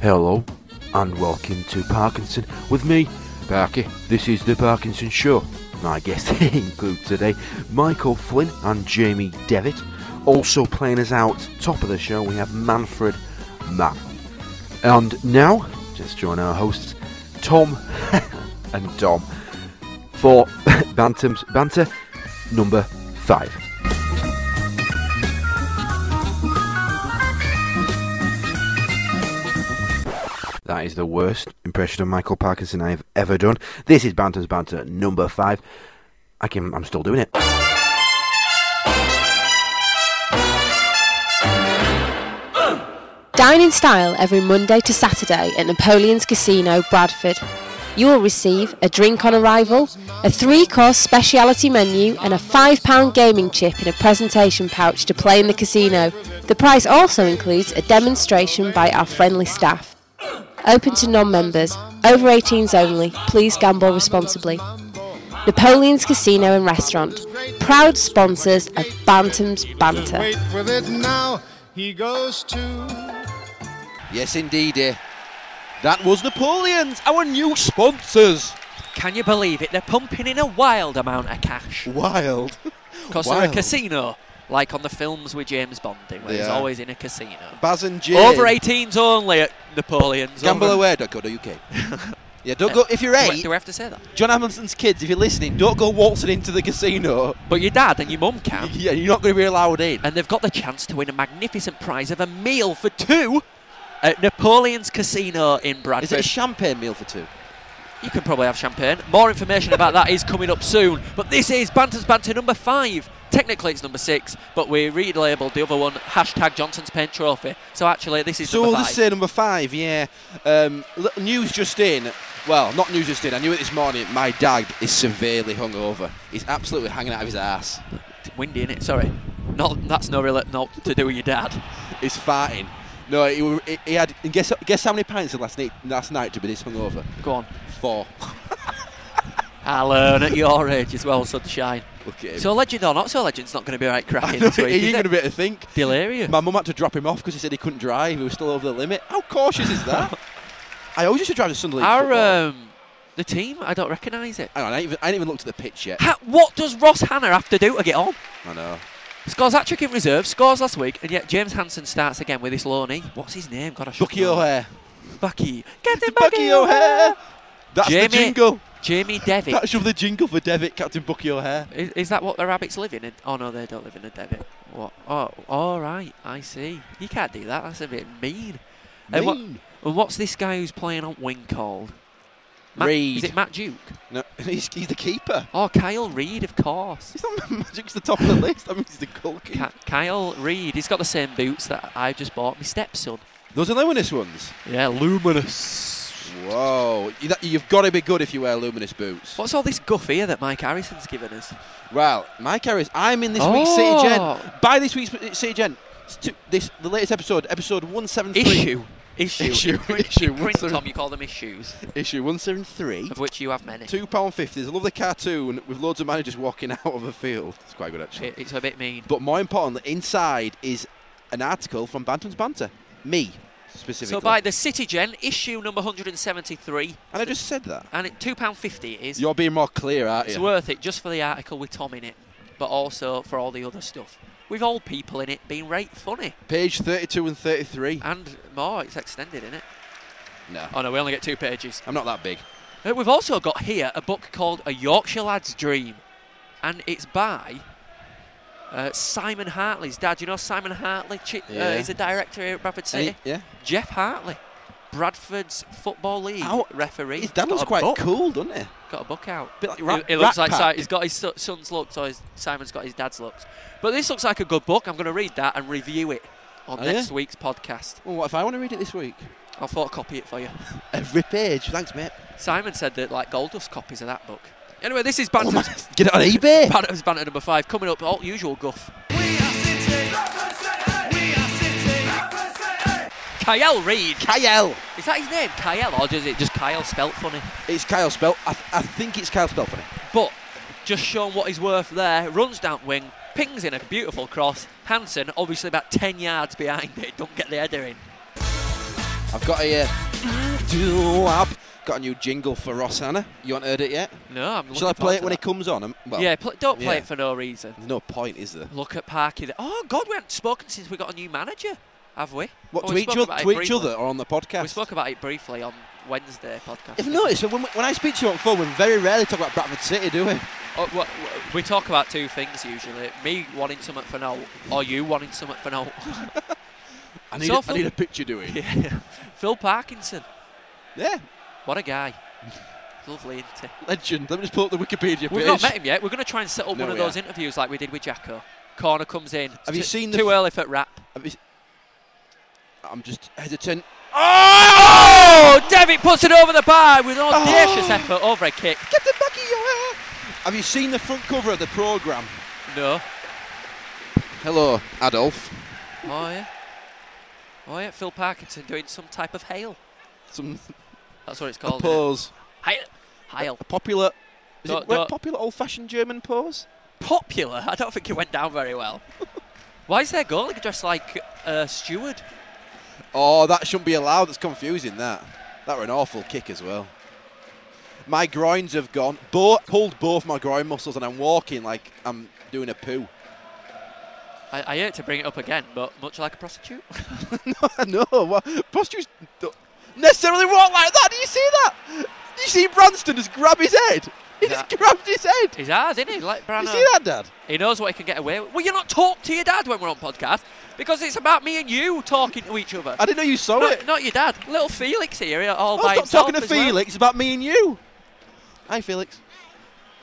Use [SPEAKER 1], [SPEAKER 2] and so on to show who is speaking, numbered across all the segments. [SPEAKER 1] Hello, and welcome to Parkinson with me, Parky. This is the Parkinson Show. My guests include today Michael Flynn and Jamie Devitt. Also playing us out, top of the show, we have Manfred Mann. And now, just join our hosts, Tom and Dom, for Bantam's Banter number five. That is the worst impression of Michael Parkinson I have ever done. This is Bantam's Banter number five. I can, I'm still doing it.
[SPEAKER 2] Dine in style every Monday to Saturday at Napoleon's Casino, Bradford. You will receive a drink on arrival, a three course speciality menu, and a £5 gaming chip in a presentation pouch to play in the casino. The prize also includes a demonstration by our friendly staff. Open to non members, over 18s only, please gamble responsibly. Napoleon's Casino and Restaurant, proud sponsors of Bantam's Banter.
[SPEAKER 3] Wait with it now. He goes to.
[SPEAKER 4] Yes, indeed. eh. That was Napoleon's, our new sponsors.
[SPEAKER 5] Can you believe it? They're pumping in a wild amount of cash.
[SPEAKER 4] Wild.
[SPEAKER 5] Because they're a casino, like on the films with James Bond, do, where
[SPEAKER 4] They
[SPEAKER 5] he's
[SPEAKER 4] are.
[SPEAKER 5] always in a casino.
[SPEAKER 4] Baz and Jane.
[SPEAKER 5] Over 18s only at Napoleon's. Over-
[SPEAKER 4] Gambleaware.co.uk. yeah, don't go. If you're
[SPEAKER 5] Do I-
[SPEAKER 4] eight,
[SPEAKER 5] Do I have to say that?
[SPEAKER 4] John Hamilton's kids, if you're listening, don't go waltzing into the casino.
[SPEAKER 5] But your dad and your mum can.
[SPEAKER 4] Yeah, you're not going to be allowed in.
[SPEAKER 5] and they've got the chance to win a magnificent prize of a meal for two at Napoleon's Casino in
[SPEAKER 4] Is
[SPEAKER 5] Bradford.
[SPEAKER 4] it a champagne meal for two?
[SPEAKER 5] you can probably have champagne. More information about that is coming up soon. But this is Banter's Banter number five. Technically, it's number six, but we relabeled the other one hashtag Johnson's Paint Trophy. So actually, this is
[SPEAKER 4] So
[SPEAKER 5] number
[SPEAKER 4] we'll
[SPEAKER 5] five.
[SPEAKER 4] just say number five, yeah. Um, l- news just in. Well, not news just in. I knew it this morning. My dad is severely hungover. He's absolutely hanging out of his ass.
[SPEAKER 5] windy in it. Sorry, not that's no real not to do with your dad.
[SPEAKER 4] He's farting. No, he, were- he, he had. and Guess guess how many pints he had last night last night to be this hungover?
[SPEAKER 5] Go on,
[SPEAKER 4] Four.
[SPEAKER 5] I learn at your age as well, sunshine.
[SPEAKER 4] Look at him.
[SPEAKER 5] So legend or not, so legend's not going to be right cracking
[SPEAKER 4] No,
[SPEAKER 5] this week.
[SPEAKER 4] he ain't
[SPEAKER 5] is
[SPEAKER 4] going
[SPEAKER 5] it?
[SPEAKER 4] to be able to think.
[SPEAKER 5] Delirium.
[SPEAKER 4] My mum had to drop him off because he said he couldn't drive. He was still over the limit. How cautious is that? I always used to drive to Sunderland.
[SPEAKER 5] Our
[SPEAKER 4] football.
[SPEAKER 5] um, the team, I don't recognise it.
[SPEAKER 4] Hang on, I ain't, even, I ain't even looked at the pitch yet.
[SPEAKER 5] Ha, what does Ross Hanna have to do to get on?
[SPEAKER 4] I know.
[SPEAKER 5] Scores hat trick in reserve, scores last week, and yet James Hansen starts again with his low knee. What's his name? God, I should
[SPEAKER 4] Bucky
[SPEAKER 5] know.
[SPEAKER 4] O'Hare.
[SPEAKER 5] Bucky. Captain
[SPEAKER 4] Bucky O'Hare. That's
[SPEAKER 5] Jamie-
[SPEAKER 4] the jingle.
[SPEAKER 5] Jamie Devitt.
[SPEAKER 4] That's from the jingle for Devitt, Captain Bucky O'Hare.
[SPEAKER 5] Is, is that what the rabbits live in? Oh no, they don't live in a debit. What? Oh, all right, I see. You can't do that. That's a bit mean. And, what-
[SPEAKER 4] Mean.
[SPEAKER 5] and what's this guy who's playing on wing called? Matt, Is
[SPEAKER 4] Reed.
[SPEAKER 5] it Matt Duke?
[SPEAKER 4] No, he's, he's the keeper.
[SPEAKER 5] Oh, Kyle Reed, of course.
[SPEAKER 4] He's not Magic's the top of the list. I mean, he's the goalkeeper.
[SPEAKER 5] Ki- Kyle Reed. He's got the same boots that I just bought my stepson.
[SPEAKER 4] Those are luminous ones.
[SPEAKER 5] Yeah, luminous.
[SPEAKER 4] Whoa. You, that, you've got to be good if you wear luminous boots.
[SPEAKER 5] What's all this guff here that Mike Harrison's given us?
[SPEAKER 4] Well, my carries. I'm in this week's City Gen.
[SPEAKER 5] Oh.
[SPEAKER 4] Buy this week's City Gen. It's two- this the latest episode, episode one seven three.
[SPEAKER 5] Issue. Issue.
[SPEAKER 4] Issue,
[SPEAKER 5] Print,
[SPEAKER 4] issue,
[SPEAKER 5] in print,
[SPEAKER 4] sorry.
[SPEAKER 5] Tom, you call them issues,
[SPEAKER 4] Issue one seven three.
[SPEAKER 5] of which you have many.
[SPEAKER 4] Two pound fifty. There's a lovely cartoon with loads of managers walking out of a field. It's quite good actually.
[SPEAKER 5] It- it's a bit mean.
[SPEAKER 4] But more importantly, inside is an article from Bantam's Banter. Me specifically.
[SPEAKER 5] So by the City Gen, issue number 173,
[SPEAKER 4] and I just said that.
[SPEAKER 5] and it £2.50 it is.
[SPEAKER 4] You're being more clear, aren't
[SPEAKER 5] it's
[SPEAKER 4] you?
[SPEAKER 5] worth it just for the article with Tom in it, but also for all the other stuff. We've old people in it being right funny
[SPEAKER 4] Page thirty-two and thirty-three.
[SPEAKER 5] and more. It's extended in it.
[SPEAKER 4] No,
[SPEAKER 5] Oh no, we only get two pages.
[SPEAKER 4] I'm not that big.
[SPEAKER 5] Uh, We've also got here a book called A Yorkshire Lad's Dream, and it's by uh, Simon Hartley's dad. You know Simon Hartley? Chi-
[SPEAKER 4] Yeah.
[SPEAKER 5] uh, he's a director here at Bradford
[SPEAKER 4] And
[SPEAKER 5] City.
[SPEAKER 4] he- yeah.
[SPEAKER 5] Jeff Hartley, Bradford's football league
[SPEAKER 4] How-
[SPEAKER 5] referee.
[SPEAKER 4] His dad
[SPEAKER 5] Got
[SPEAKER 4] looks
[SPEAKER 5] a
[SPEAKER 4] quite
[SPEAKER 5] book.
[SPEAKER 4] cool, doesn't he?
[SPEAKER 5] Got a book out.
[SPEAKER 4] Bit like
[SPEAKER 5] He-
[SPEAKER 4] Rat-
[SPEAKER 5] he looks
[SPEAKER 4] Rat
[SPEAKER 5] like
[SPEAKER 4] Pack.
[SPEAKER 5] Si- he's got his so- son's looks, or his, Simon's got his dad's looks. But this looks like a good book. I'm going to read that and review it on
[SPEAKER 4] Oh,
[SPEAKER 5] next
[SPEAKER 4] yeah?
[SPEAKER 5] week's podcast.
[SPEAKER 4] Well, what if I want to read it this week?
[SPEAKER 5] I'll photocopy it for you.
[SPEAKER 4] Every page. Thanks, mate.
[SPEAKER 5] Simon said that like gold dust copies of that book. Anyway, this is Bantam's,
[SPEAKER 4] Get it on eBay.
[SPEAKER 5] Bantam's Banter number five coming up. All usual guff. Kyle Reed.
[SPEAKER 4] Kyle.
[SPEAKER 5] Is that his name? Kyle, or is it just Kyle spelt funny?
[SPEAKER 4] It's Kyle Spell. I, th- I think it's Kyle Spell funny.
[SPEAKER 5] But just showing what he's worth there. Runs down wing, pings in a beautiful cross. Hansen, obviously about 10 yards behind it, don't get the header in.
[SPEAKER 4] I've got a uh, got a new jingle for Ross Hanna. You haven't heard it yet?
[SPEAKER 5] No, I'm looking
[SPEAKER 4] Shall I play
[SPEAKER 5] forward to
[SPEAKER 4] it when
[SPEAKER 5] that.
[SPEAKER 4] it comes on? Um, Well,
[SPEAKER 5] yeah, pl- don't play
[SPEAKER 4] yeah.
[SPEAKER 5] it for no reason.
[SPEAKER 4] There's no point, is there?
[SPEAKER 5] Look at Parky. there. Oh God, we haven't spoken since we got a new manager, have we?
[SPEAKER 4] What
[SPEAKER 5] Oh,
[SPEAKER 4] to
[SPEAKER 5] we
[SPEAKER 4] each
[SPEAKER 5] spoke
[SPEAKER 4] other,
[SPEAKER 5] about it
[SPEAKER 4] to each
[SPEAKER 5] briefly.
[SPEAKER 4] other, or on the podcast?
[SPEAKER 5] We spoke about it briefly on Wednesday podcast.
[SPEAKER 4] If
[SPEAKER 5] didn't
[SPEAKER 4] you
[SPEAKER 5] we?
[SPEAKER 4] noticed, when, when I speak to you on phone, we very rarely talk about Bradford City, do we?
[SPEAKER 5] Oh, wha- wha- we talk about two things usually: me wanting something for now, or you wanting something for now.
[SPEAKER 4] I
[SPEAKER 5] need So a- I Phil- need a
[SPEAKER 4] picture doing.
[SPEAKER 5] yeah. Phil Parkinson,
[SPEAKER 4] Yeah,
[SPEAKER 5] what a guy. Lovely, isn't he?
[SPEAKER 4] legend. Let me just pull up the Wikipedia page.
[SPEAKER 5] We've not met him yet. We're going to try and set up
[SPEAKER 4] No,
[SPEAKER 5] one of
[SPEAKER 4] we
[SPEAKER 5] those interviews like we did with Jacko. Corner comes in.
[SPEAKER 4] Have you seen the
[SPEAKER 5] too
[SPEAKER 4] f-
[SPEAKER 5] early for rap?
[SPEAKER 4] Have you- I'm just hesitant.
[SPEAKER 5] Oh! David puts it over the bar with an audacious
[SPEAKER 4] Oh.
[SPEAKER 5] effort over a kick.
[SPEAKER 4] Get the back of your hair. Have you seen the front cover of the programme?
[SPEAKER 5] No.
[SPEAKER 4] Hello, Adolf.
[SPEAKER 5] Oh yeah. Oh yeah. Phil Parkinson doing some type of hail.
[SPEAKER 4] Some
[SPEAKER 5] That's what it's called. isn't it?
[SPEAKER 4] pose.
[SPEAKER 5] Hail. Hail.
[SPEAKER 4] A popular. Is
[SPEAKER 5] No,
[SPEAKER 4] it what,
[SPEAKER 5] no.
[SPEAKER 4] popular old-fashioned German pose?
[SPEAKER 5] popular. I don't think it went down very well. Why is their goalie dressed like a steward?
[SPEAKER 4] Oh, that shouldn't be allowed. That's confusing. That. That were an awful kick as well. My groins have gone. Bo- pulled both my groin muscles, and I'm walking like I'm doing a poo.
[SPEAKER 5] I, I hate to bring it up again, but much like a prostitute.
[SPEAKER 4] no, well, prostitutes don't necessarily walk like that. Do you see that? Do you see Branston just grab his head? He just
[SPEAKER 5] That-
[SPEAKER 4] grabbed his head.
[SPEAKER 5] He's hard, isn't he? Like
[SPEAKER 4] you
[SPEAKER 5] Brano.
[SPEAKER 4] see that, Dad?
[SPEAKER 5] He knows what he can get away with. Well, you not talk to your dad when we're on podcast because it's about me and you talking to each other.
[SPEAKER 4] I didn't know you saw it.
[SPEAKER 5] Not, not your dad. Little Felix here, all
[SPEAKER 4] Oh,
[SPEAKER 5] by
[SPEAKER 4] stop
[SPEAKER 5] himself.
[SPEAKER 4] talking to
[SPEAKER 5] as well.
[SPEAKER 4] Felix. It's about me and you. Hi, Felix.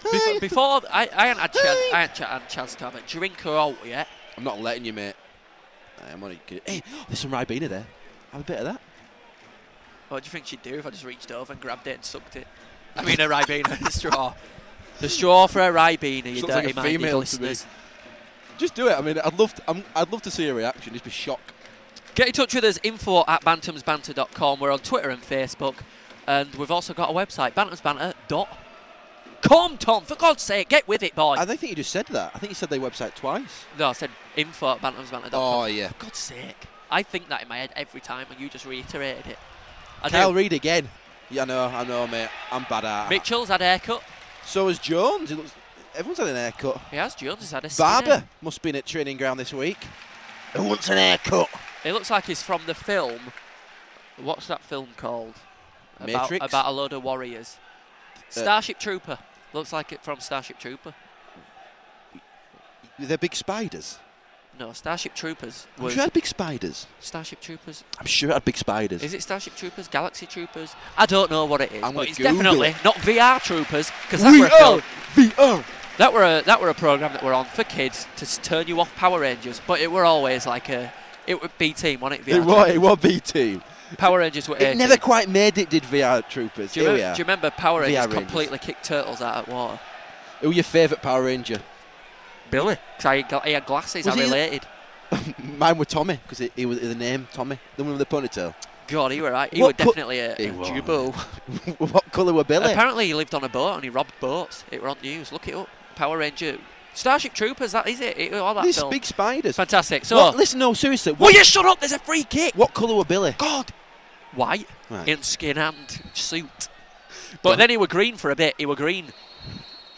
[SPEAKER 4] Hi.
[SPEAKER 5] Before, before I, I hadn't had chance, I hadn't ch- had chance to have a drink or alt yet.
[SPEAKER 4] I'm not letting you, mate. I'm only kidding. Hey, there's some Ribena there. Have a bit of that.
[SPEAKER 5] What do you think she'd do if I just reached over and grabbed it and sucked it? I mean, a Ribena, the straw. The straw for a Ribena, you
[SPEAKER 4] Sounds like a
[SPEAKER 5] dirty minded
[SPEAKER 4] female to me.
[SPEAKER 5] listeners.
[SPEAKER 4] Just do it. I mean, I'd love to, I'm, I'd love to see a reaction. Just be shocked.
[SPEAKER 5] Get in touch with us, info at bantamsbanter.com. We're on Twitter and Facebook. And we've also got a website, bantamsbanter.com. Tom, for God's sake, get with it, boy.
[SPEAKER 4] I don't think you just said that. I think you said their website twice.
[SPEAKER 5] no, I said info at bantamsbanter.com.
[SPEAKER 4] Oh, yeah.
[SPEAKER 5] For God's sake. I think that in my head every time, and you just reiterated it. I
[SPEAKER 4] Kyle
[SPEAKER 5] do.
[SPEAKER 4] Reed again. Yeah, I know, I know, mate. I'm bad at it.
[SPEAKER 5] Mitchell's had a haircut.
[SPEAKER 4] So has Jones. It looks, everyone's had an haircut.
[SPEAKER 5] He has. Jones has had a skin
[SPEAKER 4] Barber must have been at training ground this week. Who wants an haircut?
[SPEAKER 5] It looks like he's from the film. What's that film called? About,
[SPEAKER 4] Matrix? Uh,
[SPEAKER 5] about a load of warriors. Starship Trooper. Looks like it from Starship Trooper.
[SPEAKER 4] They're big spiders.
[SPEAKER 5] No, Starship Troopers
[SPEAKER 4] I'm
[SPEAKER 5] was
[SPEAKER 4] sure I had big spiders.
[SPEAKER 5] Starship Troopers.
[SPEAKER 4] I'm sure I had big spiders.
[SPEAKER 5] Is it Starship Troopers? Galaxy Troopers? I don't know what it is,
[SPEAKER 4] I'm
[SPEAKER 5] but
[SPEAKER 4] gonna
[SPEAKER 5] it's
[SPEAKER 4] Google
[SPEAKER 5] definitely
[SPEAKER 4] it.
[SPEAKER 5] not VR Troopers because that
[SPEAKER 4] we
[SPEAKER 5] were a
[SPEAKER 4] are
[SPEAKER 5] film,
[SPEAKER 4] VR.
[SPEAKER 5] that were a, that were a program that were on for kids to s- turn you off Power Rangers, but it were always like a it would be team, wasn't it? VR
[SPEAKER 4] It was, it was B team.
[SPEAKER 5] Power Rangers were
[SPEAKER 4] It
[SPEAKER 5] A
[SPEAKER 4] never
[SPEAKER 5] team.
[SPEAKER 4] quite made it, did VR Troopers.
[SPEAKER 5] Do you,
[SPEAKER 4] Here we
[SPEAKER 5] remember,
[SPEAKER 4] are.
[SPEAKER 5] do you remember Power Rangers
[SPEAKER 4] VR Rangers.
[SPEAKER 5] completely kicked turtles out of water?
[SPEAKER 4] Who your favourite Power Ranger?
[SPEAKER 5] Billy. Because I, had gla- I had glasses,
[SPEAKER 4] Was
[SPEAKER 5] I
[SPEAKER 4] he-
[SPEAKER 5] related.
[SPEAKER 4] Mine were Tommy, because he, he was the name Tommy. The one with the ponytail.
[SPEAKER 5] God, he were right. He
[SPEAKER 4] What
[SPEAKER 5] were
[SPEAKER 4] co-
[SPEAKER 5] definitely a,
[SPEAKER 4] He
[SPEAKER 5] a
[SPEAKER 4] were.
[SPEAKER 5] Jubal.
[SPEAKER 4] what colour were Billy?
[SPEAKER 5] Apparently, he lived on a boat and he robbed boats. It were on news. Look it up. Power Ranger. Starship Troopers, that is it. it all that
[SPEAKER 4] These
[SPEAKER 5] film.
[SPEAKER 4] big spiders.
[SPEAKER 5] Fantastic. So,
[SPEAKER 4] What- listen, no, seriously.
[SPEAKER 5] will
[SPEAKER 4] What,
[SPEAKER 5] you shut up? There's a free kick.
[SPEAKER 4] what colour were Billy?
[SPEAKER 5] God. White
[SPEAKER 4] Right.
[SPEAKER 5] in skin and suit.
[SPEAKER 4] Don't-
[SPEAKER 5] But then he were green for a bit. He were green.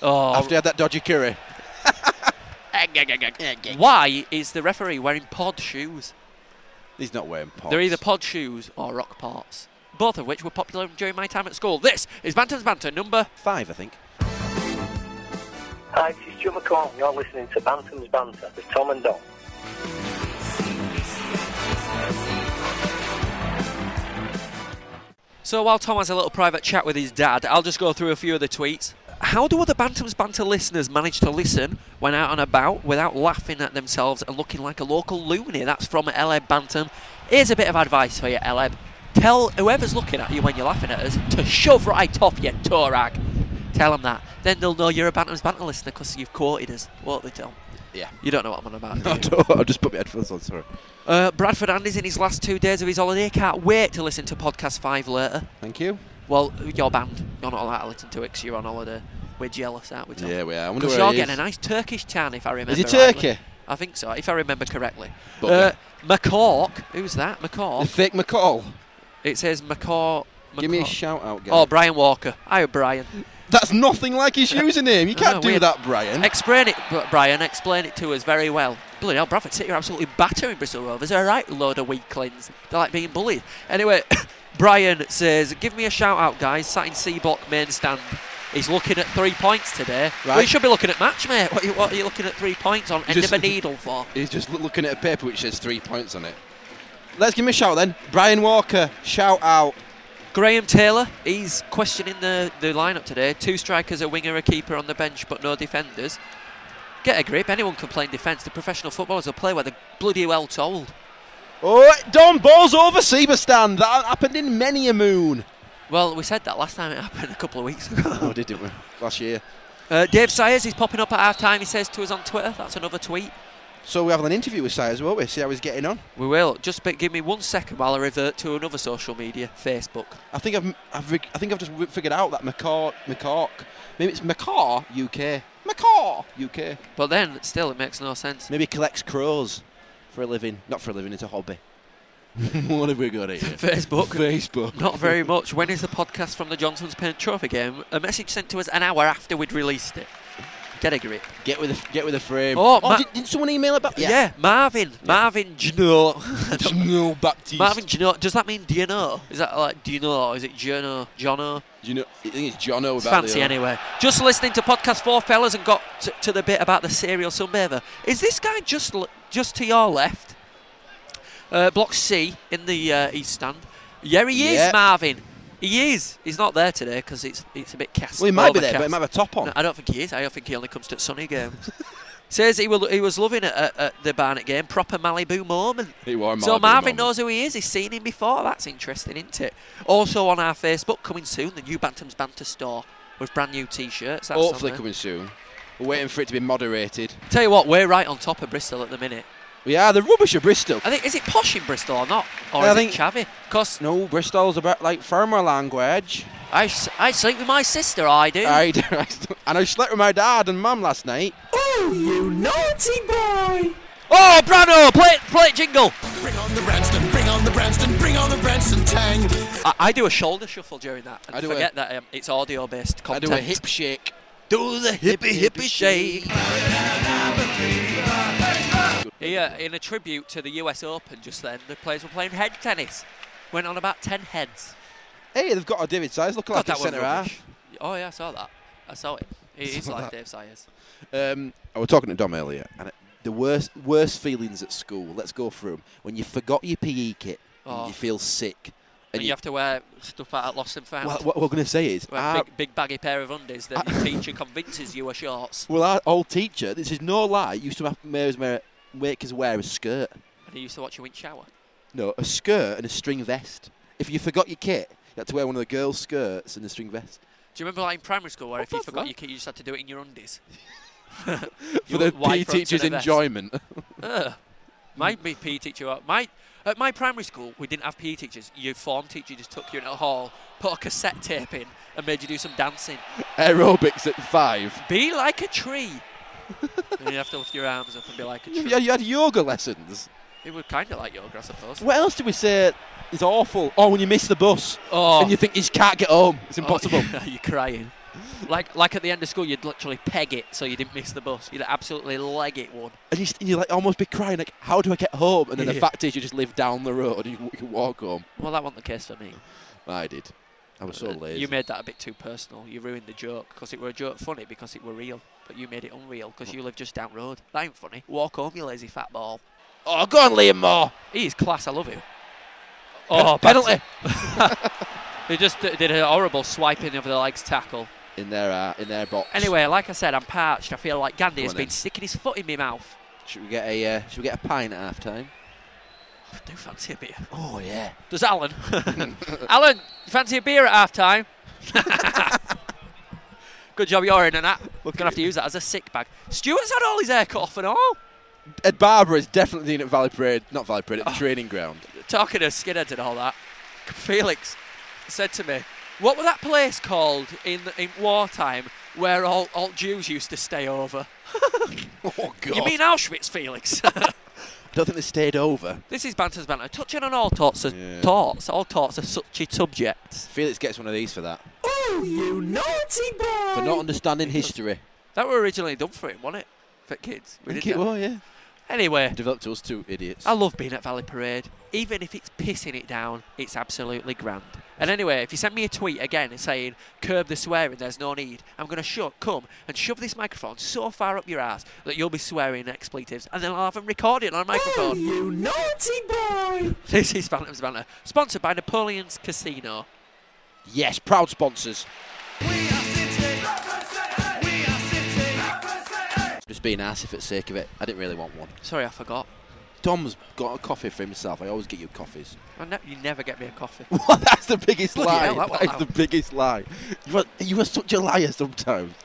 [SPEAKER 5] Oh,
[SPEAKER 4] After he had that dodgy curry.
[SPEAKER 5] why is the referee wearing pod shoes?
[SPEAKER 4] He's not wearing pots.
[SPEAKER 5] They're either pod shoes or rock parts, both of which were popular during my time at school. This is Bantam's Banter number.
[SPEAKER 4] five, I think.
[SPEAKER 6] Hi, this is Joe McCall, and you're listening to Bantam's Banter with Tom and Don.
[SPEAKER 5] So while Tom has a little private chat with his dad, I'll just go through a few of the tweets. How do other Bantam's Banter listeners manage to listen when out and about without laughing at themselves and looking like a local loony? That's from Eleb Bantam. Here's a bit of advice for you, Eleb. Tell whoever's looking at you when you're laughing at us to shove right off your torag. Tell them that. Then they'll know you're a Bantam's Banter listener because you've quoted us, won't they, Tom?
[SPEAKER 4] Yeah.
[SPEAKER 5] You don't know what I'm on about. do
[SPEAKER 4] I
[SPEAKER 5] you?
[SPEAKER 4] don't- I'll just put my headphones on, sorry.
[SPEAKER 5] Uh, Bradford Andy's in his last two days of his holiday. Can't wait to listen to podcast five later.
[SPEAKER 4] Thank you.
[SPEAKER 5] Well, you're banned. You're not allowed to listen to it 'cause you're on holiday. We're jealous, aren't we? Tom?
[SPEAKER 4] Yeah, we are. I wonder
[SPEAKER 5] Because
[SPEAKER 4] where
[SPEAKER 5] you're
[SPEAKER 4] he
[SPEAKER 5] getting
[SPEAKER 4] is.
[SPEAKER 5] a nice Turkish tan, if I remember.
[SPEAKER 4] Is he
[SPEAKER 5] rightly.
[SPEAKER 4] Turkey?
[SPEAKER 5] I think so, if I remember correctly. Uh,
[SPEAKER 4] Bugger.
[SPEAKER 5] McCork, who's that?
[SPEAKER 4] The
[SPEAKER 5] McCork.
[SPEAKER 4] fake McCall.
[SPEAKER 5] It says Macaw.
[SPEAKER 4] Give me a
[SPEAKER 5] Macaw-
[SPEAKER 4] shout out, guy.
[SPEAKER 5] Oh, Brian Walker. Hi, Brian.
[SPEAKER 4] That's nothing like his username. You
[SPEAKER 5] I
[SPEAKER 4] can't
[SPEAKER 5] know,
[SPEAKER 4] do
[SPEAKER 5] weird.
[SPEAKER 4] that, Brian.
[SPEAKER 5] Explain it, Br- Brian. Explain it to us very well. Bloody hell, Bradford City are absolutely battering Bristol Rovers. They're a right load of weaklings. They're like being bullied. Anyway, Brian says, "Give me a shout out, guys." Sat in C block main stand. He's looking at three points today. Well,
[SPEAKER 4] Right.
[SPEAKER 5] you should be looking at match, mate. What are you, what are you looking at three points on? End
[SPEAKER 4] Just-
[SPEAKER 5] of a needle for?
[SPEAKER 4] He's just loo- looking at a paper which says three points on it. Let's give him a shout then. Brian Walker, shout out.
[SPEAKER 5] Graham Taylor, he's questioning the, the lineup today. Two strikers, a winger, a keeper on the bench, but no defenders. Get a grip. Anyone can play in defence. The professional footballers will play where they're bloody well told.
[SPEAKER 4] Oh, Don balls over Sieber stand. That happened in many a moon.
[SPEAKER 5] Well, we said that last time it happened a couple of weeks
[SPEAKER 4] Oh,
[SPEAKER 5] ago.
[SPEAKER 4] didn't we? Last year.
[SPEAKER 5] Uh, Dave Sayers, he's popping up at half time. He says to us on Twitter. That's another tweet.
[SPEAKER 4] So we're having an interview with Sayers, won't we? See how he's getting on.
[SPEAKER 5] We will. Just be- give me one second while I revert to another social media, Facebook.
[SPEAKER 4] I think I've, I've reg- I think I've just wi- figured out that McCork, McCork. Maybe it's Macaw UK. Macaw UK.
[SPEAKER 5] But then, still, it makes no sense.
[SPEAKER 4] Maybe he collects crows for a living. Not for a living, it's a hobby. what have we got here?
[SPEAKER 5] Facebook.
[SPEAKER 4] Facebook.
[SPEAKER 5] Not very much. When is the podcast from the Johnson's Pen Trophy game? A message sent to us an hour after we'd released it. Get a grip.
[SPEAKER 4] Get with the get with the frame.
[SPEAKER 5] Oh, Ma-
[SPEAKER 4] did, did someone email it back?
[SPEAKER 5] Marvin. Marvin Gino.
[SPEAKER 4] No Baptiste.
[SPEAKER 5] Marvin Gino. Does that mean do you know? Is that like do you know? Or is it Gino? Jono?
[SPEAKER 4] Do you know, I think it's Jono.
[SPEAKER 5] It's
[SPEAKER 4] about
[SPEAKER 5] fancy
[SPEAKER 4] the- uh,
[SPEAKER 5] anyway. Just listening to podcast Four Fellas and got to, to the bit about the serial sunbather. Is this guy just l- just to your left? Uh, block C in the uh, east stand. Yeah, he is,
[SPEAKER 4] Yeah.
[SPEAKER 5] Marvin. He is. He's not there today because it's it's a bit cast.
[SPEAKER 4] Well, he might be there, but he
[SPEAKER 5] overcast.
[SPEAKER 4] might have a top on.
[SPEAKER 5] No, I don't think he is. I don't think he only comes to sunny games. Says he, will, he was loving it at, at the Barnet game. Proper Malibu moment.
[SPEAKER 4] He wore
[SPEAKER 5] so
[SPEAKER 4] Marvin
[SPEAKER 5] Marvin
[SPEAKER 4] moment.
[SPEAKER 5] knows who he is. He's seen him before. That's interesting, isn't it? Also on our Facebook, coming soon, the new Bantams Banter store with brand new T-shirts. That's on
[SPEAKER 4] Hopefully
[SPEAKER 5] there.
[SPEAKER 4] coming soon. We're waiting for it to be moderated.
[SPEAKER 5] Tell you what, we're right on top of Bristol at the minute.
[SPEAKER 4] We are the rubbish of Bristol.
[SPEAKER 5] I think is it posh in Bristol or not, or
[SPEAKER 4] I
[SPEAKER 5] is
[SPEAKER 4] think-
[SPEAKER 5] it chavvy? Cause
[SPEAKER 4] No, Bristol's about like farmer language.
[SPEAKER 5] I, s- I sleep with my sister. I do.
[SPEAKER 4] I, and I slept with my dad and mum last night.
[SPEAKER 5] Oh, Brano, play it, play it, jingle.
[SPEAKER 7] Bring on the Branston, bring on the Branston, bring on the Branston Tang.
[SPEAKER 5] I, I do a shoulder shuffle during that. And
[SPEAKER 4] I do a-
[SPEAKER 5] forget that um, it's audio based
[SPEAKER 4] I
[SPEAKER 5] content.
[SPEAKER 4] do a hip shake.
[SPEAKER 5] Do the hippie hippie shake. Here, uh, in a tribute to the US Open just then, the players were playing head tennis. Went on about 10 heads.
[SPEAKER 4] Hey, they've got a David Sayers looking like a
[SPEAKER 5] was
[SPEAKER 4] centre
[SPEAKER 5] rubbish.
[SPEAKER 4] half.
[SPEAKER 5] Oh, yeah, I saw that. I saw it. It is like Dave Sayers.
[SPEAKER 4] Um, I was talking to Dom earlier, and it- the worst worst feelings at school. Let's go through 'em. When you forgot your PE kit,
[SPEAKER 5] Oh.
[SPEAKER 4] and you feel sick,
[SPEAKER 5] And you have to wear stuff out at Lost and Found.
[SPEAKER 4] Well, uh, what we're going to say is,
[SPEAKER 5] Wear
[SPEAKER 4] our,
[SPEAKER 5] big, big baggy pair of undies that your teacher convinces you are shorts.
[SPEAKER 4] well, our old teacher, this is no lie, used to have- make us wear, make us wear a skirt.
[SPEAKER 5] And he used to watch you in shower.
[SPEAKER 4] No, a skirt and a string vest. If you forgot your kit, you had to wear one of the girls' skirts and a string vest.
[SPEAKER 5] Do you remember like in primary school where
[SPEAKER 4] What
[SPEAKER 5] if you
[SPEAKER 4] the
[SPEAKER 5] forgot
[SPEAKER 4] fuck?
[SPEAKER 5] your kit, you just had to do it in your undies?
[SPEAKER 4] For
[SPEAKER 5] Your
[SPEAKER 4] the
[SPEAKER 5] white
[SPEAKER 4] PE
[SPEAKER 5] fronts and
[SPEAKER 4] teacher's
[SPEAKER 5] a vest.
[SPEAKER 4] enjoyment.
[SPEAKER 5] Ugh. My me PE teacher, uh, my at my primary school, we didn't have PE teachers. Your form teacher just took you in a hall, put a cassette tape in, and made you do some dancing.
[SPEAKER 4] Aerobics at five.
[SPEAKER 5] Be like a tree. and you have to lift your arms up and be like a
[SPEAKER 4] You,
[SPEAKER 5] tree.
[SPEAKER 4] you had- you had yoga lessons.
[SPEAKER 5] It was kind of like yoga, I suppose.
[SPEAKER 4] What else do we say is awful? Oh, when you miss the bus
[SPEAKER 5] Oh,
[SPEAKER 4] and you think you just can't get home. It's impossible.
[SPEAKER 5] Oh, you're crying. Like like at the end of school, you'd literally peg it so you didn't miss the bus. You'd absolutely leg it one.
[SPEAKER 4] and you, st- you like almost be crying, like, how do I get home? And then the
[SPEAKER 5] Yeah.
[SPEAKER 4] fact is, you just live down the road and you, you can walk home.
[SPEAKER 5] Well, that wasn't the case for me.
[SPEAKER 4] I did. I was so
[SPEAKER 5] Uh,
[SPEAKER 4] lazy.
[SPEAKER 5] You made that a bit too personal. You ruined the joke because it were a joke funny because it were real, but you made it unreal because you live just down road. That ain't funny. Walk home, you lazy fat ball.
[SPEAKER 4] oh, go on, Liam Moore.
[SPEAKER 5] He is class. I love him.
[SPEAKER 4] Oh,
[SPEAKER 5] Oh,
[SPEAKER 4] penalty.
[SPEAKER 5] They just d- did a horrible swiping of the legs tackle.
[SPEAKER 4] In their, uh, in their box.
[SPEAKER 5] Anyway, like I said, I'm parched. I feel like Gandhi
[SPEAKER 4] Come
[SPEAKER 5] has
[SPEAKER 4] on
[SPEAKER 5] been
[SPEAKER 4] then.
[SPEAKER 5] sticking his foot in my mouth.
[SPEAKER 4] Should we get a uh, should we get a pint at half time?
[SPEAKER 5] I do fancy a beer.
[SPEAKER 4] Oh yeah.
[SPEAKER 5] Does Alan? Alan, you fancy a beer at half time? Good job you're in and that. We're going to have to use that as a sick bag. Stuart's had all his hair cut off and all.
[SPEAKER 4] Ed Barber is definitely in at Valley Parade, not Valley Parade, at
[SPEAKER 5] Ah.
[SPEAKER 4] the training ground.
[SPEAKER 5] talking to skinheads and all that, Felix said to me, "What was that place called in in wartime where all, all Jews used to stay over?"
[SPEAKER 4] Oh god.
[SPEAKER 5] You mean Auschwitz, Felix?
[SPEAKER 4] don't think they stayed over.
[SPEAKER 5] This is Banter's Banter, touching on all sorts of
[SPEAKER 4] Yeah.
[SPEAKER 5] thoughts, all sorts of suchy subjects.
[SPEAKER 4] Felix gets one of these for that.
[SPEAKER 7] Oh, you naughty boy!
[SPEAKER 4] For not understanding history.
[SPEAKER 5] That were originally done for him, wasn't it? For kids. We
[SPEAKER 4] Think
[SPEAKER 5] did
[SPEAKER 4] it
[SPEAKER 5] that.
[SPEAKER 4] were, oh, yeah.
[SPEAKER 5] Anyway,
[SPEAKER 4] Developed to us two idiots.
[SPEAKER 5] I love being at Valley Parade. Even if it's pissing it down, it's absolutely grand. And anyway, if you send me a tweet again saying, curb the swearing, there's no need, I'm going to sho- come and shove this microphone so far up your ass that you'll be swearing expletives, and then I'll have them record it on a microphone.
[SPEAKER 7] you naughty boy!
[SPEAKER 5] This is Phantom's Banner, sponsored by Napoleon's Casino.
[SPEAKER 4] yes, proud sponsors. Just being ass if it's sake of it. I didn't really want one.
[SPEAKER 5] Sorry, I forgot.
[SPEAKER 4] Tom's got a coffee for himself. I always get you coffees.
[SPEAKER 5] I ne- you never get me a coffee.
[SPEAKER 4] What? That's the biggest
[SPEAKER 5] Bloody
[SPEAKER 4] lie.
[SPEAKER 5] hell, that was
[SPEAKER 4] that is
[SPEAKER 5] loud.
[SPEAKER 4] the biggest lie. You are, you are such a liar sometimes.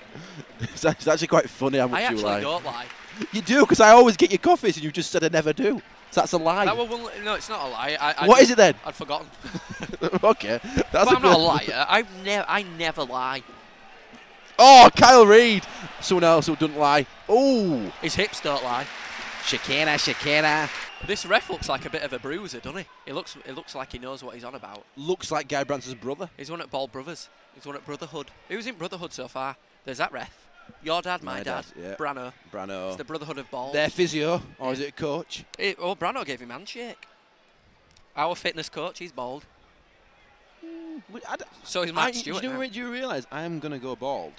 [SPEAKER 4] It's act- it's actually quite funny how much
[SPEAKER 5] I
[SPEAKER 4] you
[SPEAKER 5] actually
[SPEAKER 4] lie.
[SPEAKER 5] don't lie.
[SPEAKER 4] You do, because I always get your coffees and you just said I never do. So that's a lie.
[SPEAKER 5] That were one, no, it's not a lie. I, I
[SPEAKER 4] What
[SPEAKER 5] did-
[SPEAKER 4] is it then?
[SPEAKER 5] I'd forgotten.
[SPEAKER 4] okay. That's
[SPEAKER 5] but
[SPEAKER 4] a
[SPEAKER 5] I'm not a
[SPEAKER 4] good-
[SPEAKER 5] liar. I've never, I never lie.
[SPEAKER 4] Oh, Kyle Reid. Someone else who doesn't lie. Oh,
[SPEAKER 5] His hips don't lie.
[SPEAKER 4] Shakira, Shakira.
[SPEAKER 5] This ref looks like a bit of a bruiser, doesn't he? He lets looks, it looks like he knows what he's on about.
[SPEAKER 4] Looks like Guy Branson's brother.
[SPEAKER 5] He's one at Ball Brothers. He's one at Brotherhood. Who's in Brotherhood so far? There's that ref. Your dad, my,
[SPEAKER 4] My
[SPEAKER 5] dad,
[SPEAKER 4] dad, yeah. Oh.
[SPEAKER 5] Brano. It's
[SPEAKER 4] Brano.
[SPEAKER 5] the Brotherhood of Ball.
[SPEAKER 4] Their physio, or is it a coach?
[SPEAKER 5] It- oh, Brano gave him handshake. Our fitness coach, he's bald.
[SPEAKER 4] We- I d-
[SPEAKER 5] So is
[SPEAKER 4] I-
[SPEAKER 5] Matt
[SPEAKER 4] do
[SPEAKER 5] Stewart.
[SPEAKER 4] you,
[SPEAKER 5] now.
[SPEAKER 4] know, do you realise I'm going to go bald?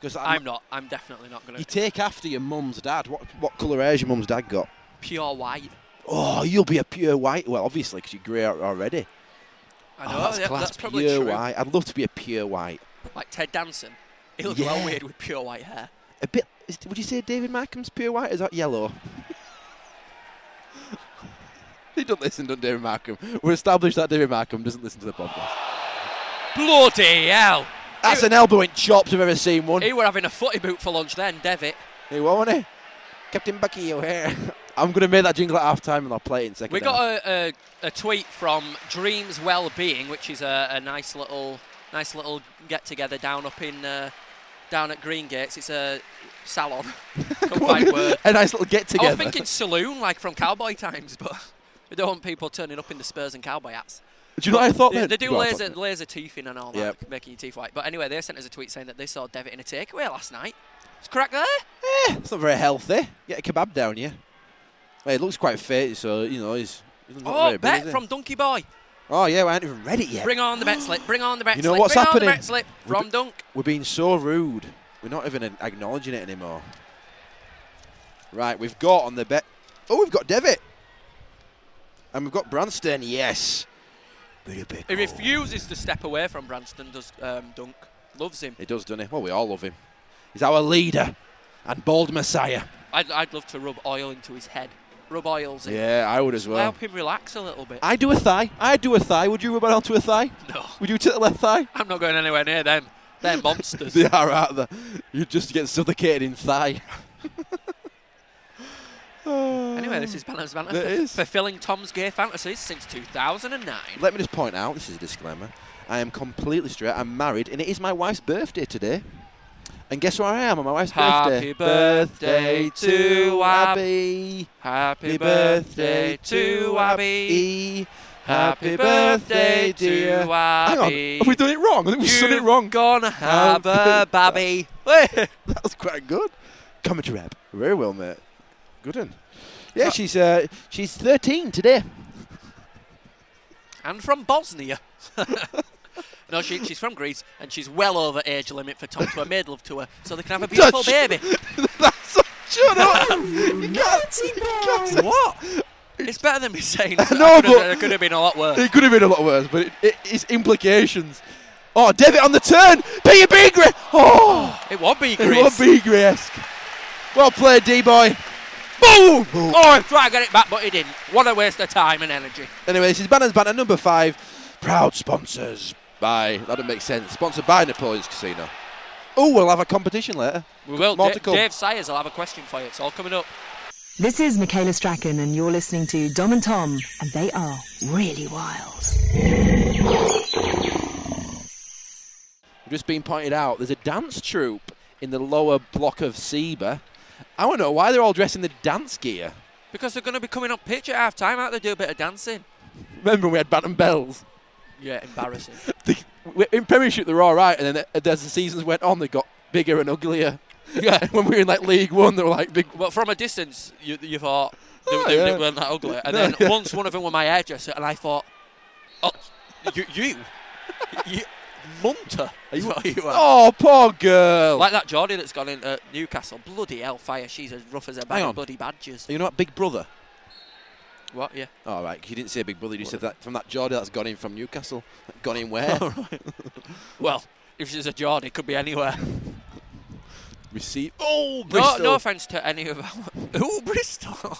[SPEAKER 4] Because
[SPEAKER 5] I'm not. I'm definitely not going
[SPEAKER 4] You
[SPEAKER 5] to.
[SPEAKER 4] take after your mum's dad. What what colour hair's your mum's dad got?
[SPEAKER 5] Pure white.
[SPEAKER 4] Oh, you'll be a pure white. Well, obviously, because you're grey al- already.
[SPEAKER 5] I know.
[SPEAKER 4] oh, that's
[SPEAKER 5] yeah,
[SPEAKER 4] class.
[SPEAKER 5] that's probably
[SPEAKER 4] pure
[SPEAKER 5] true.
[SPEAKER 4] white. I'd love to be a pure white.
[SPEAKER 5] Like Ted Danson. He looked well
[SPEAKER 4] Yeah.
[SPEAKER 5] weird with pure white hair.
[SPEAKER 4] A bit. Is, would you say David Markham's pure white? Is that yellow? he don't listen to David Markham. We're established that David Markham doesn't listen to the podcast.
[SPEAKER 5] Bloody hell!
[SPEAKER 4] That's
[SPEAKER 5] He-
[SPEAKER 4] an elbow in chops I've ever seen one.
[SPEAKER 5] He were having a footy boot for lunch then, Devitt.
[SPEAKER 4] Hey, what wasn't he? Captain Bucky O'Hare. I'm going to make that jingle at half time and I'll play it in second
[SPEAKER 5] We
[SPEAKER 4] half.
[SPEAKER 5] got a, a, a tweet from Dreams Wellbeing, which is a, a nice little nice little get together down up in uh, down at Green Gates. It's a salon. Can't find word.
[SPEAKER 4] a nice little
[SPEAKER 5] I
[SPEAKER 4] get
[SPEAKER 5] was
[SPEAKER 4] together.
[SPEAKER 5] thinking saloon, like from Cowboy Times, but we don't want people turning up in the Spurs and Cowboy hats.
[SPEAKER 4] Do you know what I thought
[SPEAKER 5] They,
[SPEAKER 4] then?
[SPEAKER 5] they do
[SPEAKER 4] Go on,
[SPEAKER 5] laser
[SPEAKER 4] talk.
[SPEAKER 5] laser teething and all that,
[SPEAKER 4] Yep.
[SPEAKER 5] making your teeth white. But anyway, they sent us a tweet saying that they saw Devitt in a takeaway last night. It's crack there.
[SPEAKER 4] It's not very healthy. Get a kebab down, yeah. Well, he looks quite fit, so you know he's. he's not
[SPEAKER 5] Oh,
[SPEAKER 4] very big,
[SPEAKER 5] bet
[SPEAKER 4] is he?
[SPEAKER 5] from Donkey Boy.
[SPEAKER 4] Oh yeah, we haven't even read it yet.
[SPEAKER 5] Bring on the bet slip. Bring on the bet
[SPEAKER 4] You know
[SPEAKER 5] slip.
[SPEAKER 4] what's
[SPEAKER 5] bring
[SPEAKER 4] happening?
[SPEAKER 5] on the bet slip from Dunk.
[SPEAKER 4] We're being so rude. We're not even acknowledging it anymore. Right, we've got on the bet. Oh, we've got Devitt, and we've got Branston. Yes.
[SPEAKER 5] He refuses to step away from Branston, does um, Dunk. Loves him.
[SPEAKER 4] He does, doesn't he? Well, we all love him. He's our leader and bald messiah.
[SPEAKER 5] I'd, I'd love to rub oil into his head. Rub oils in.
[SPEAKER 4] Yeah, I would as well.
[SPEAKER 5] Help him relax a little bit.
[SPEAKER 4] I do a thigh. I do a thigh. Would you rub it onto a thigh?
[SPEAKER 5] no,
[SPEAKER 4] Would you to the left thigh?
[SPEAKER 5] I'm not going anywhere near them. They're monsters.
[SPEAKER 4] They are, aren't they? You just get suffocated in thigh.
[SPEAKER 5] Anyway, this is Balance Banter.
[SPEAKER 4] There
[SPEAKER 5] fu-
[SPEAKER 4] is.
[SPEAKER 5] Fulfilling Tom's gay fantasies since 2009.
[SPEAKER 4] Let me just point out this is a disclaimer. I am completely straight. I'm married, and it is my wife's birthday today. And guess where I am on my wife's
[SPEAKER 5] Happy birthday
[SPEAKER 4] birthday?
[SPEAKER 5] to
[SPEAKER 4] Abby.
[SPEAKER 5] Happy
[SPEAKER 4] Happy birthday to Abby. Happy birthday, dear.
[SPEAKER 5] to
[SPEAKER 4] Hang on,
[SPEAKER 5] Abby.
[SPEAKER 4] have we done it wrong? I think we've done it
[SPEAKER 5] You've
[SPEAKER 4] wrong.
[SPEAKER 5] Gonna have a
[SPEAKER 4] Happy-
[SPEAKER 5] babby.
[SPEAKER 4] That was quite good. Commentary rap. Very well, mate. Good one. Yeah, she's uh, she's 13 today.
[SPEAKER 5] and from Bosnia. no, she, she's from Greece, and she's well over age limit for Tom to have made love to her, so they can have a beautiful
[SPEAKER 4] Touch.
[SPEAKER 5] baby.
[SPEAKER 4] That's shut up! you can't, you can't say-
[SPEAKER 5] What? It's better than me saying. that.
[SPEAKER 4] know,
[SPEAKER 5] I could've-
[SPEAKER 4] but-
[SPEAKER 5] there could have been a lot worse.
[SPEAKER 4] It could have been a lot worse, but it, it, its implications. Oh, Devitt on the turn! Peter Bigre! Oh!
[SPEAKER 5] It won't be
[SPEAKER 4] It was
[SPEAKER 5] Greece.
[SPEAKER 4] Bigre-esque. Well played, D-boy. Boom!
[SPEAKER 5] Oh, I tried to get it back, but he didn't. What a waste of time and energy.
[SPEAKER 4] Anyway, this is Banners Banner number five. Proud sponsors by... That doesn't make sense. Sponsored by Napoleon's Casino. Oh, we'll have a competition later.
[SPEAKER 5] We will.
[SPEAKER 4] More
[SPEAKER 5] Da-
[SPEAKER 4] to come.
[SPEAKER 5] Dave Sayers will have a question for you. It's all coming up.
[SPEAKER 8] This is Michaela Strachan, and you're listening to Dom and Tom, and they are really wild.
[SPEAKER 4] Just being pointed out, there's a dance troupe in the lower block of Seba. I don't know why they're all dressed in the dance gear.
[SPEAKER 5] because they're going to be coming on pitch at half time, aren't they? Do a bit of dancing.
[SPEAKER 4] Remember when we had Bantam Bells?
[SPEAKER 5] Yeah, embarrassing.
[SPEAKER 4] They- we- in Premiership they were all right, and then th- as the seasons went on, they got bigger and uglier.
[SPEAKER 5] yeah.
[SPEAKER 4] when we were in like League One, they were like big.
[SPEAKER 5] Well, from a distance, you, you thought they,
[SPEAKER 4] Oh,
[SPEAKER 5] they, they
[SPEAKER 4] yeah.
[SPEAKER 5] weren't that ugly. And
[SPEAKER 4] No,
[SPEAKER 5] then
[SPEAKER 4] yeah.
[SPEAKER 5] once one of them were my hairdresser, and I thought, oh, you, you, you munter. Is what you are.
[SPEAKER 4] Oh, poor girl.
[SPEAKER 5] Like that Geordie that's gone into Newcastle. Bloody hellfire. She's as rough as a bag
[SPEAKER 4] Hang
[SPEAKER 5] of
[SPEAKER 4] on.
[SPEAKER 5] bloody badgers.
[SPEAKER 4] you know what, Big Brother.
[SPEAKER 5] What? Yeah.
[SPEAKER 4] All right, oh, right, you didn't say Big Brother. You said that from that Geordie that's gone in from Newcastle. Gone in where?
[SPEAKER 5] Well, if she's a Geordie, could be anywhere.
[SPEAKER 4] Receive. Oh,
[SPEAKER 5] No,
[SPEAKER 4] Bristol.
[SPEAKER 5] no offence to any of our. Ooh, Bristol.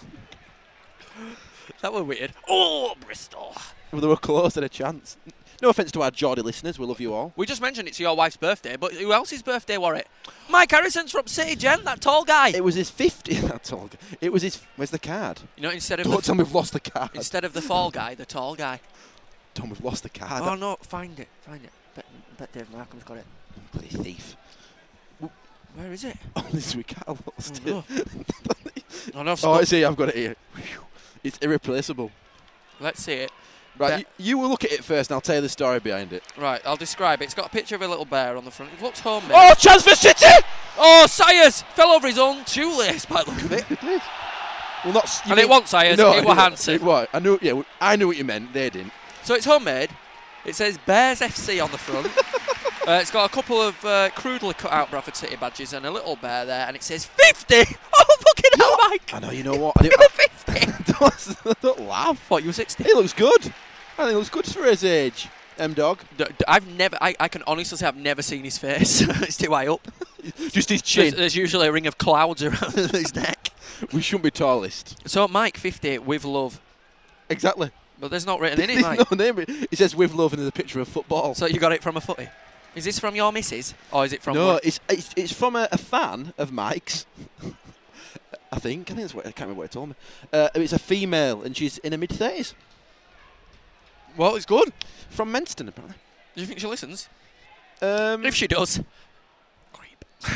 [SPEAKER 5] that were weird. Oh, Bristol.
[SPEAKER 4] Well, they were close at a chance. No offence to our Geordie listeners, we love you all.
[SPEAKER 5] We just mentioned it's your wife's birthday, but who else's birthday were it? Mike Harrison's from City Gen, that tall guy.
[SPEAKER 4] It was his 50. That's all. g- It was his. Where's the card?
[SPEAKER 5] you know, instead of the
[SPEAKER 4] Don't tell me we've lost the card.
[SPEAKER 5] instead of the fall guy, the tall guy.
[SPEAKER 4] Tom, we've lost the card.
[SPEAKER 5] Oh no, find it, find it. Bet, bet Dave Markham's got it.
[SPEAKER 4] That bloody thief.
[SPEAKER 5] Where is it?
[SPEAKER 4] Honestly, we can't have lost
[SPEAKER 5] Oh,
[SPEAKER 4] it.
[SPEAKER 5] No, no,
[SPEAKER 4] Oh, I see. I've got it here. Phew. It's irreplaceable.
[SPEAKER 5] Let's see it.
[SPEAKER 4] Right, you, you will look at it first, and I'll tell you the story behind it.
[SPEAKER 5] Right, I'll describe it. It's got a picture of a little bear on the front. It looks homemade.
[SPEAKER 4] Oh, chance for City!
[SPEAKER 5] Oh, Sayers fell over his own shoelace by the look of it.
[SPEAKER 4] It did. Well, not. s- you
[SPEAKER 5] And it
[SPEAKER 4] mean-
[SPEAKER 5] wasn't Sayers,
[SPEAKER 4] No,
[SPEAKER 5] it were
[SPEAKER 4] didn't.
[SPEAKER 5] Hansen.
[SPEAKER 4] It was. I knew. Yeah, w- I knew what you meant. They didn't.
[SPEAKER 5] So it's homemade. It says Bears FC on the front. uh, it's got a couple of uh, crudely cut out Bradford City badges and a little bear there, and it says 50! Oh, fucking hell, Mike!
[SPEAKER 4] I know. You know what? I do,
[SPEAKER 5] Number 50!
[SPEAKER 4] don't, don't laugh.
[SPEAKER 5] What, you were 60?
[SPEAKER 4] He looks good. I think he looks good for his age. M dog.
[SPEAKER 5] D- d- I've never, I, I can honestly say I've never seen his face. it's too high up.
[SPEAKER 4] Just his
[SPEAKER 5] There's,
[SPEAKER 4] chin.
[SPEAKER 5] there's usually a ring of clouds around his neck.
[SPEAKER 4] we shouldn't be tallest.
[SPEAKER 5] So, Mike, 50 with love.
[SPEAKER 4] Exactly.
[SPEAKER 5] But there's not written in it,
[SPEAKER 4] There's
[SPEAKER 5] Mike.
[SPEAKER 4] no name. It says with love and there's a picture of football.
[SPEAKER 5] So you got it from a footy. Is this from your missus? Or is it from
[SPEAKER 4] no,
[SPEAKER 5] one-
[SPEAKER 4] it's, it's it's from a, a fan of Mike's. I think. I think that's what I can't remember what he told me. Uh, it's a female and she's in her mid thirties.
[SPEAKER 5] Well, it's good.
[SPEAKER 4] From Menston apparently.
[SPEAKER 5] Do you think she listens?
[SPEAKER 4] Um
[SPEAKER 5] If she does. Creep.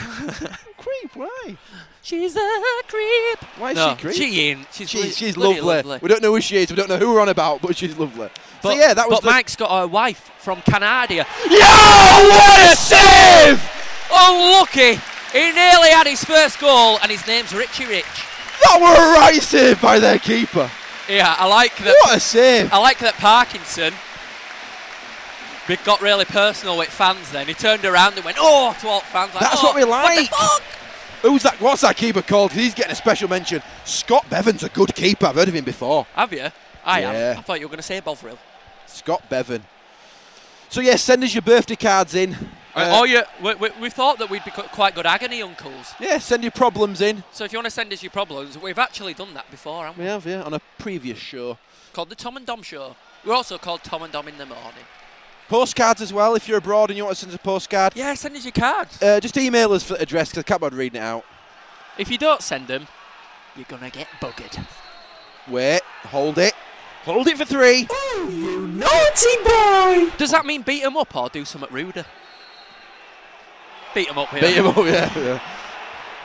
[SPEAKER 4] creep, why?
[SPEAKER 5] She's a creep.
[SPEAKER 4] Why is
[SPEAKER 5] No,
[SPEAKER 4] she creep?
[SPEAKER 5] She in. She's,
[SPEAKER 4] She's,
[SPEAKER 5] blo-
[SPEAKER 4] she's
[SPEAKER 5] bloody
[SPEAKER 4] lovely. We don't know who she is. We don't know who we're on about, but she's lovely. so yeah, that was.
[SPEAKER 5] but
[SPEAKER 4] the
[SPEAKER 5] Mike's got a wife from Canada.
[SPEAKER 4] Yo, what a save!
[SPEAKER 5] Unlucky. He nearly had his first goal, and his name's Richie Rich.
[SPEAKER 4] That were a right save by their keeper.
[SPEAKER 5] Yeah, I like that.
[SPEAKER 4] What a save!
[SPEAKER 5] I like that Parkinson. We got really personal with fans. Then he turned around and went, "Oh, to all fans." Like,
[SPEAKER 4] That's
[SPEAKER 5] "Oh,
[SPEAKER 4] what we
[SPEAKER 5] the
[SPEAKER 4] like."
[SPEAKER 5] fuck?
[SPEAKER 4] Who's that? What's that keeper called? 'Cause he's getting a special mention. Scott Bevan's a good keeper. I've heard of him before.
[SPEAKER 5] Have you? I am.
[SPEAKER 4] Yeah.
[SPEAKER 5] I thought you were going to say Bovril.
[SPEAKER 4] Scott Bevan. So yes, send us your birthday cards in.
[SPEAKER 5] Uh, oh, yeah. We, we, we thought that we'd be cu- quite good agony uncles.
[SPEAKER 4] yeah, send your problems in.
[SPEAKER 5] So if you want to send us your problems, we've actually done that before, haven't we?
[SPEAKER 4] We have yeah on a previous show.
[SPEAKER 5] Called the Tom and Dom Show. We're also called Tom and Dom in the morning.
[SPEAKER 4] Postcards as well. If you're abroad and you want to send us a postcard,
[SPEAKER 5] Yeah, send us your cards.
[SPEAKER 4] uh, just email us for the address because I can't bother reading it out.
[SPEAKER 5] If you don't send them, you're gonna get buggered.
[SPEAKER 4] Wait, hold it. Hold it for three.
[SPEAKER 5] Does that mean beat 'em up or do something ruder? Beat 'em up here.
[SPEAKER 4] Beat him up, yeah. Yeah,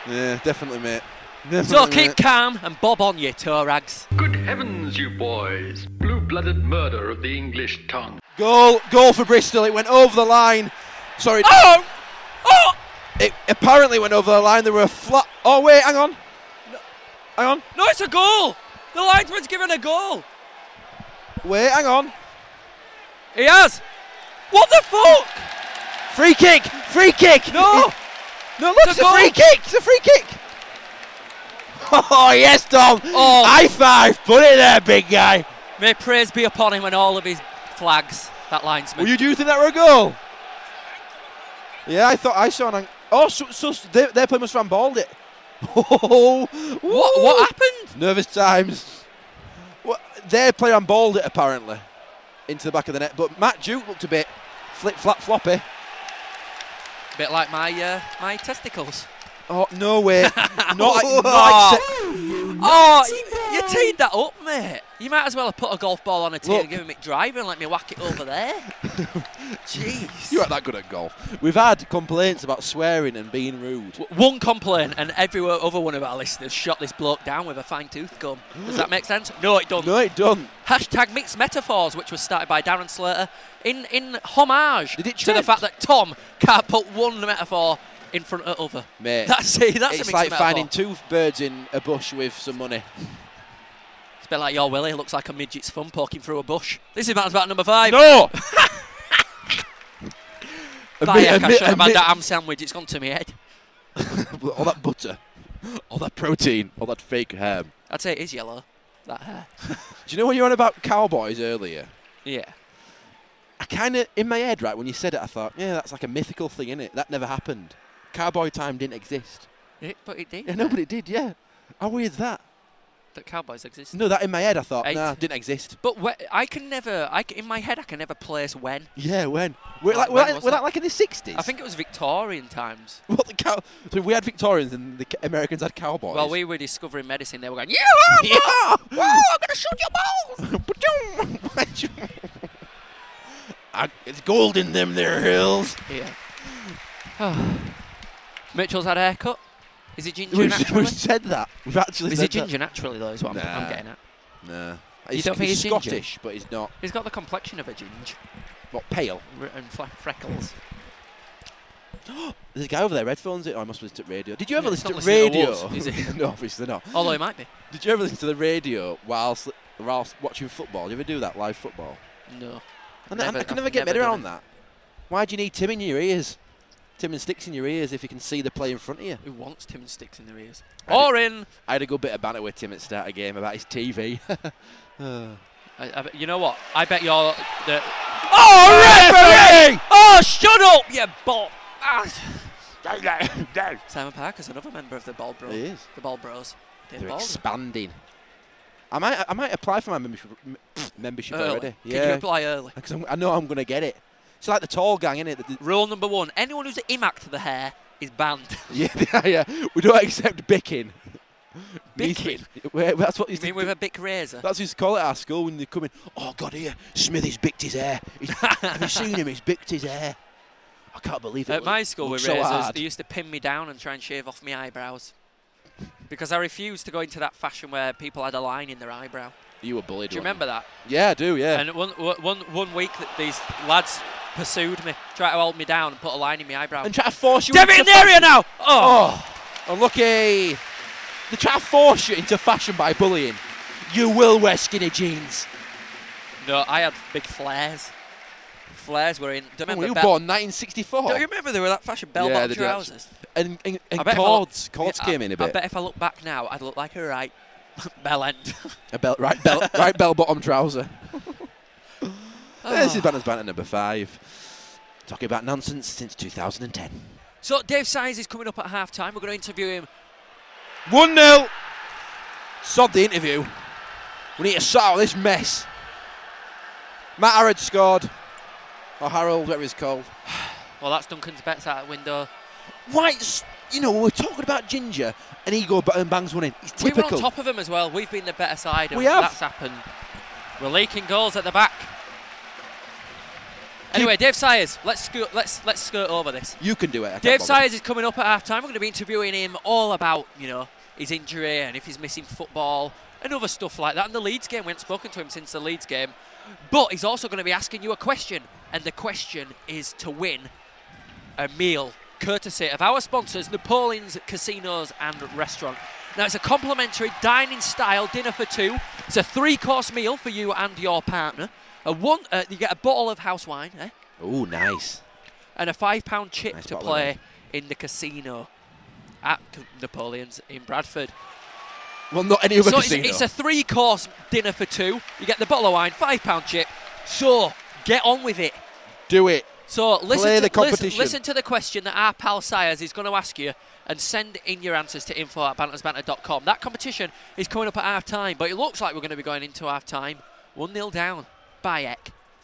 [SPEAKER 4] yeah definitely, mate. Definitely,
[SPEAKER 5] So keep
[SPEAKER 4] mate.
[SPEAKER 5] calm and bob on your toe rags.
[SPEAKER 9] Good heavens, you boys! Blue blooded murder of the English tongue.
[SPEAKER 4] Goal, goal for Bristol. It went over the line. Sorry,
[SPEAKER 5] Oh! Oh!
[SPEAKER 4] it apparently went over the line. There were a flat. Oh wait, hang on, hang on.
[SPEAKER 5] No, it's a goal! The linesman's given a goal!
[SPEAKER 4] Wait, hang on.
[SPEAKER 5] He has! What the fuck?
[SPEAKER 4] Free kick! Free kick!
[SPEAKER 5] No!
[SPEAKER 4] It- no, look,
[SPEAKER 5] It's a
[SPEAKER 4] it's a,
[SPEAKER 5] goal.
[SPEAKER 4] free kick! It's a free kick! Oh, yes, Tom!
[SPEAKER 5] Oh.
[SPEAKER 4] High five! Put it there, big guy!
[SPEAKER 5] May praise be upon him and all of his flags, that linesman.
[SPEAKER 4] Well, you do think that were a goal? Yeah, I thought I saw an. ang- Oh, so, so they, their player must have handballed it. Oh,
[SPEAKER 5] what, what happened?
[SPEAKER 4] Nervous times. What, their player handballed it, apparently, into the back of the net. But Matt Duke looked a bit flip, flap, floppy.
[SPEAKER 5] bit like my uh, my testicles.
[SPEAKER 4] Oh, no way. not, not
[SPEAKER 5] Oh.
[SPEAKER 4] accept-
[SPEAKER 5] Oh, You teed that up, mate. You might as well have put a golf ball on a tee
[SPEAKER 4] Look.
[SPEAKER 5] and given me driver and let me whack it over there. Jeez.
[SPEAKER 4] You aren't that good at golf. We've had complaints about swearing and being rude.
[SPEAKER 5] W- One complaint, and every other one of our listeners shot this bloke down with a fine tooth gum. Does that make sense? No, it doesn't.
[SPEAKER 4] No, it don't.
[SPEAKER 5] Hashtag mixed metaphors, which was started by Darren Slater, in in homage
[SPEAKER 4] Did it
[SPEAKER 5] to the
[SPEAKER 4] change?
[SPEAKER 5] fact that Tom can't put one metaphor in front of other.
[SPEAKER 4] Mate,
[SPEAKER 5] That's see, that's
[SPEAKER 4] it's
[SPEAKER 5] a mixed
[SPEAKER 4] like
[SPEAKER 5] metaphor.
[SPEAKER 4] finding two birds in a bush with some money.
[SPEAKER 5] It's a bit like your Willie. Looks like a midget's thumb poking through a bush. This is man's about number five.
[SPEAKER 4] No!
[SPEAKER 5] Bayek, I should have had that ham sandwich. It's gone to my head.
[SPEAKER 4] all that butter, all that protein, all that fake ham.
[SPEAKER 5] I'd say it is yellow. That hair.
[SPEAKER 4] Do you know when you were on about cowboys earlier?
[SPEAKER 5] Yeah.
[SPEAKER 4] I kind of, in my head, right, when you said it, I thought, yeah, that's like a mythical thing, innit? That never happened. Cowboy time didn't exist.
[SPEAKER 5] It, but it did.
[SPEAKER 4] Yeah, no, but it did, yeah. How weird is that?
[SPEAKER 5] That cowboys exist.
[SPEAKER 4] No, that in my head, I thought,
[SPEAKER 5] Eight.
[SPEAKER 4] nah, didn't exist.
[SPEAKER 5] But whe- I can never. I c in my head, I can never place when.
[SPEAKER 4] Yeah, when? We're
[SPEAKER 5] Like,
[SPEAKER 4] like, we're
[SPEAKER 5] when
[SPEAKER 4] like,
[SPEAKER 5] was
[SPEAKER 4] we're
[SPEAKER 5] that?
[SPEAKER 4] like, like in the 60s.
[SPEAKER 5] I think it was Victorian times.
[SPEAKER 4] What the cow? So we had Victorians and the ca- Americans had cowboys.
[SPEAKER 5] While we were discovering medicine, they were going, "Yeah,
[SPEAKER 4] Yeah.
[SPEAKER 5] whoa, I'm gonna shoot your balls."
[SPEAKER 4] I- it's gold in them there hills.
[SPEAKER 5] Yeah. Mitchell's had a haircut. Is it ginger
[SPEAKER 4] We've,
[SPEAKER 5] naturally?
[SPEAKER 4] we've said that. We've actually
[SPEAKER 5] Is
[SPEAKER 4] said
[SPEAKER 5] it ginger naturally though? Is what I'm, I'm
[SPEAKER 4] Nah.
[SPEAKER 5] getting at.
[SPEAKER 4] that. Nah.
[SPEAKER 5] You don't think
[SPEAKER 4] he's
[SPEAKER 5] he's ginger?
[SPEAKER 4] Scottish, but he's not
[SPEAKER 5] He's got the complexion of a ginger
[SPEAKER 4] not pale.
[SPEAKER 5] r- and fla- freckles.
[SPEAKER 4] There's a guy over there, red phones it. Oh, I must listen to radio. Did you ever
[SPEAKER 5] Yeah,
[SPEAKER 4] listen to
[SPEAKER 5] he's not listening to
[SPEAKER 4] radio?
[SPEAKER 5] us, is he?
[SPEAKER 4] no, obviously not.
[SPEAKER 5] Although he might be.
[SPEAKER 4] Did you ever listen to the radio whilst whilst watching football? Do you ever do that live football?
[SPEAKER 5] No.
[SPEAKER 4] I, never,
[SPEAKER 5] Never-
[SPEAKER 4] I can
[SPEAKER 5] I've
[SPEAKER 4] never get my
[SPEAKER 5] never
[SPEAKER 4] head
[SPEAKER 5] done
[SPEAKER 4] around
[SPEAKER 5] it.
[SPEAKER 4] that. Why do you need Tim in your ears? Tim and sticks in your ears if you can see the play in front of you.
[SPEAKER 5] Who wants Tim sticks in their ears?
[SPEAKER 4] Right.
[SPEAKER 5] Or in.
[SPEAKER 4] I had a good bit of banter with Tim at the start of the game about his Uh. TV.
[SPEAKER 5] Oh, I, I, bet- you know what? I bet you're the.
[SPEAKER 4] oh, referee!
[SPEAKER 5] Oh, shut up, you ball. Ah. Simon Parker's another member of the Ball Bros.
[SPEAKER 4] He is.
[SPEAKER 5] The Ball Bros. Dave
[SPEAKER 4] They're
[SPEAKER 5] Baldwin.
[SPEAKER 4] expanding. I might, I might apply for my membership, m- membership
[SPEAKER 5] Early.
[SPEAKER 4] already.
[SPEAKER 5] Can you
[SPEAKER 4] Yeah,
[SPEAKER 5] apply early?
[SPEAKER 4] because I'm- I know I'm gonna get it. It's like the tall gang, isn't it?
[SPEAKER 5] Rule number one anyone who's imac to the hair is banned.
[SPEAKER 4] yeah, yeah, yeah. We don't accept bicking. Needs
[SPEAKER 5] Bicking?
[SPEAKER 4] bic- Well, that's what.
[SPEAKER 5] I
[SPEAKER 4] Used to,
[SPEAKER 5] mean, with a big razor.
[SPEAKER 4] that's what used to call it at our school when they come in. Oh God, here, Smithy's bicked his hair. He's, have you seen him? He's bicked his hair. I can't believe it.
[SPEAKER 5] At my school with
[SPEAKER 4] Looks
[SPEAKER 5] razors,
[SPEAKER 4] so hard.
[SPEAKER 5] they used to pin me down and try and shave off my eyebrows. Because I refused to go into that fashion where people had a line in their eyebrow.
[SPEAKER 4] You were bullied.
[SPEAKER 5] Do you
[SPEAKER 4] weren't
[SPEAKER 5] remember that?
[SPEAKER 4] Yeah, I do. Yeah.
[SPEAKER 5] And one, one- one, one week, that these lads pursued me, tried to hold me down and put a line in my eyebrow.
[SPEAKER 4] and try to force you.
[SPEAKER 5] Get me
[SPEAKER 4] into
[SPEAKER 5] in the area now! Oh!
[SPEAKER 4] Oh, unlucky. They try to force you into fashion by bullying. You will wear skinny jeans.
[SPEAKER 5] No, I had big flares. Flares were in. Do you
[SPEAKER 4] Oh,
[SPEAKER 5] remember?
[SPEAKER 4] you were
[SPEAKER 5] bell-
[SPEAKER 4] born 1964.
[SPEAKER 5] Don't you remember they were that fashion bell
[SPEAKER 4] Yeah,
[SPEAKER 5] bottom
[SPEAKER 4] they did actually.
[SPEAKER 5] trousers?
[SPEAKER 4] And, and, and
[SPEAKER 5] I bet if I look-
[SPEAKER 4] cords, cords
[SPEAKER 5] Yeah,
[SPEAKER 4] came
[SPEAKER 5] I,
[SPEAKER 4] in a
[SPEAKER 5] I
[SPEAKER 4] bit.
[SPEAKER 5] bet if I look back now, I'd look like a right bell end.
[SPEAKER 4] A belt, right belt, right bell bottom trouser. This is Banner's Banter number five. Talking about nonsense since 2010.
[SPEAKER 5] so Dave Size is coming up at half time. We're going to interview him.
[SPEAKER 4] 1 0. Sod the interview. We need to sort out this mess. Matt Harrod scored. Or Harold, whatever he's called.
[SPEAKER 5] Well, that's Duncan's bets out the window.
[SPEAKER 4] Right, s- you know, we're talking about Ginger, and he go ba- and bangs one in. It's
[SPEAKER 5] We were
[SPEAKER 4] typical.
[SPEAKER 5] on top of them as well. We've been the better side. And
[SPEAKER 4] We have.
[SPEAKER 5] That's happened. We're leaking goals at the back. Anyway, Dave Sayers, let's scoot, let's let's skirt over this.
[SPEAKER 4] You can do it. I can't
[SPEAKER 5] Dave
[SPEAKER 4] bother.
[SPEAKER 5] Sayers is coming up at half time. We're going to be interviewing him all about, you know, his injury and if he's missing football and other stuff like that. And the Leeds game, we haven't spoken to him since the Leeds game. But he's also going to be asking you a question. And the question is to win a meal courtesy of our sponsors, Napoleon's Casinos and Restaurant. Now, it's a complimentary dining style dinner for two. It's a three course meal for you and your partner. A one, uh, you get a bottle of house wine, eh?
[SPEAKER 4] Oh, nice.
[SPEAKER 5] and a five pound chip
[SPEAKER 4] Nice
[SPEAKER 5] to
[SPEAKER 4] bottle of
[SPEAKER 5] play in the casino at C- Napoleon's in Bradford.
[SPEAKER 4] Well, not any other
[SPEAKER 5] so it's,
[SPEAKER 4] casino.
[SPEAKER 5] it's a three course dinner for two. You get the bottle of wine, five pound chip. So get on with it.
[SPEAKER 4] do it.
[SPEAKER 5] So listen,
[SPEAKER 4] Play
[SPEAKER 5] to,
[SPEAKER 4] the
[SPEAKER 5] listen-
[SPEAKER 4] competition.
[SPEAKER 5] Listen, to the question that our pal Sires is going to ask you and send in your answers to info at bantersbanter.com. That competition is coming up at half time, but it looks like we're going to be going into half time 1 0 down. Bayek.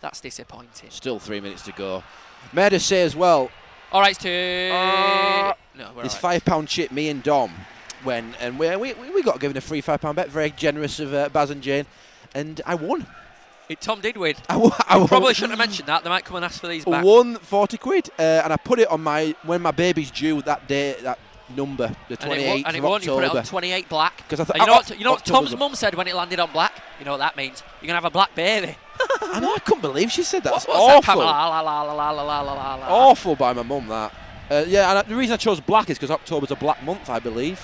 [SPEAKER 5] That's disappointing.
[SPEAKER 4] Still three minutes to go. May I just say as well,
[SPEAKER 5] All right, Stu. no, we're all right.
[SPEAKER 4] this five pound chip me and Dom when and we we, we got given a free five pound bet, very generous of uh, Baz and Jane, and I won.
[SPEAKER 5] It, Tom did win.
[SPEAKER 4] I won. I won.
[SPEAKER 5] Probably shouldn't have mentioned that. They might come and ask for these back.
[SPEAKER 4] Won forty quid, uh, and I put it on my when my baby's due that day that number the
[SPEAKER 5] And
[SPEAKER 4] twenty
[SPEAKER 5] it, won,
[SPEAKER 4] eighth
[SPEAKER 5] and
[SPEAKER 4] of
[SPEAKER 5] it won. You put it
[SPEAKER 4] October.
[SPEAKER 5] on 28 black.
[SPEAKER 4] 'Cause I th-
[SPEAKER 5] And you know what,
[SPEAKER 4] Oct-
[SPEAKER 5] you know what
[SPEAKER 4] October's
[SPEAKER 5] Tom's
[SPEAKER 4] up.
[SPEAKER 5] mum said when it landed on black? You know what that means? You're going to have a black baby.
[SPEAKER 4] I know I couldn't believe she said that.
[SPEAKER 5] What-
[SPEAKER 4] That's
[SPEAKER 5] what's that,
[SPEAKER 4] awful. Oh
[SPEAKER 5] Pamela? La, la, la, la, la, la, la, la, la.
[SPEAKER 4] awful by my mum that. Uh, yeah, and uh, the reason I chose black is because October's a black month, I believe.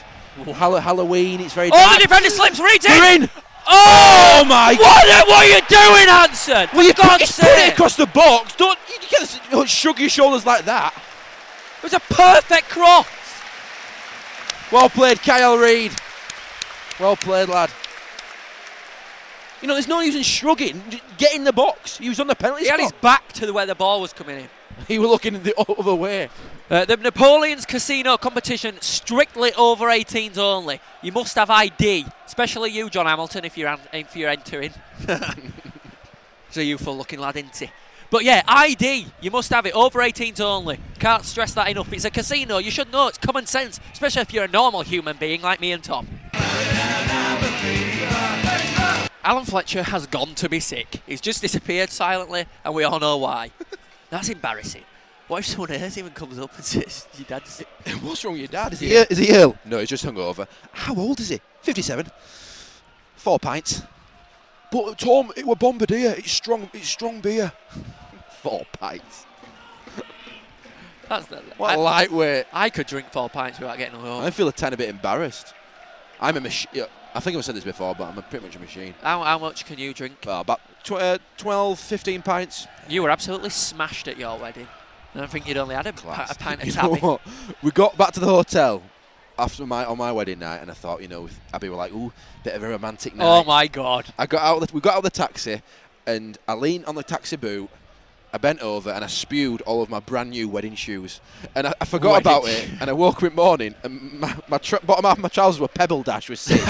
[SPEAKER 4] Hall- Halloween, it's very.
[SPEAKER 5] Oh,
[SPEAKER 4] dark.
[SPEAKER 5] the defender slips, reads it.
[SPEAKER 4] You're in.
[SPEAKER 5] Oh,
[SPEAKER 4] Oh, my
[SPEAKER 5] What, the- what are you doing, Hanson?
[SPEAKER 4] Well, you
[SPEAKER 5] can't
[SPEAKER 4] can't put
[SPEAKER 5] say
[SPEAKER 4] it across the box. Don't you can't s- you don't shrug your shoulders like that.
[SPEAKER 5] It was a perfect cross.
[SPEAKER 4] Well played, Kyle Reid. Well played, lad. You know, there's no use in shrugging. J- Get in the box. He was on the penalty
[SPEAKER 5] He had his
[SPEAKER 4] spot.
[SPEAKER 5] back to the where the ball was coming in.
[SPEAKER 4] He was looking the other way.
[SPEAKER 5] Uh, the Napoleon's Casino competition strictly over 18s only. You must have ID, especially you, John Hamilton, if you're an, if you're entering. He's a youthful-looking lad, isn't he? But yeah, ID. You must have it over 18s only. Can't stress that enough. It's a casino. You should know. It's common sense, especially if you're a normal human being like me and Tom. Alan Fletcher has gone to be sick. He's just disappeared silently, and we all know why. That's embarrassing. What if someone else even comes up and says, Your dad's.
[SPEAKER 4] What's wrong with your dad? Is he, is he ill? No, he's just hungover. How old is he? 57. Four pints. But Tom, it were Bombardier. It's strong. It's strong beer. Four pints.
[SPEAKER 5] That's the,
[SPEAKER 4] What a
[SPEAKER 5] I,
[SPEAKER 4] lightweight.
[SPEAKER 5] I could drink four pints without getting
[SPEAKER 4] I
[SPEAKER 5] home.
[SPEAKER 4] feel a tiny bit embarrassed. I'm a machine. I think I've said this before, but I'm a pretty much a machine.
[SPEAKER 5] How, how much can you drink?
[SPEAKER 4] Well, about tw- uh, 12, 15 pints.
[SPEAKER 5] You were absolutely smashed at your wedding. I don't think you'd only had a, pa- a pint of
[SPEAKER 4] You know
[SPEAKER 5] tabby.
[SPEAKER 4] what? We got back to the hotel after my on my wedding night, and I thought, you know, with Abby were like, ooh, bit of a romantic night.
[SPEAKER 5] Oh my god.
[SPEAKER 4] I got out. Of the, we got out of the taxi, and I leaned on the taxi boot. I bent over and I spewed all of my brand new wedding shoes, and I, I forgot
[SPEAKER 5] Wedding
[SPEAKER 4] about it. And I woke up in the morning, and my, my tr- bottom half of my trousers were pebble dash with sick,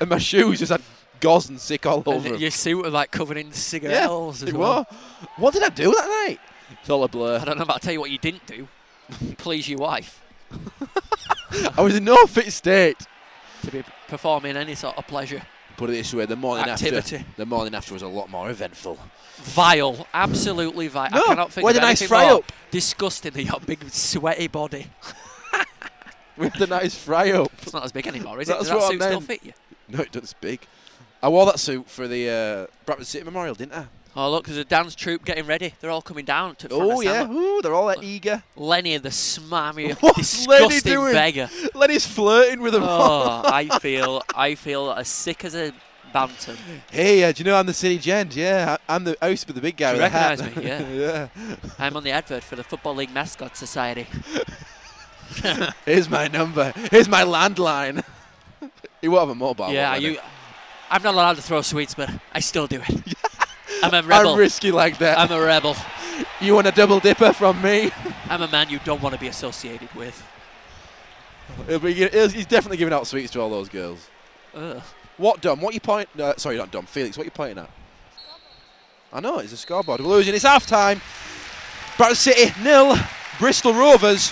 [SPEAKER 4] and my shoes just had gauze and sick all over
[SPEAKER 5] And
[SPEAKER 4] them.
[SPEAKER 5] your suit was like covered in cigarette
[SPEAKER 4] yeah,
[SPEAKER 5] holes as
[SPEAKER 4] they
[SPEAKER 5] well.
[SPEAKER 4] were. What did I do that night? It's all a blur.
[SPEAKER 5] I don't know, but I'll tell you what you didn't do. Please your wife
[SPEAKER 4] I was in no fit state.
[SPEAKER 5] to be performing any sort of pleasure.
[SPEAKER 4] Put it this way: the morning
[SPEAKER 5] Activity.
[SPEAKER 4] after, the morning after was a lot more eventful.
[SPEAKER 5] Vile, absolutely vile.
[SPEAKER 4] No,
[SPEAKER 5] I cannot think
[SPEAKER 4] why
[SPEAKER 5] of
[SPEAKER 4] didn't I
[SPEAKER 5] anything
[SPEAKER 4] fry
[SPEAKER 5] more
[SPEAKER 4] up?
[SPEAKER 5] disgusting than your big sweaty body.
[SPEAKER 4] We had a nice fry up.
[SPEAKER 5] It's not as big anymore, is it? Does
[SPEAKER 4] That's
[SPEAKER 5] that
[SPEAKER 4] what I
[SPEAKER 5] suit still
[SPEAKER 4] meant.
[SPEAKER 5] fit you?
[SPEAKER 4] No, it doesn't speak. I wore that suit for the uh, Bradford City Memorial, didn't I?
[SPEAKER 5] Oh look, there's a dance troupe getting ready. They're all coming down to the front of
[SPEAKER 4] Oh
[SPEAKER 5] stand.
[SPEAKER 4] yeah,
[SPEAKER 5] Look,
[SPEAKER 4] Ooh, they're all like, eager.
[SPEAKER 5] Lenny, the smarmy,
[SPEAKER 4] What's Lenny
[SPEAKER 5] disgusting
[SPEAKER 4] doing?
[SPEAKER 5] beggar.
[SPEAKER 4] Lenny's flirting with them.
[SPEAKER 5] Oh, I feel, I feel as sick as a bantam.
[SPEAKER 4] hey, uh, do you know I'm the city gent? Yeah, I, I'm the I used to be the big guy
[SPEAKER 5] Do you
[SPEAKER 4] with the hat.
[SPEAKER 5] recognise me?
[SPEAKER 4] Yeah.
[SPEAKER 5] I'm on the advert for the Football League Mascot Society.
[SPEAKER 4] Here's my number. Here's my landline. he won't have a mobile.
[SPEAKER 5] yeah,
[SPEAKER 4] will
[SPEAKER 5] are
[SPEAKER 4] Lenny?
[SPEAKER 5] you? I'm not allowed to throw sweets, but I still do it. I'm a
[SPEAKER 4] I'm
[SPEAKER 5] rebel.
[SPEAKER 4] risky like that.
[SPEAKER 5] I'm a rebel.
[SPEAKER 4] you want a double dipper from me?
[SPEAKER 5] I'm a man you don't want to be associated with.
[SPEAKER 4] He'll be, he'll- he's definitely giving out sweets to all those girls.
[SPEAKER 5] Ugh.
[SPEAKER 4] What, Dom? What you point? No, sorry, not Dom. Felix, what you pointing at? I know it's a scoreboard. We're losing. It's half time. Bradford City nil. Bristol Rovers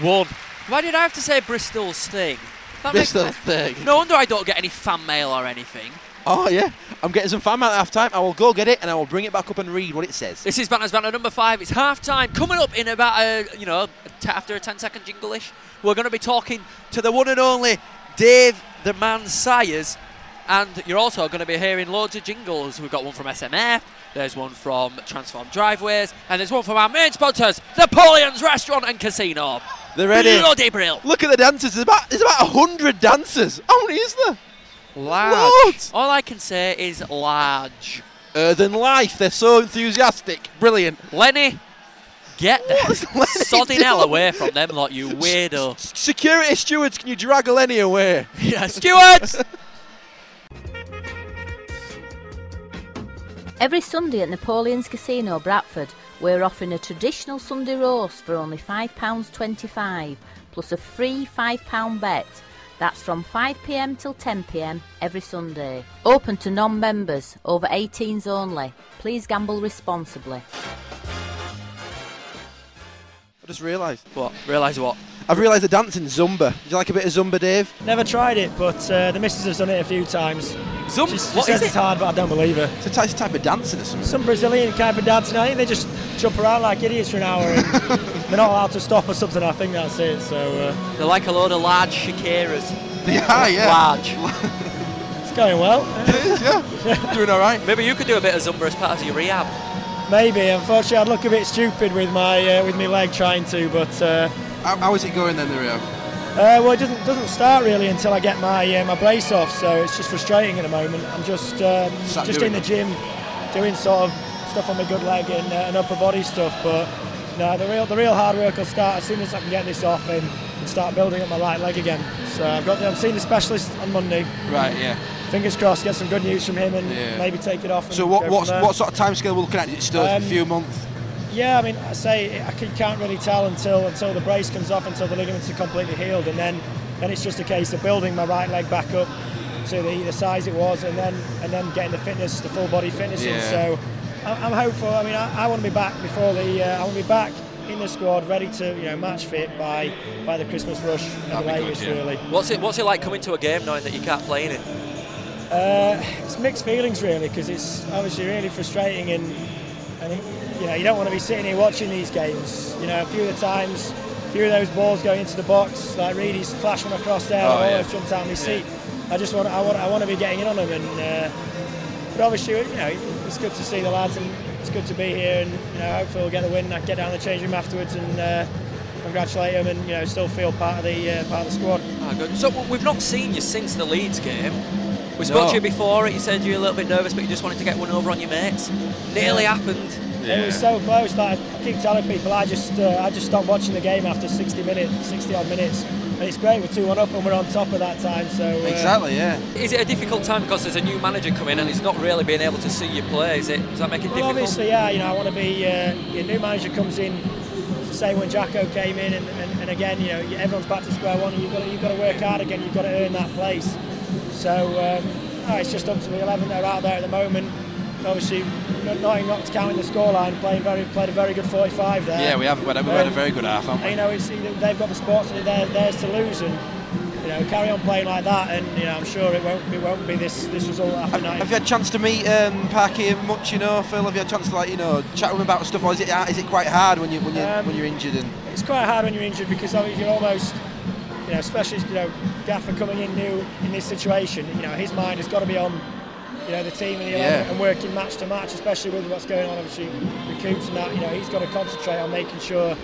[SPEAKER 5] One. Why did I have to say Bristol's thing? That makes
[SPEAKER 4] Bristol
[SPEAKER 5] no-
[SPEAKER 4] thing.
[SPEAKER 5] No wonder I don't get any fan mail or anything.
[SPEAKER 4] Oh yeah, I'm getting some fan mail at half time. I will go get it and I will bring it back up and read what it says.
[SPEAKER 5] This is Banners Banner number five. It's half time. Coming up in about, a, you know, a t- after a 10 second jingle ish, we're going to be talking to the one and only Dave the Man Sayers. And you're also going to be hearing loads of jingles. We've got one from SMF, there's one from Transform Driveways, and there's one from our main sponsors, Napoleon's Restaurant and Casino.
[SPEAKER 4] They're ready.
[SPEAKER 5] Bloody brill.
[SPEAKER 4] Look at the dancers. There's about there's about hundred dancers. How many is there?
[SPEAKER 5] Large.
[SPEAKER 4] Loads.
[SPEAKER 5] All I can say is large.
[SPEAKER 4] Earthen Life. They're so enthusiastic. Brilliant.
[SPEAKER 5] Lenny, get the
[SPEAKER 4] What's Lenny
[SPEAKER 5] sodding hell
[SPEAKER 4] doing?
[SPEAKER 5] away from them lot, you weirdo.
[SPEAKER 4] S- Security stewards, can you drag Lenny away?
[SPEAKER 5] yeah, stewards!
[SPEAKER 10] Every Sunday at Napoleon's Casino, Bradford, we're offering a traditional Sunday roast for only £5.25 plus a free £5 bet. That's from 5pm till 10pm every Sunday. Open to non members, over 18s only. Please gamble responsibly.
[SPEAKER 4] I just realised.
[SPEAKER 5] What? Realise what?
[SPEAKER 4] I've realised they're dancing Zumba. Do you like a bit of Zumba, Dave?
[SPEAKER 11] Never tried it, but uh, the missus has done it a few times.
[SPEAKER 5] Zumba?
[SPEAKER 11] She, she
[SPEAKER 4] what
[SPEAKER 11] says
[SPEAKER 4] is
[SPEAKER 11] it's
[SPEAKER 4] it?
[SPEAKER 11] hard, but I don't believe her.
[SPEAKER 4] It's a type, type of dancing or something.
[SPEAKER 11] Some Brazilian type of dancing. I think they just jump around like idiots for an hour and they're not allowed to stop or something. I think that's it. So uh,
[SPEAKER 5] They're like a load of large Shakiras.
[SPEAKER 4] They are, yeah.
[SPEAKER 5] Large.
[SPEAKER 11] it's going well.
[SPEAKER 4] yeah. Doing all right.
[SPEAKER 5] Maybe you could do a bit of Zumba as part of your rehab.
[SPEAKER 11] Maybe. Unfortunately, I'd look a bit stupid with my uh, with my leg trying to, but. Uh,
[SPEAKER 4] How, how is it going then, the Rio?
[SPEAKER 11] Uh, well, it doesn't doesn't start really until I get my uh, my brace off, so it's just frustrating at the moment. I'm just um,
[SPEAKER 4] Sat
[SPEAKER 11] just
[SPEAKER 4] doing
[SPEAKER 11] in the
[SPEAKER 4] it.
[SPEAKER 11] gym doing sort of stuff on my good leg and, uh, and upper body stuff, but no, the real the real hard work will start as soon as I can get this off and, and start building up my right leg again. So I've got I'm seeing the specialist on Monday.
[SPEAKER 4] Right, yeah.
[SPEAKER 11] Fingers crossed, get some good news from him and
[SPEAKER 4] Yeah.
[SPEAKER 11] maybe take it off. And
[SPEAKER 4] So what
[SPEAKER 11] go
[SPEAKER 4] what
[SPEAKER 11] from there.
[SPEAKER 4] what sort of timescale we're looking at? Is it still a
[SPEAKER 11] Um,
[SPEAKER 4] few months?
[SPEAKER 11] Yeah, I mean, I say I can, can't really tell until until the brace comes off, until the ligaments are completely healed, and then then it's just a case of building my right leg back up to the, the size it was, and then and then getting the fitness, the full body fitness. in.
[SPEAKER 12] Yeah.
[SPEAKER 11] So I- I'm hopeful. I mean, I, I want to be back before the uh, I want to be back in the squad, ready to you know match fit by by the Christmas rush and the latest really.
[SPEAKER 5] What's it What's it like coming to a game knowing that you can't play in it?
[SPEAKER 11] Uh, it's mixed feelings really because it's obviously really frustrating and and it- you know you don't want to be sitting here watching these games. You know a few of the times, a few of those balls going into the box like Reedy's flash from across there,
[SPEAKER 13] Oh,
[SPEAKER 11] I
[SPEAKER 13] yeah.
[SPEAKER 11] almost jumped out of my seat. I just want I want I want to be getting in on them and. Uh, but obviously, you know, it's good to see the lads and it's good to be here. And you know, hopefully we'll get the win. and I can get down the change room afterwards and uh, congratulate them and you know still feel part of the uh, part of the squad.
[SPEAKER 5] Ah, good. So w- we've not seen you since the Leeds game. We spoke
[SPEAKER 11] No.
[SPEAKER 5] to you before. You said you were a little bit nervous, but you just wanted to get one over on your mates. Nearly
[SPEAKER 11] Yeah.
[SPEAKER 5] happened.
[SPEAKER 11] It was so close that I keep telling people I just uh, I just stopped watching the game after 60 minutes, 60 odd minutes. And it's great we're two one up and we're on top of that time. So uh,
[SPEAKER 5] Is it a difficult time because there's a new manager coming and he's not really being able to see you play? Is it? Does that make it
[SPEAKER 11] Well,
[SPEAKER 5] difficult?
[SPEAKER 11] obviously, yeah. You know, I want to be. Uh, your new manager comes in. it's the Same when Jacko came in, and, and, and again, you know, you- everyone's back to square one. And you've got to, you've got to work hard again. You've got to earn that place. So um, oh, it's just up to the 11 that are out there at the moment. Obviously, not, not, not counting the scoreline, playing very played a very good 45 there.
[SPEAKER 4] Yeah, we have. We've had, we've had a
[SPEAKER 11] Um,
[SPEAKER 4] very good half, haven't we?
[SPEAKER 11] and, you know, it's, they've got the spots and they're, theirs to lose, and you know, carry on playing like that, and you know, I'm sure it won't it won't be this this result after night.
[SPEAKER 4] Have you had a chance to meet um, Parky much, you know, Phil? Have you had a chance to, like, you know, chat with him about stuff, or is it, uh, is it quite hard when, you, when, you, when you're injured? And
[SPEAKER 11] Um, it's quite hard when you're injured because I mean, you're almost, you know, especially you know, Gaffer coming in new in this situation. You know, his mind has got to be on, you know, the team and, the
[SPEAKER 4] Yeah.
[SPEAKER 11] 11 and working match to match, especially with what's going on obviously with Coops and that. You know, he's got to concentrate on making sure,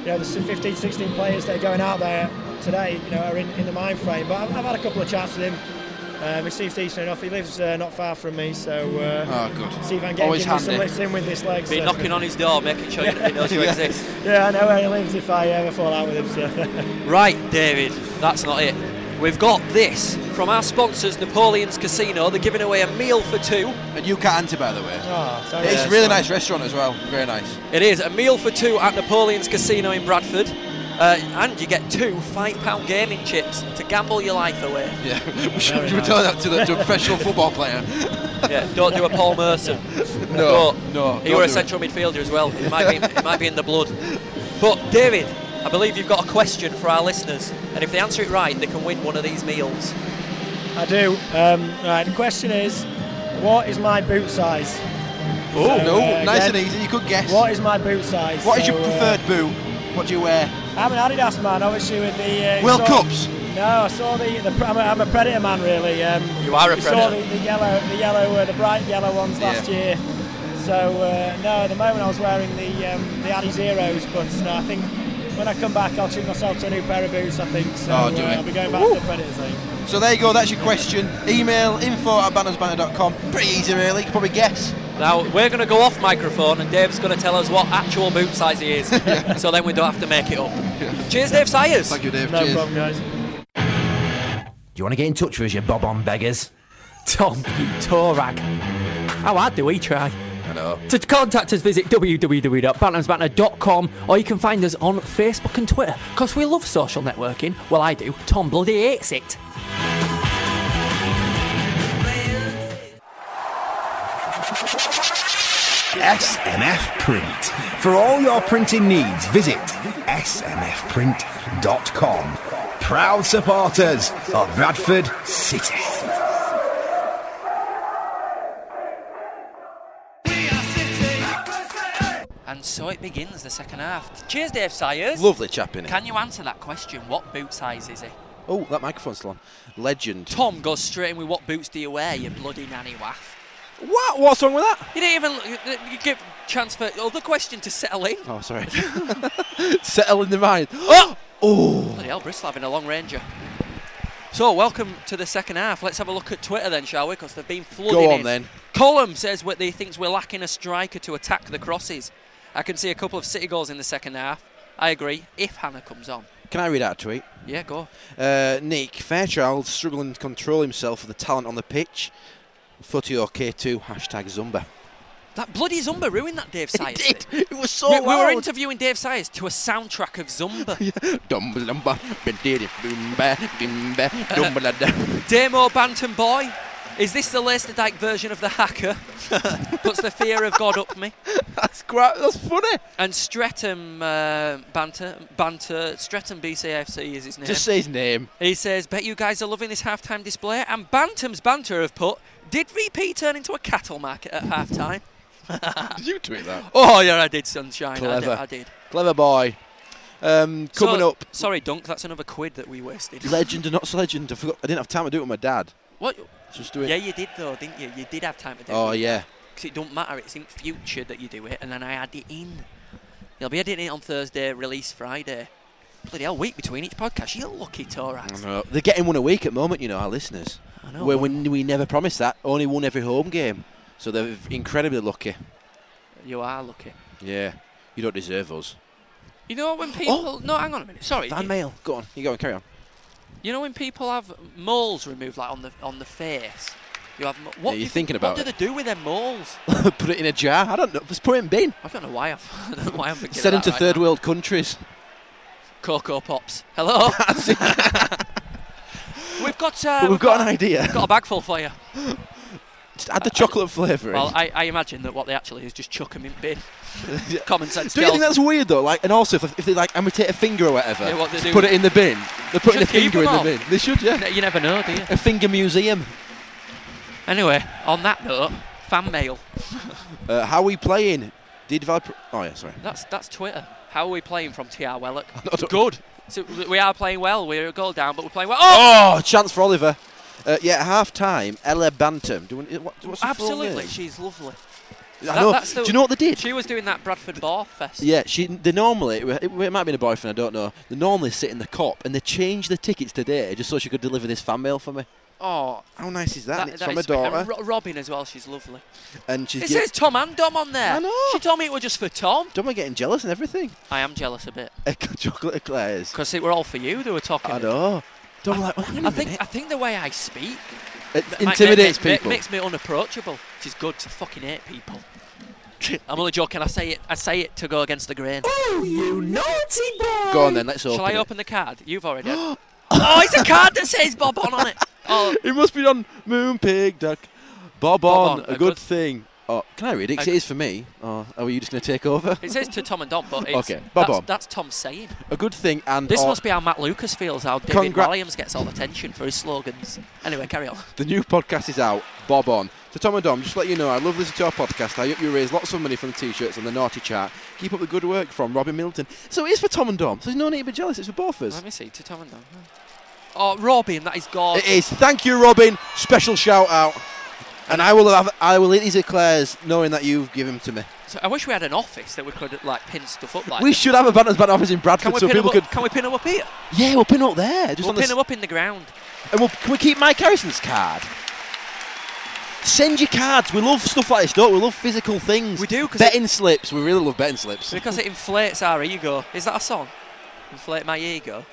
[SPEAKER 11] you know, the 15, 16 players that are going out there today, you know, are in, in the mind frame. But I've, I've had a couple of chats with him. Um, he seems decent enough. He lives uh, not far from me, so uh,
[SPEAKER 4] Oh, good.
[SPEAKER 11] see if I can get
[SPEAKER 5] Always
[SPEAKER 11] give him some
[SPEAKER 5] handy.
[SPEAKER 11] lifts in with this leg.
[SPEAKER 5] Be
[SPEAKER 11] so-
[SPEAKER 5] knocking on his door, making sure he knows you
[SPEAKER 11] Yeah.
[SPEAKER 5] exist.
[SPEAKER 11] Yeah, I know where he lives if I ever fall out with him. So.
[SPEAKER 5] Right, David, that's not it. We've got this from our sponsors, Napoleon's Casino. They're giving away a meal for two.
[SPEAKER 4] And you can't enter, by the way.
[SPEAKER 11] Oh, sorry.
[SPEAKER 4] it's a really nice restaurant as well. Very nice.
[SPEAKER 5] It is a meal for two at Napoleon's Casino in Bradford. Uh, and you get two £5 gaming chips to gamble your life away.
[SPEAKER 4] Yeah, we should, we should tell that to, the, to a professional football player.
[SPEAKER 5] yeah, don't do a Paul Merson.
[SPEAKER 4] No,
[SPEAKER 5] But
[SPEAKER 4] no,
[SPEAKER 5] He
[SPEAKER 4] don't
[SPEAKER 5] were a
[SPEAKER 4] do it.
[SPEAKER 5] central midfielder as well. It might, be, it might be in the blood. But, David, I believe you've got a question for our listeners. And if they answer it right, they can win one of these meals.
[SPEAKER 11] I do. Um, right, the question is, what is my boot size?
[SPEAKER 4] Oh, no, nice and easy, you could guess.
[SPEAKER 11] What is my boot size?
[SPEAKER 4] What is your
[SPEAKER 11] So, uh,
[SPEAKER 4] preferred boot? What do you wear?
[SPEAKER 11] I'm an Adidas man, obviously with the uh,
[SPEAKER 4] World
[SPEAKER 11] saw-
[SPEAKER 4] Cups?
[SPEAKER 11] No, I saw the. the pre- I'm, a, I'm a predator man, really. Um,
[SPEAKER 5] You are a
[SPEAKER 11] we
[SPEAKER 5] Predator.
[SPEAKER 11] Saw the, the yellow, the yellow, uh, the bright yellow ones
[SPEAKER 5] Yeah.
[SPEAKER 11] last year. So uh, no, at the moment I was wearing the um, the Adi Zeros, but no, I think when I come back I'll treat myself to a new pair of boots. I think so.
[SPEAKER 4] Oh, do
[SPEAKER 11] uh,
[SPEAKER 4] it.
[SPEAKER 11] I'll be going back
[SPEAKER 4] Woo.
[SPEAKER 11] to the predator thing.
[SPEAKER 4] So there you go, that's your question. Email info at bannersbanner.com. Pretty easy, really. You can probably guess.
[SPEAKER 5] Now we're going to go off microphone, and Dave's going to tell us what actual boot size he is. so then we don't have to make it up. Cheers, Dave Sayers. Thank
[SPEAKER 4] you, Dave.
[SPEAKER 11] No problem, guys.
[SPEAKER 14] Do you want to get in touch with us, you bob on beggars? Tom, you torag. How hard do we try? I know. To contact us, visit www.bantamsbanter.com or you can find us on Facebook and Twitter because we love social networking. Well, I do. Tom bloody hates it.
[SPEAKER 12] SMF Print. For all your printing needs, visit smfprint.com. Proud supporters of Bradford City.
[SPEAKER 5] And so it begins the second half. Cheers, Dave Sayers.
[SPEAKER 4] Lovely chap, innit?
[SPEAKER 5] Can you answer that question? What boot size is he?
[SPEAKER 4] Oh, that microphone's still on. Legend.
[SPEAKER 5] Tom goes straight in with what boots do you wear, you bloody nanny waff.
[SPEAKER 4] What? What's wrong with that?
[SPEAKER 5] You didn't even you- you give chance for other question to settle in.
[SPEAKER 4] Oh, sorry. Settle in the mind.
[SPEAKER 5] Oh!
[SPEAKER 4] Oh!
[SPEAKER 5] Bloody hell, Bristol having a long ranger. So, welcome to the second half. Let's have a look at Twitter then, shall we? Because they've been flooding
[SPEAKER 4] Go on
[SPEAKER 5] in.
[SPEAKER 4] then.
[SPEAKER 5] Column says what they thinks we're lacking a striker to attack the crosses. I can see a couple of City goals in the second half. I agree, if Hannah comes on.
[SPEAKER 4] Can I read out a tweet?
[SPEAKER 5] Yeah, go.
[SPEAKER 4] Uh, Nick Fairchild struggling to control himself with the talent on the pitch. Footy or K2 hashtag Zumba.
[SPEAKER 5] That bloody Zumba ruined that Dave Sayers. It
[SPEAKER 4] did. Oh, It was so
[SPEAKER 5] we, we were
[SPEAKER 4] loud.
[SPEAKER 5] interviewing Dave Sayers to a soundtrack of Zumba.
[SPEAKER 4] Dumba lumba, bididi boomba, bimba, dumba la da.
[SPEAKER 5] Demo Bantam Boy. Is this the Leicesterdike version of the hacker? Puts the fear of God up me.
[SPEAKER 4] That's great. That's funny.
[SPEAKER 5] And Streatham uh, banter, banter. Streatham BCFC is his name.
[SPEAKER 4] Just say his name.
[SPEAKER 5] He says, "Bet you guys are loving this halftime display." And Bantam's banter have put, "Did VP turn into a cattle market at halftime?"
[SPEAKER 4] Did you tweet that?
[SPEAKER 5] Oh yeah, I did, sunshine. I did.
[SPEAKER 4] Clever.
[SPEAKER 5] I did.
[SPEAKER 4] Clever boy. Um, coming
[SPEAKER 5] So-
[SPEAKER 4] up,
[SPEAKER 5] Sorry, Dunk. That's another quid that we wasted.
[SPEAKER 4] legend or not so legend. I forgot. I didn't have time to do it with my dad.
[SPEAKER 5] What?
[SPEAKER 4] Just do it.
[SPEAKER 5] Yeah, you did though, didn't you? You did have time to do it.
[SPEAKER 4] Oh, yeah.
[SPEAKER 5] Because it don't matter. It's in future that you do it, and then I add it in. You'll be editing it on Thursday, release Friday. Bloody hell, week between each podcast. You're lucky,
[SPEAKER 4] I
[SPEAKER 5] Torax.
[SPEAKER 4] know. They're getting one a week at the moment, you know, our listeners. I
[SPEAKER 5] know.
[SPEAKER 4] Where we, we never promised that. Only one every home game. So they're incredibly lucky.
[SPEAKER 5] You are lucky.
[SPEAKER 4] Yeah. You don't deserve us.
[SPEAKER 5] You know when people? No, hang on a minute. Sorry.
[SPEAKER 4] Oh! Fan mail. Go on. You go on. Carry on.
[SPEAKER 5] You know when people have moles removed, like on the on the face. You have mo- what?
[SPEAKER 4] Yeah,
[SPEAKER 5] do
[SPEAKER 4] you're
[SPEAKER 5] you
[SPEAKER 4] thinking
[SPEAKER 5] think,
[SPEAKER 4] about
[SPEAKER 5] What
[SPEAKER 4] it.
[SPEAKER 5] do they do with their moles?
[SPEAKER 4] put it in a jar. I don't know. Just put it in bin.
[SPEAKER 5] I don't know why I'm, I don't know why I'm thinking.
[SPEAKER 4] Send them
[SPEAKER 5] of
[SPEAKER 4] to
[SPEAKER 5] that right
[SPEAKER 4] third
[SPEAKER 5] now.
[SPEAKER 4] world countries.
[SPEAKER 5] Cocoa Pops. Hello. we've got. Uh,
[SPEAKER 4] But we've got an idea.
[SPEAKER 5] we've Got a bag full for you.
[SPEAKER 4] Just add the chocolate flavour in.
[SPEAKER 5] Well, I, I imagine that what they actually do is just chuck them in bin. Common sense.
[SPEAKER 4] do you think
[SPEAKER 5] tells-
[SPEAKER 4] that's weird though? Like, and also if, if they like amputate a finger or whatever,
[SPEAKER 5] Yeah, what they
[SPEAKER 4] just
[SPEAKER 5] do-
[SPEAKER 4] put it in the bin. They're putting
[SPEAKER 5] Just
[SPEAKER 4] a finger
[SPEAKER 5] keep
[SPEAKER 4] in
[SPEAKER 5] 'em
[SPEAKER 4] the
[SPEAKER 5] all.
[SPEAKER 4] bin. They should, yeah.
[SPEAKER 5] You never know, do you?
[SPEAKER 4] A finger museum.
[SPEAKER 5] Anyway, on that note, fan mail.
[SPEAKER 4] Uh, how we playing? Did Val? Oh yeah, sorry.
[SPEAKER 5] That's that's Twitter. How are we playing from TR Wellock? Good. So w- we are playing well. We're a goal down, but we're playing well. Oh!
[SPEAKER 4] Oh, chance for Oliver. Uh, yeah, at half time, Ella Bantam. Do we, what, what's her full
[SPEAKER 5] Absolutely,
[SPEAKER 4] name?
[SPEAKER 5] she's lovely.
[SPEAKER 4] I know. Do you know what they did?
[SPEAKER 5] She was doing that Bradford Bar Fest.
[SPEAKER 4] Yeah, she. They normally it, it might be a boyfriend. I don't know. They normally sit in the cop, and they changed the tickets today just so she could deliver this fan mail for me.
[SPEAKER 5] Oh,
[SPEAKER 4] how nice is that? And it's from
[SPEAKER 5] is
[SPEAKER 4] her
[SPEAKER 5] great. And
[SPEAKER 4] daughter.
[SPEAKER 5] Ro- Robin as well. She's lovely.
[SPEAKER 4] And she's
[SPEAKER 5] it
[SPEAKER 4] gi-
[SPEAKER 5] says Tom and Dom on there.
[SPEAKER 4] I know.
[SPEAKER 5] She told me it was just for Tom.
[SPEAKER 4] Dom are getting jealous and everything.
[SPEAKER 5] I am jealous a bit
[SPEAKER 4] chocolate eclairs.
[SPEAKER 5] because they were all for you. They were talking.
[SPEAKER 4] I know. Dom like, "Hang on a
[SPEAKER 5] I think
[SPEAKER 4] minute."
[SPEAKER 5] I think the way I speak
[SPEAKER 4] It
[SPEAKER 5] ma- ma-
[SPEAKER 4] intimidates
[SPEAKER 5] ma- ma-
[SPEAKER 4] people.
[SPEAKER 5] makes me unapproachable. Which is good to fucking hate people. I'm only joking. I say it. I say it to go against the grain. Oh, you naughty boy!
[SPEAKER 4] Go on then, let's
[SPEAKER 5] Shall
[SPEAKER 4] open
[SPEAKER 5] I
[SPEAKER 4] it.
[SPEAKER 5] open the card? You've already. had- oh, it's a card that says Bob on, on it. Oh,
[SPEAKER 4] It must be on Moon Pig Duck. Bob, on, a, good, thing. Oh, can I read it? 'Cause
[SPEAKER 5] A
[SPEAKER 4] it is for me. Or are you just going to take over?
[SPEAKER 5] it says to Tom and Dom, but it's,
[SPEAKER 4] Okay, Bob
[SPEAKER 5] that's,
[SPEAKER 4] on.
[SPEAKER 5] that's Tom saying.
[SPEAKER 4] a good thing and oh,
[SPEAKER 5] This
[SPEAKER 4] or
[SPEAKER 5] must be how Matt Lucas feels, how David
[SPEAKER 4] Congra-
[SPEAKER 5] Williams gets all the attention for his slogans. Anyway, carry on.
[SPEAKER 4] the new podcast is out. Bob on. So Tom and Dom, just to let you know, I love listening to our podcast. I hope you raise lots of money from the t-shirts and the naughty chat. Keep up the good work from Robin Milton. So it is for Tom and Dom. So there's no need to be jealous. It's for both of us.
[SPEAKER 5] Let me see, to Tom and Dom. Oh, Robin, that is God.
[SPEAKER 4] It is. Thank you, Robin. Special shout out. And I will have. I will eat these eclairs, knowing that you've given them to me.
[SPEAKER 5] So I wish we had an office that we could like pin stuff up like.
[SPEAKER 4] we
[SPEAKER 5] that.
[SPEAKER 4] should have a banners ban office in Bradford,
[SPEAKER 5] Can we
[SPEAKER 4] so
[SPEAKER 5] pin 'em
[SPEAKER 4] people
[SPEAKER 5] up?
[SPEAKER 4] could.
[SPEAKER 5] Can we pin 'em up here?
[SPEAKER 4] Yeah, we'll pin it up there. Just
[SPEAKER 5] we'll
[SPEAKER 4] on the
[SPEAKER 5] pin 'em up in the ground.
[SPEAKER 4] And we'll, can we keep Mike Harrison's card? Send your cards. We love stuff like this, don't we? We love physical things. We
[SPEAKER 5] do.
[SPEAKER 4] Betting slips. We really love betting slips.
[SPEAKER 5] Because it inflates our ego. Is that a song? Inflate my ego.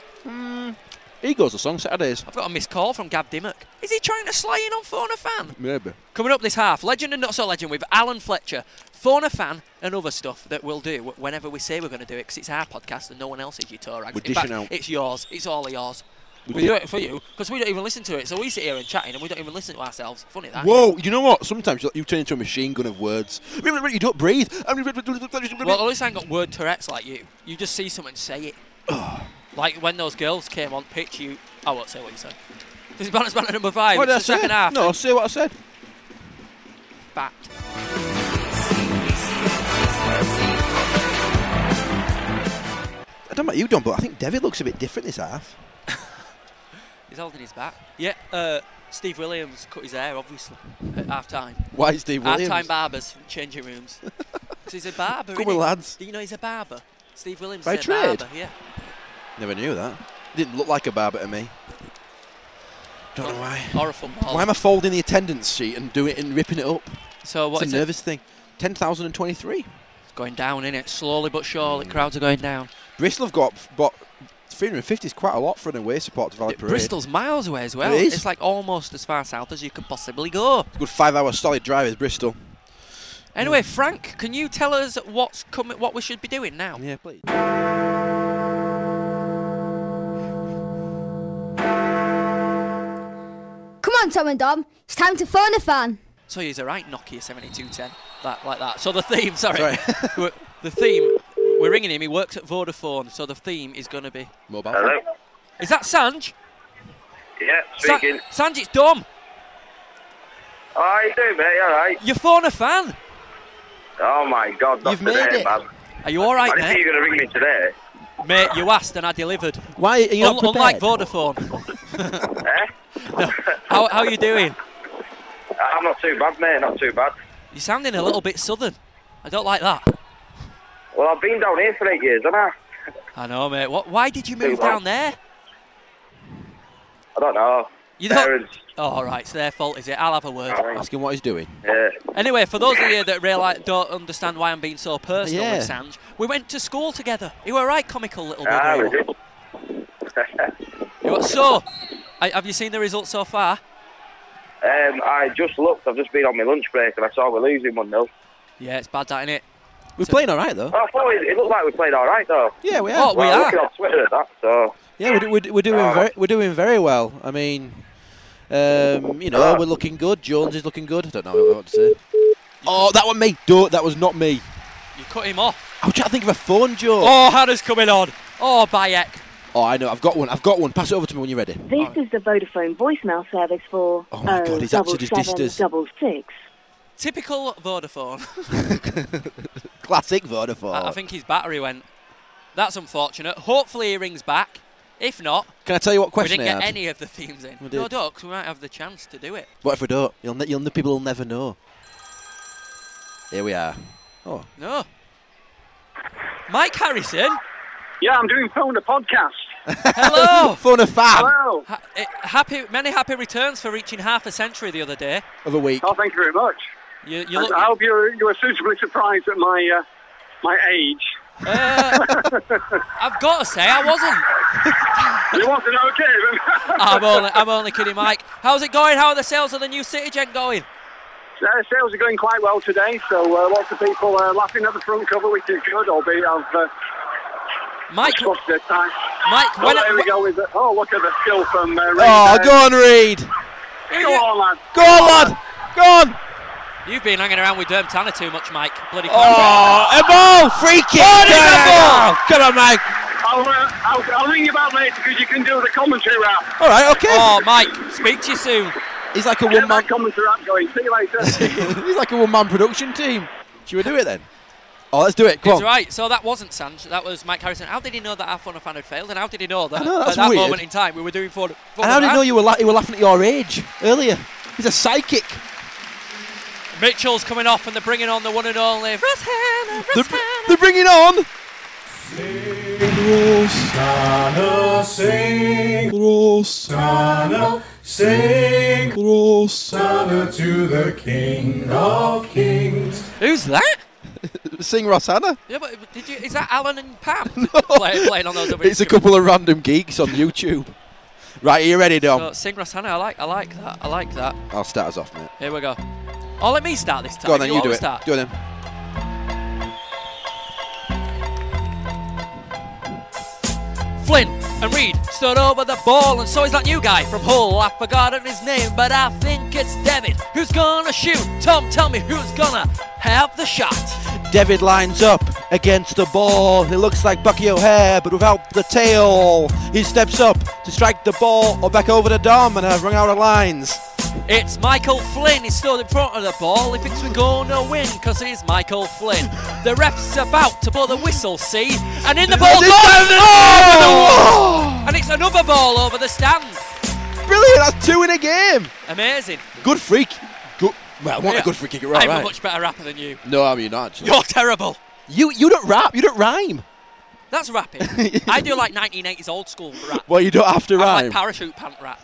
[SPEAKER 4] Ego's a song, Saturdays.
[SPEAKER 5] I've got a missed call from Gab Dimmock. Is he trying to slay in on Phone a Fan?
[SPEAKER 4] Maybe.
[SPEAKER 5] Coming up this half, legend and not so legend with Alan Fletcher, Phone a Fan, and other stuff that we'll do wh- whenever we say we're going to do it because it's our podcast and no one else's. You Torax.
[SPEAKER 4] We're
[SPEAKER 5] In fact,
[SPEAKER 4] dishing out.
[SPEAKER 5] It's yours. It's all yours. We do it for you because we don't even listen to it. So we sit here and chatting and we don't even listen to ourselves. Funny that.
[SPEAKER 4] Whoa, you know what? Sometimes you- you turn into a machine gun of words. You don't breathe.
[SPEAKER 5] Well, at least I ain't got word Tourette's like you. You just see someone say it. like when those girls came on pitch, you. I won't say what you said. This is balance man at number five.
[SPEAKER 4] What did
[SPEAKER 5] it's
[SPEAKER 4] I
[SPEAKER 5] the
[SPEAKER 4] say?
[SPEAKER 5] second half.
[SPEAKER 4] No, say what I said.
[SPEAKER 5] Fact.
[SPEAKER 4] I don't know about you, Don, but I think Devitt looks a bit different this half.
[SPEAKER 5] He's holding his back. Yeah, uh, Steve Williams cut his hair, obviously, at half time.
[SPEAKER 4] Why Steve Williams?
[SPEAKER 5] Half time barbers, changing rooms. 'Cause he's a barber.
[SPEAKER 4] Come
[SPEAKER 5] innit?
[SPEAKER 4] on, lads.
[SPEAKER 5] Do you know he's a barber? Steve Williams
[SPEAKER 4] By
[SPEAKER 5] is a
[SPEAKER 4] trade?
[SPEAKER 5] barber, yeah.
[SPEAKER 4] Never knew that. Didn't look like a barber to me. Don't know why.
[SPEAKER 5] Or a footballer.
[SPEAKER 4] Why am I folding the attendance sheet and doing it and ripping it up?
[SPEAKER 5] So what
[SPEAKER 4] It's
[SPEAKER 5] is
[SPEAKER 4] a
[SPEAKER 5] it?
[SPEAKER 4] nervous thing. Ten thousand and twenty-three.
[SPEAKER 5] It's going down, innit? Slowly but surely. Crowds are going down.
[SPEAKER 4] Bristol have got but 350 is quite a lot for an away support to Valley Parade.
[SPEAKER 5] Bristol's miles away as well.
[SPEAKER 4] It is.
[SPEAKER 5] It's like almost as far south as you could possibly go.
[SPEAKER 4] good five-hour solid drive is Bristol. Mm.
[SPEAKER 5] Anyway, Frank, can you tell us what's coming? What we should be doing now?
[SPEAKER 4] Yeah, please.
[SPEAKER 13] Come on, Tom and Dom. It's time to phone a fan.
[SPEAKER 5] So he's a right Nokia 7210, that like that. So the theme, sorry, We're- the theme. We're ringing him. He works at Vodafone, so the theme is going to be
[SPEAKER 4] mobile.
[SPEAKER 6] Hello.
[SPEAKER 5] Is that Sanj?
[SPEAKER 6] Yeah,
[SPEAKER 5] Sa-
[SPEAKER 6] speaking.
[SPEAKER 5] Sanj, it's Dom.
[SPEAKER 6] How you doing, mate? You all right?
[SPEAKER 5] Your phone a fan?
[SPEAKER 6] Oh my God, that's
[SPEAKER 5] You've made
[SPEAKER 6] today,
[SPEAKER 5] it.
[SPEAKER 6] man.
[SPEAKER 5] Are you all right,
[SPEAKER 6] I didn't think
[SPEAKER 5] mate?
[SPEAKER 6] you were going to ring me today.
[SPEAKER 5] Mate, you asked and I delivered.
[SPEAKER 4] Why?
[SPEAKER 6] are you not
[SPEAKER 5] unlike Vodafone. Eh? No. How how you doing?
[SPEAKER 6] I'm not too bad, mate. Not too bad.
[SPEAKER 5] You're sounding a little bit southern. I don't like that.
[SPEAKER 6] Well, I've been down here for eight years, haven't I?
[SPEAKER 5] I know, mate. What? Why did you
[SPEAKER 6] Too
[SPEAKER 5] move
[SPEAKER 6] bad.
[SPEAKER 5] down there?
[SPEAKER 6] I don't know.
[SPEAKER 5] You don't-
[SPEAKER 6] Parents.
[SPEAKER 5] Oh, all right, it's their fault, is it? I'll have a word.
[SPEAKER 4] Ask him what he's doing.
[SPEAKER 6] Yeah.
[SPEAKER 5] Anyway, for those of you that realise don't understand why I'm being so personal
[SPEAKER 4] Yeah.
[SPEAKER 5] with Sanj, we went to school together. You were right, comical little
[SPEAKER 6] Ah,
[SPEAKER 5] bugger.
[SPEAKER 6] we did.
[SPEAKER 5] You were- so, I, have you seen the results so far?
[SPEAKER 6] Um, I just looked. I've just been on my lunch break and I saw we're losing one 0
[SPEAKER 5] Yeah, it's bad, that innit?
[SPEAKER 4] We're playing all right though.
[SPEAKER 6] Oh, I thought it, it looked like we played all right though.
[SPEAKER 4] Yeah, we are. Oh, we
[SPEAKER 6] Well, I'm
[SPEAKER 4] are.
[SPEAKER 6] looking on Twitter at that, so
[SPEAKER 4] Yeah, we're, do- we're, do- we're doing very, we're doing very well. I mean, um, you know, we're looking good. Jones is looking good. I don't know what to say. Oh, that one me. Don't. That was not me.
[SPEAKER 5] You cut him off.
[SPEAKER 4] I was trying to think of a phone joke.
[SPEAKER 5] Oh, Hannah's coming on. Oh, Bayek.
[SPEAKER 4] Oh, I know. I've got one. I've got one. Pass it over to me when you're ready.
[SPEAKER 15] This is the Vodafone voicemail service for oh
[SPEAKER 4] my God, he's absolutely dissed us.
[SPEAKER 15] double six.
[SPEAKER 5] Typical Vodafone.
[SPEAKER 4] Classic Vodafone.
[SPEAKER 5] I, I think his battery went. That's unfortunate. Hopefully he rings back. If not,
[SPEAKER 4] Can I tell you what question
[SPEAKER 5] we
[SPEAKER 4] I
[SPEAKER 5] didn't get
[SPEAKER 4] had?
[SPEAKER 5] any of the themes in.
[SPEAKER 4] We
[SPEAKER 5] No,
[SPEAKER 4] did.
[SPEAKER 5] ducks. We might have the chance to do it.
[SPEAKER 4] What if we don't? You'll, ne- you'll, people will never know. Here we are. Oh,
[SPEAKER 5] No. Mike Harrison.
[SPEAKER 16] Yeah, I'm doing phone the podcast.
[SPEAKER 5] Hello.
[SPEAKER 4] Phone a fan.
[SPEAKER 16] Hello.
[SPEAKER 5] Ha- eh, happy, many happy returns for reaching half a century the other day.
[SPEAKER 4] of a week.
[SPEAKER 16] Oh, thank you very much.
[SPEAKER 5] You, you
[SPEAKER 16] And
[SPEAKER 5] look,
[SPEAKER 16] I hope you're you were suitably surprised at my uh, my age.
[SPEAKER 5] I've got to say, I wasn't.
[SPEAKER 16] you wasn't okay.
[SPEAKER 5] I'm only, I'm only kidding, Mike. How's it going? How are the sales of the new City Gen going?
[SPEAKER 16] Uh, sales are going quite well today, so uh, lots of people uh, laughing at the front cover, which is good. Albeit I've uh,
[SPEAKER 5] Mike,
[SPEAKER 16] lost this time.
[SPEAKER 5] Mike,
[SPEAKER 16] oh, there we go with it. Oh, loch at the skill from uh, Reid
[SPEAKER 4] Oh,
[SPEAKER 16] there.
[SPEAKER 4] go on, Reed.
[SPEAKER 16] Go on, lad.
[SPEAKER 4] Go on, lad. Go on.
[SPEAKER 5] You've been hanging around with Derm Tanner too much, Mike. Bloody
[SPEAKER 4] Oh, a ball. Free kick. Oh, Come on, Mike.
[SPEAKER 16] I'll, uh, I'll, I'll ring you back later because you can do the commentary wrap.
[SPEAKER 4] All right, okay.
[SPEAKER 5] Oh, Mike, speak to you soon.
[SPEAKER 4] He's like a
[SPEAKER 16] Get
[SPEAKER 4] one man.
[SPEAKER 16] that commentary wrap going. See you later.
[SPEAKER 4] He's like a one man production team. Should we do it then? Oh, let's do it. Come
[SPEAKER 5] It's
[SPEAKER 4] on.
[SPEAKER 5] right. So that wasn't Sanj. That was Mike Harrison. How did he know that our fun fan had failed? And how did he know that
[SPEAKER 4] I know, that's
[SPEAKER 5] at that
[SPEAKER 4] weird.
[SPEAKER 5] moment in time we were doing fun? fun
[SPEAKER 4] And how
[SPEAKER 5] with
[SPEAKER 4] did you
[SPEAKER 5] that?
[SPEAKER 4] know you were, la- you were laughing at your age earlier? He's a psychic.
[SPEAKER 5] Mitchell's coming off and they're bringing on the one and only Russ Hannah. Russ Hannah.
[SPEAKER 4] They're bringing on.
[SPEAKER 17] Rosanna, sing. Rosanna, sing. Rosanna to the King of Kings.
[SPEAKER 5] Who's that?
[SPEAKER 4] Sing Rosanna.
[SPEAKER 5] Yeah, but did you? Is that Alan and Pam play, playing on those? other
[SPEAKER 4] It's a
[SPEAKER 5] instruments?
[SPEAKER 4] couple of random geeks on YouTube. Right, are you ready, Dom?
[SPEAKER 5] So, sing Rosanna. I like. I like that. I like that.
[SPEAKER 4] I'll start us off, mate.
[SPEAKER 5] Here we go. Oh, let me start this time.
[SPEAKER 4] Go on then, you, do
[SPEAKER 5] always
[SPEAKER 4] it.
[SPEAKER 5] Start.
[SPEAKER 4] Do it then.
[SPEAKER 5] Flynn and Reed stood over the ball, and so is that new guy from Hull. I've forgotten his name, but I think it's David. Who's gonna shoot? Tom, tell me who's gonna have the shot?
[SPEAKER 4] David lines up against the ball. He looks like Bucky O'Hare, but without the tail. He steps up to strike the ball or back over the dom, and I've run out of lines.
[SPEAKER 5] It's Michael Flynn. He's stood in front of the ball. He thinks we're gonna win because he's Michael Flynn. The ref's about to blow the whistle, see? And in the ball
[SPEAKER 4] It's
[SPEAKER 5] goes
[SPEAKER 4] down the
[SPEAKER 5] Oh, over the wall! And it's another ball over the stand.
[SPEAKER 4] Brilliant, that's two in a game.
[SPEAKER 5] Amazing.
[SPEAKER 4] Good freak. Good. Well, what
[SPEAKER 5] Yeah.
[SPEAKER 4] a good free kicker, right?
[SPEAKER 5] I'm
[SPEAKER 4] right.
[SPEAKER 5] a much better rapper than you.
[SPEAKER 4] no, I mean, not. actually.
[SPEAKER 5] You're terrible.
[SPEAKER 4] You, you don't rap, you don't rhyme.
[SPEAKER 5] That's rapping. I do like 1980s old school rap.
[SPEAKER 4] Well, you don't have to
[SPEAKER 5] I
[SPEAKER 4] rhyme.
[SPEAKER 5] like parachute pant rap.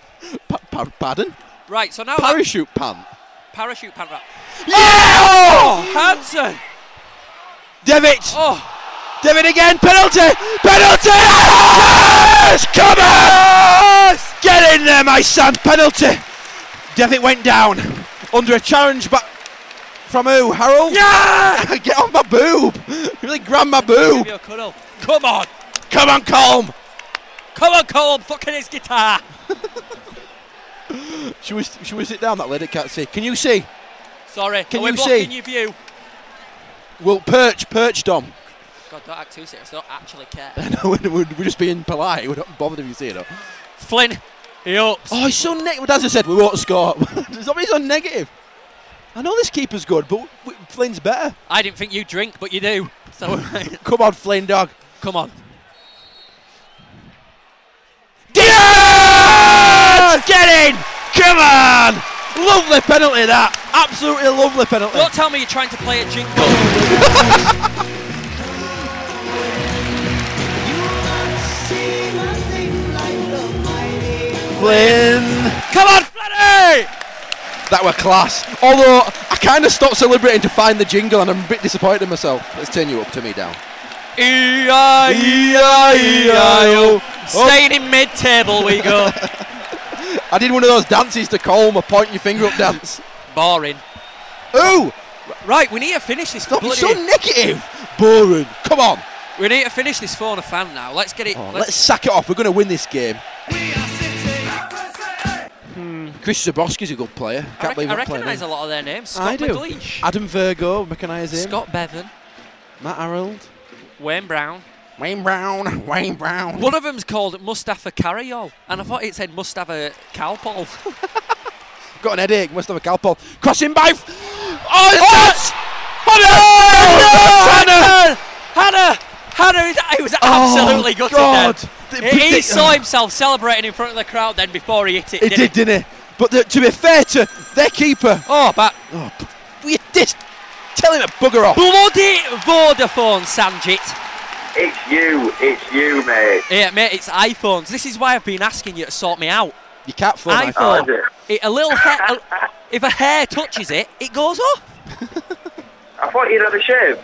[SPEAKER 4] Pa- pardon?
[SPEAKER 5] Right, so now that-
[SPEAKER 4] Parachute pant.
[SPEAKER 5] parachute pant rap.
[SPEAKER 4] Yeah! Oh!
[SPEAKER 5] Hanson.
[SPEAKER 4] Devitt!
[SPEAKER 5] Oh!
[SPEAKER 4] Devitt again! Penalty! Penalty! Yes! Come on! Get in there, my son! Penalty! Devitt went down under a challenge but from who? Harold? Yeah! Get on my boob! Really grab my
[SPEAKER 5] Give
[SPEAKER 4] boob!
[SPEAKER 5] you a cuddle. Come on.
[SPEAKER 4] Come on, Colm!
[SPEAKER 5] Come on, Colm. Fucking his guitar.
[SPEAKER 4] Should we, should we sit down? That lady can't see. Can you see?
[SPEAKER 5] Sorry.
[SPEAKER 4] Can
[SPEAKER 5] Are we
[SPEAKER 4] you
[SPEAKER 5] blocking
[SPEAKER 4] see?
[SPEAKER 5] your view?
[SPEAKER 4] Well, perch, perch, Dom.
[SPEAKER 5] God, don't act too serious. I don't actually care.
[SPEAKER 4] we're, we're just being polite. We're not bothered if you see it.
[SPEAKER 5] Flynn, he ups.
[SPEAKER 4] Oh, he's so negative. As I said, we won't score. It's always so negative. I know this keeper's good, but w- Flynn's better.
[SPEAKER 5] I didn't think you drink, but you do. So
[SPEAKER 4] Come on, Flynn, dog.
[SPEAKER 5] come on.
[SPEAKER 4] Yes! Get in! Come on! Lovely penalty that. Absolutely lovely penalty.
[SPEAKER 5] Don't tell me you're trying to play a jingle.
[SPEAKER 4] Flynn! Come on, Flinny! That were class. Although I kind of stopped celebrating to find the jingle, and I'm a bit disappointed in myself. Let's turn you up to me down. E
[SPEAKER 5] E-I-E-I-O. Staying in mid-table we go.
[SPEAKER 4] I did one of those dances to Colm, a point your finger up dance.
[SPEAKER 5] Boring.
[SPEAKER 4] Ooh!
[SPEAKER 5] Right, we need to finish this.
[SPEAKER 4] Stop, you're so
[SPEAKER 5] bloody-
[SPEAKER 4] negative! Boring. Come on.
[SPEAKER 5] We need to finish this phone a fan now. Let's get it.
[SPEAKER 4] Oh, let's,
[SPEAKER 5] let's,
[SPEAKER 4] sack it off. We're going to win this game. Hmm. Chris Zabrowski's a good player. Can't
[SPEAKER 5] I,
[SPEAKER 4] believe
[SPEAKER 5] I
[SPEAKER 4] we're playing
[SPEAKER 5] recognise a
[SPEAKER 4] him.
[SPEAKER 5] lot of their names. Scott
[SPEAKER 4] I do.
[SPEAKER 5] McLeish,
[SPEAKER 4] Adam Virgo, recognise him.
[SPEAKER 5] Scott Bevan,
[SPEAKER 4] Matt Harold.
[SPEAKER 5] Wayne Brown.
[SPEAKER 4] Wayne Brown. Wayne Brown.
[SPEAKER 5] One of them's called Mustafa Carriol, and I thought it said Mustafa Cowpole.
[SPEAKER 4] Got an headache. Must have a calpol. Crossing by. F- oh, it's
[SPEAKER 5] What?
[SPEAKER 18] Oh,
[SPEAKER 4] Hannah! Oh,
[SPEAKER 5] Hannah! Hannah! Hannah! is- He was absolutely gutted
[SPEAKER 4] God.
[SPEAKER 5] then.
[SPEAKER 4] The-
[SPEAKER 5] He, he
[SPEAKER 4] the-
[SPEAKER 5] saw himself celebrating in front of the crowd then before he hit it.
[SPEAKER 4] He did,
[SPEAKER 5] didn't
[SPEAKER 4] didn't he? But the, to be fair to their keeper.
[SPEAKER 5] Oh, but
[SPEAKER 4] Oh, p- will you dis- tell him to bugger off.
[SPEAKER 5] bloody Vodafone, Sanjit.
[SPEAKER 18] It's you, it's you, mate.
[SPEAKER 5] Yeah, mate, it's iPhones. This is why I've been asking you to sort me out.
[SPEAKER 4] You can't fool my
[SPEAKER 5] iPhone.
[SPEAKER 18] phone.
[SPEAKER 5] It, a little hair. a- if a hair touches it, it goes off.
[SPEAKER 18] I thought you'd had a shave.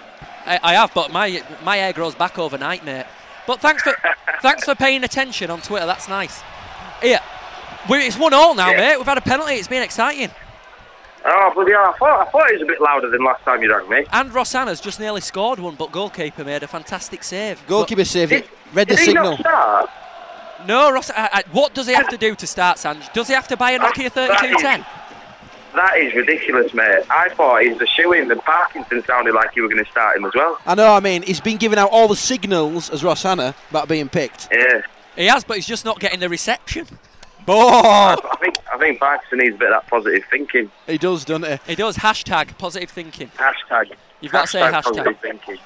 [SPEAKER 5] I, I have, but my my hair grows back overnight, mate. But thanks for thanks for paying attention on Twitter. That's nice. Yeah, we, it's one all now,
[SPEAKER 18] Yeah.
[SPEAKER 5] mate. We've had a penalty. It's been exciting.
[SPEAKER 18] Oh, bloody hell, I thought, I thought it was a bit louder than last time you rang me.
[SPEAKER 5] And Rosanna's just nearly scored one, but goalkeeper made a fantastic save.
[SPEAKER 4] Goalkeeper saved it. Read the
[SPEAKER 18] Did he
[SPEAKER 4] signal.
[SPEAKER 18] not start?
[SPEAKER 5] But- no, Ross. I, I- what does he have to do to start, Sanj? Does he have to buy a Nokia 3210?
[SPEAKER 18] That is ridiculous, mate. I thought he was a shoe in. The Parkinson sounded like you were going to start him as well.
[SPEAKER 4] I know, I mean, he's been giving out all the signals as Ross Hannah about being picked.
[SPEAKER 18] Yeah.
[SPEAKER 5] He has, but he's just not getting the reception.
[SPEAKER 4] Oh,
[SPEAKER 18] I think I think Parkinson needs a bit of that positive thinking.
[SPEAKER 4] he does, doesn't he?
[SPEAKER 5] He does. Hashtag positive thinking.
[SPEAKER 18] Hashtag.
[SPEAKER 5] You've got to say hashtag.
[SPEAKER 18] Positive thinking.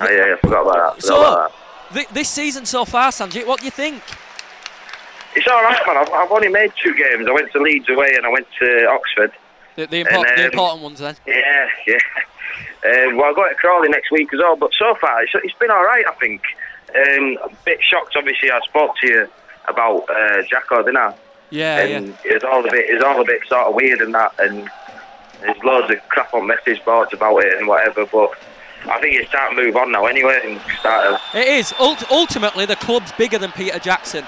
[SPEAKER 18] Oh, yeah, yeah, I forgot about that. forgot
[SPEAKER 5] So,
[SPEAKER 18] about that.
[SPEAKER 5] th- this season so far, Sanjit, what do you think?
[SPEAKER 18] It's all right, man. I've, I've only made two games. I went to Leeds away and I went to Oxford.
[SPEAKER 5] The, the,
[SPEAKER 18] And,
[SPEAKER 5] import- the
[SPEAKER 18] um,
[SPEAKER 5] important ones then.
[SPEAKER 18] Yeah, yeah. Um, well, I've got to Crawley next week as well, but so far it's, it's been all right, I think. Um, a bit shocked, obviously. I spoke to you about uh, Jacko, didn't I?
[SPEAKER 5] Yeah,
[SPEAKER 18] and it's all a bit, it's all a bit sort of weird and that, and there's loads of crap on message boards about it and whatever. But I think it's time to move on now, anyway, and start. To,
[SPEAKER 5] yeah. It is. Ult- ultimately, the club's bigger than Peter Jackson.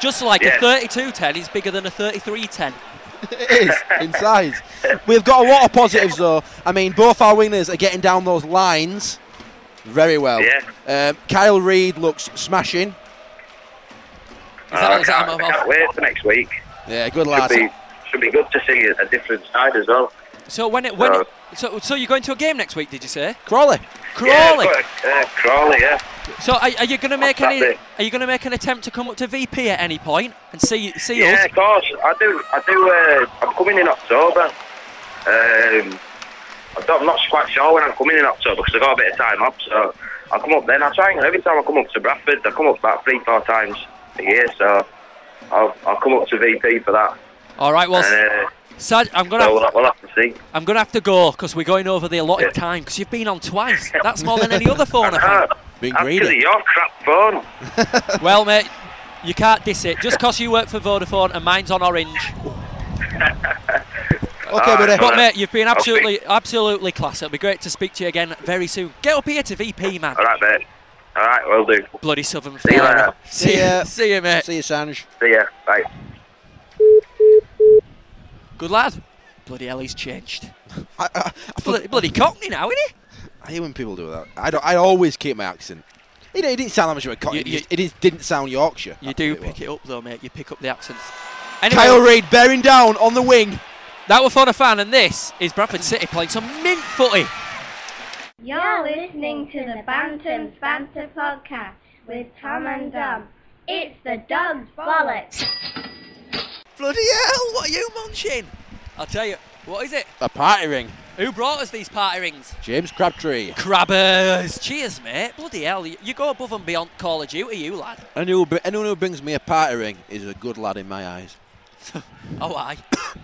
[SPEAKER 5] Just like
[SPEAKER 18] Yeah.
[SPEAKER 5] a 3210 is bigger than a 3310.
[SPEAKER 4] It is, in size. We've got a lot of positives, though. I mean, both our wingers are getting down those lines very well.
[SPEAKER 18] Yeah.
[SPEAKER 4] Um, Kyle Reid looks smashing.
[SPEAKER 18] Uh, I can't, I can't wait for next week.
[SPEAKER 4] Yeah, good
[SPEAKER 18] should be, should be good to see a, a different side as well.
[SPEAKER 5] So when it when
[SPEAKER 18] No.
[SPEAKER 5] it, so so you're going to a game next week? Did you say
[SPEAKER 4] Crawley?
[SPEAKER 5] Crawley.
[SPEAKER 18] Yeah, it's got a- uh, Crawley, yeah.
[SPEAKER 5] So are, are you going to make any?
[SPEAKER 18] Saturday.
[SPEAKER 5] Are you going to make an attempt to come up to VP at any point and see see
[SPEAKER 18] yeah,
[SPEAKER 5] us?
[SPEAKER 18] of course. I do. I do. Uh, I'm coming in October. Um, I don't, I'm not quite sure when I'm coming in October because I got a bit of time off. So I come up then. I try and every time I come up to Bradford, I come up about three, four times a year. So I'll, I'll come up to VP for that.
[SPEAKER 5] All right. Well,
[SPEAKER 18] And, uh,
[SPEAKER 5] Sad, I'm gonna
[SPEAKER 18] so we'll,
[SPEAKER 5] have,
[SPEAKER 18] we'll have to see.
[SPEAKER 5] I'm gonna have to go because we're going over the allotted time because you've been on twice. That's more than any other phone. I think.
[SPEAKER 4] Being
[SPEAKER 18] Actually, Ah, your crap phone.
[SPEAKER 5] well, mate, you can't diss it. Just 'cause you work for Vodafone and mine's on Orange.
[SPEAKER 18] Okay, buddy.
[SPEAKER 5] But mate, you've been
[SPEAKER 18] I'll
[SPEAKER 5] absolutely, absolutely class. It'll be great to speak to you again very soon. Get up here to VP, man.
[SPEAKER 18] All right, mate. All right, we'll do.
[SPEAKER 5] Bloody Southern
[SPEAKER 18] See you
[SPEAKER 5] fella.
[SPEAKER 18] later.
[SPEAKER 5] See See ya. ya. See you, mate.
[SPEAKER 4] See you, Sanj.
[SPEAKER 18] See ya. Bye.
[SPEAKER 5] Good lad. Bloody hell, he's changed. bloody, bloody Cockney now, isn't
[SPEAKER 4] I hate when people do that. I, don't, I always keep my accent. It, it didn't sound that much of a cockney.
[SPEAKER 5] You- you-
[SPEAKER 4] It, just- it just didn't sound Yorkshire.
[SPEAKER 5] he? You do pick it up though, mate. You pick up the accents.
[SPEAKER 4] Kyle Reid bearing down on the wing.
[SPEAKER 5] That was for a fan, and this is Bradford City playing some mint footy.
[SPEAKER 19] You're listening to the Bantams Banter podcast with Tom and Dom. It's the dog's bollocks.
[SPEAKER 5] Bloody hell, what are you munching? Uh. I'll tell you, what is it?
[SPEAKER 4] A party ring.
[SPEAKER 5] Who brought us these party rings?
[SPEAKER 4] James Crabtree.
[SPEAKER 5] Crabbers. Cheers, mate. Bloody hell, you, you go above and beyond Call of Duty, you lad.
[SPEAKER 4] Anyone who, br- anyone who brings me a party ring is a good lad in my eyes.
[SPEAKER 5] Oh, aye.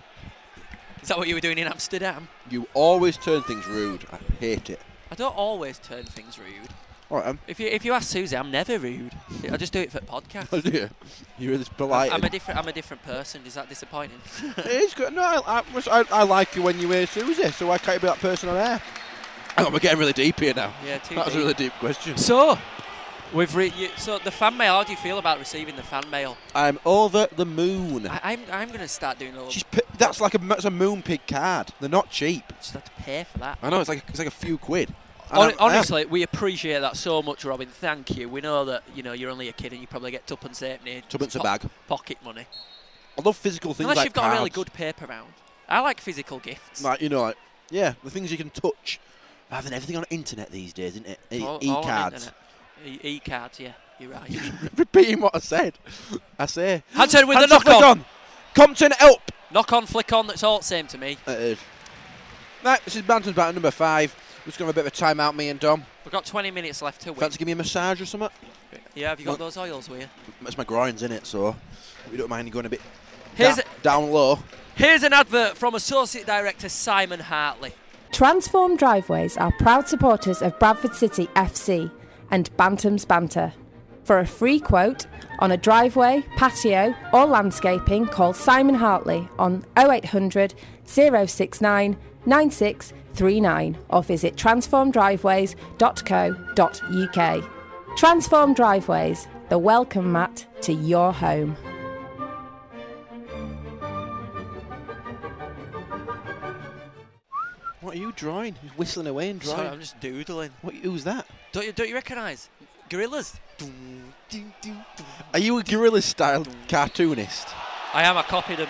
[SPEAKER 5] is that what you were doing in Amsterdam?
[SPEAKER 4] You always turn things rude. I hate it.
[SPEAKER 5] I don't always turn things rude.
[SPEAKER 4] All right, um,
[SPEAKER 5] If you, if you ask Susie, I'm never rude. I just do it for podcasts.
[SPEAKER 4] oh dear. You're this polite.
[SPEAKER 5] I'm a different. I'm a different person. Is that disappointing?
[SPEAKER 4] it is good. No, I, I, was- I, I like you when you were Susie, so why can't you be that person on air? Oh, we're getting really deep here now.
[SPEAKER 5] Yeah, too
[SPEAKER 4] That was a
[SPEAKER 5] deep.
[SPEAKER 4] really deep question.
[SPEAKER 5] So, we've re- you, so the fan mail. How do you feel about receiving the fan mail?
[SPEAKER 4] I'm over the moon.
[SPEAKER 5] I, I'm I'm gonna start doing a little.
[SPEAKER 4] P- That's like a that's a moon pig card. They're not cheap.
[SPEAKER 5] Just have to pay for that.
[SPEAKER 4] I know it's like it's like a few quid. And
[SPEAKER 5] Hon-
[SPEAKER 4] I'm- I am-
[SPEAKER 5] honestly, we appreciate that so much, Robin. Thank you. We know that you know you're only a kid and you probably get tuppence halfpenny,
[SPEAKER 4] Tuppence a
[SPEAKER 5] po-
[SPEAKER 4] bag.
[SPEAKER 5] pocket money.
[SPEAKER 4] I love physical things
[SPEAKER 5] Unless
[SPEAKER 4] like
[SPEAKER 5] you've got a really
[SPEAKER 4] cards.
[SPEAKER 5] good paper round. I like physical gifts.
[SPEAKER 4] like you know, like yeah, the things you can touch. Rather than everything on the internet these days, isn't it? E-
[SPEAKER 5] All- all on
[SPEAKER 4] E-cards.
[SPEAKER 5] internet. E- e-cards. Yeah, you're right.
[SPEAKER 4] Repeating what I said. I say.
[SPEAKER 5] Hansen with the
[SPEAKER 4] Hansen
[SPEAKER 5] knock
[SPEAKER 4] flick
[SPEAKER 5] on.
[SPEAKER 4] Compton help.
[SPEAKER 5] knock on, flick on. That's all the same to me.
[SPEAKER 4] It is. Right, this is Bantam's about number five. We're just going to have a bit of a timeout, me and Dom.
[SPEAKER 5] We've got 20 minutes left to win.
[SPEAKER 4] Fancy give me a massage or something?
[SPEAKER 5] yeah, have you got
[SPEAKER 4] Look.
[SPEAKER 5] those oils with you?
[SPEAKER 4] That's my groins, in it? So, if you don't mind going a bit
[SPEAKER 5] Here's
[SPEAKER 4] da- down low.
[SPEAKER 5] Here's an advert from Associate Director Simon Hartley.
[SPEAKER 2] Transform Driveways are proud supporters of Bradford City FC and Bantam's Banter. For a free quote on a driveway, patio, or landscaping, call Simon Hartley on 0800 069 9639 or visit transformdriveways.co.uk. Transform Driveways, the welcome mat to your home.
[SPEAKER 4] What are you drawing? He's whistling away and drawing.
[SPEAKER 5] Sorry, I'm just doodling.
[SPEAKER 4] What, who's that?
[SPEAKER 5] Don't you don't you recognise Gorillas?
[SPEAKER 4] Are you a gorilla style cartoonist?
[SPEAKER 5] I am. I copied him.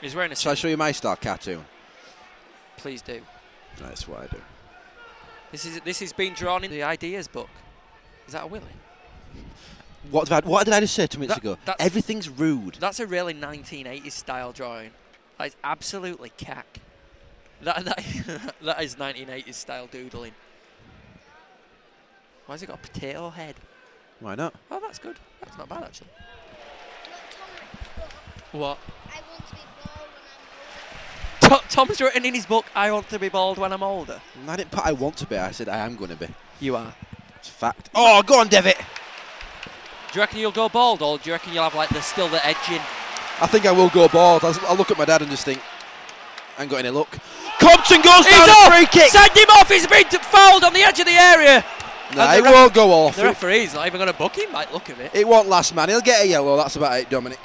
[SPEAKER 5] He's wearing a.
[SPEAKER 4] Shall I show you my style cartoon?
[SPEAKER 5] Please do.
[SPEAKER 4] That's what I do.
[SPEAKER 5] This is this is being drawn in the ideas book. Is that a Willie?
[SPEAKER 4] What did I, what did I just say two minutes
[SPEAKER 5] That-
[SPEAKER 4] ago?
[SPEAKER 5] that's-
[SPEAKER 4] Everything's rude.
[SPEAKER 5] That's a really 1980s style drawing. That is absolutely cack. That that, that is 1980s style doodling. Why's it got a potato head?
[SPEAKER 4] Why not?
[SPEAKER 5] Oh, that's good. That's not bad actually. What? To- Tom's written in his book, "I want to be bald when I'm older."
[SPEAKER 4] I didn't put I want to be. I said I am going to be.
[SPEAKER 5] You are.
[SPEAKER 4] It's a fact. Oh, go on, Devitt.
[SPEAKER 5] Do you reckon you'll go bald, or do you reckon you'll have like the still the edging?
[SPEAKER 4] I think I will go bald. I'll, I'll look at my dad and just think, I ain't got any luck. Compton goes down a free kick.
[SPEAKER 5] Send him off. He's been t- fouled on the edge of the area.
[SPEAKER 4] No,
[SPEAKER 5] And
[SPEAKER 4] it
[SPEAKER 5] the ref-
[SPEAKER 4] won't go off.
[SPEAKER 5] The referee's not even going to book him. Might look of it.
[SPEAKER 4] It won't last, man. He'll get a yellow. That's about it, Dominic.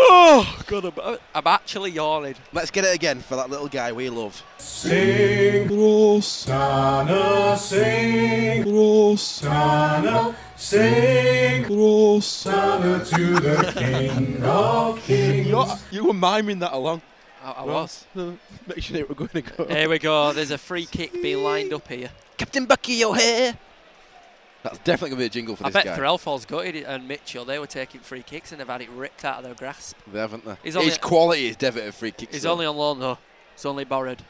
[SPEAKER 5] Oh God, I'm, I'm actually yawning.
[SPEAKER 4] Let's get it again for that little guy we love.
[SPEAKER 20] Sing Rosanna, sing Rosanna,
[SPEAKER 17] Sing Rosanna to the King of Kings.
[SPEAKER 4] You're, you were miming that along.
[SPEAKER 5] I, I was.
[SPEAKER 4] Make sure it were going to go.
[SPEAKER 5] Here we go. There's a free kick being lined up here.
[SPEAKER 4] Captain Bucky O'Hare. That's definitely going to be a jingle for
[SPEAKER 5] I
[SPEAKER 4] this
[SPEAKER 5] bet
[SPEAKER 4] guy.
[SPEAKER 5] Threlfall's gutted it and Mitchell. They were taking free kicks and they've had it ripped out of their grasp.
[SPEAKER 4] They haven't they?
[SPEAKER 5] He's only-
[SPEAKER 4] His quality is definitely free kicks.
[SPEAKER 5] He's
[SPEAKER 4] though.
[SPEAKER 5] only on loan though. It's only borrowed.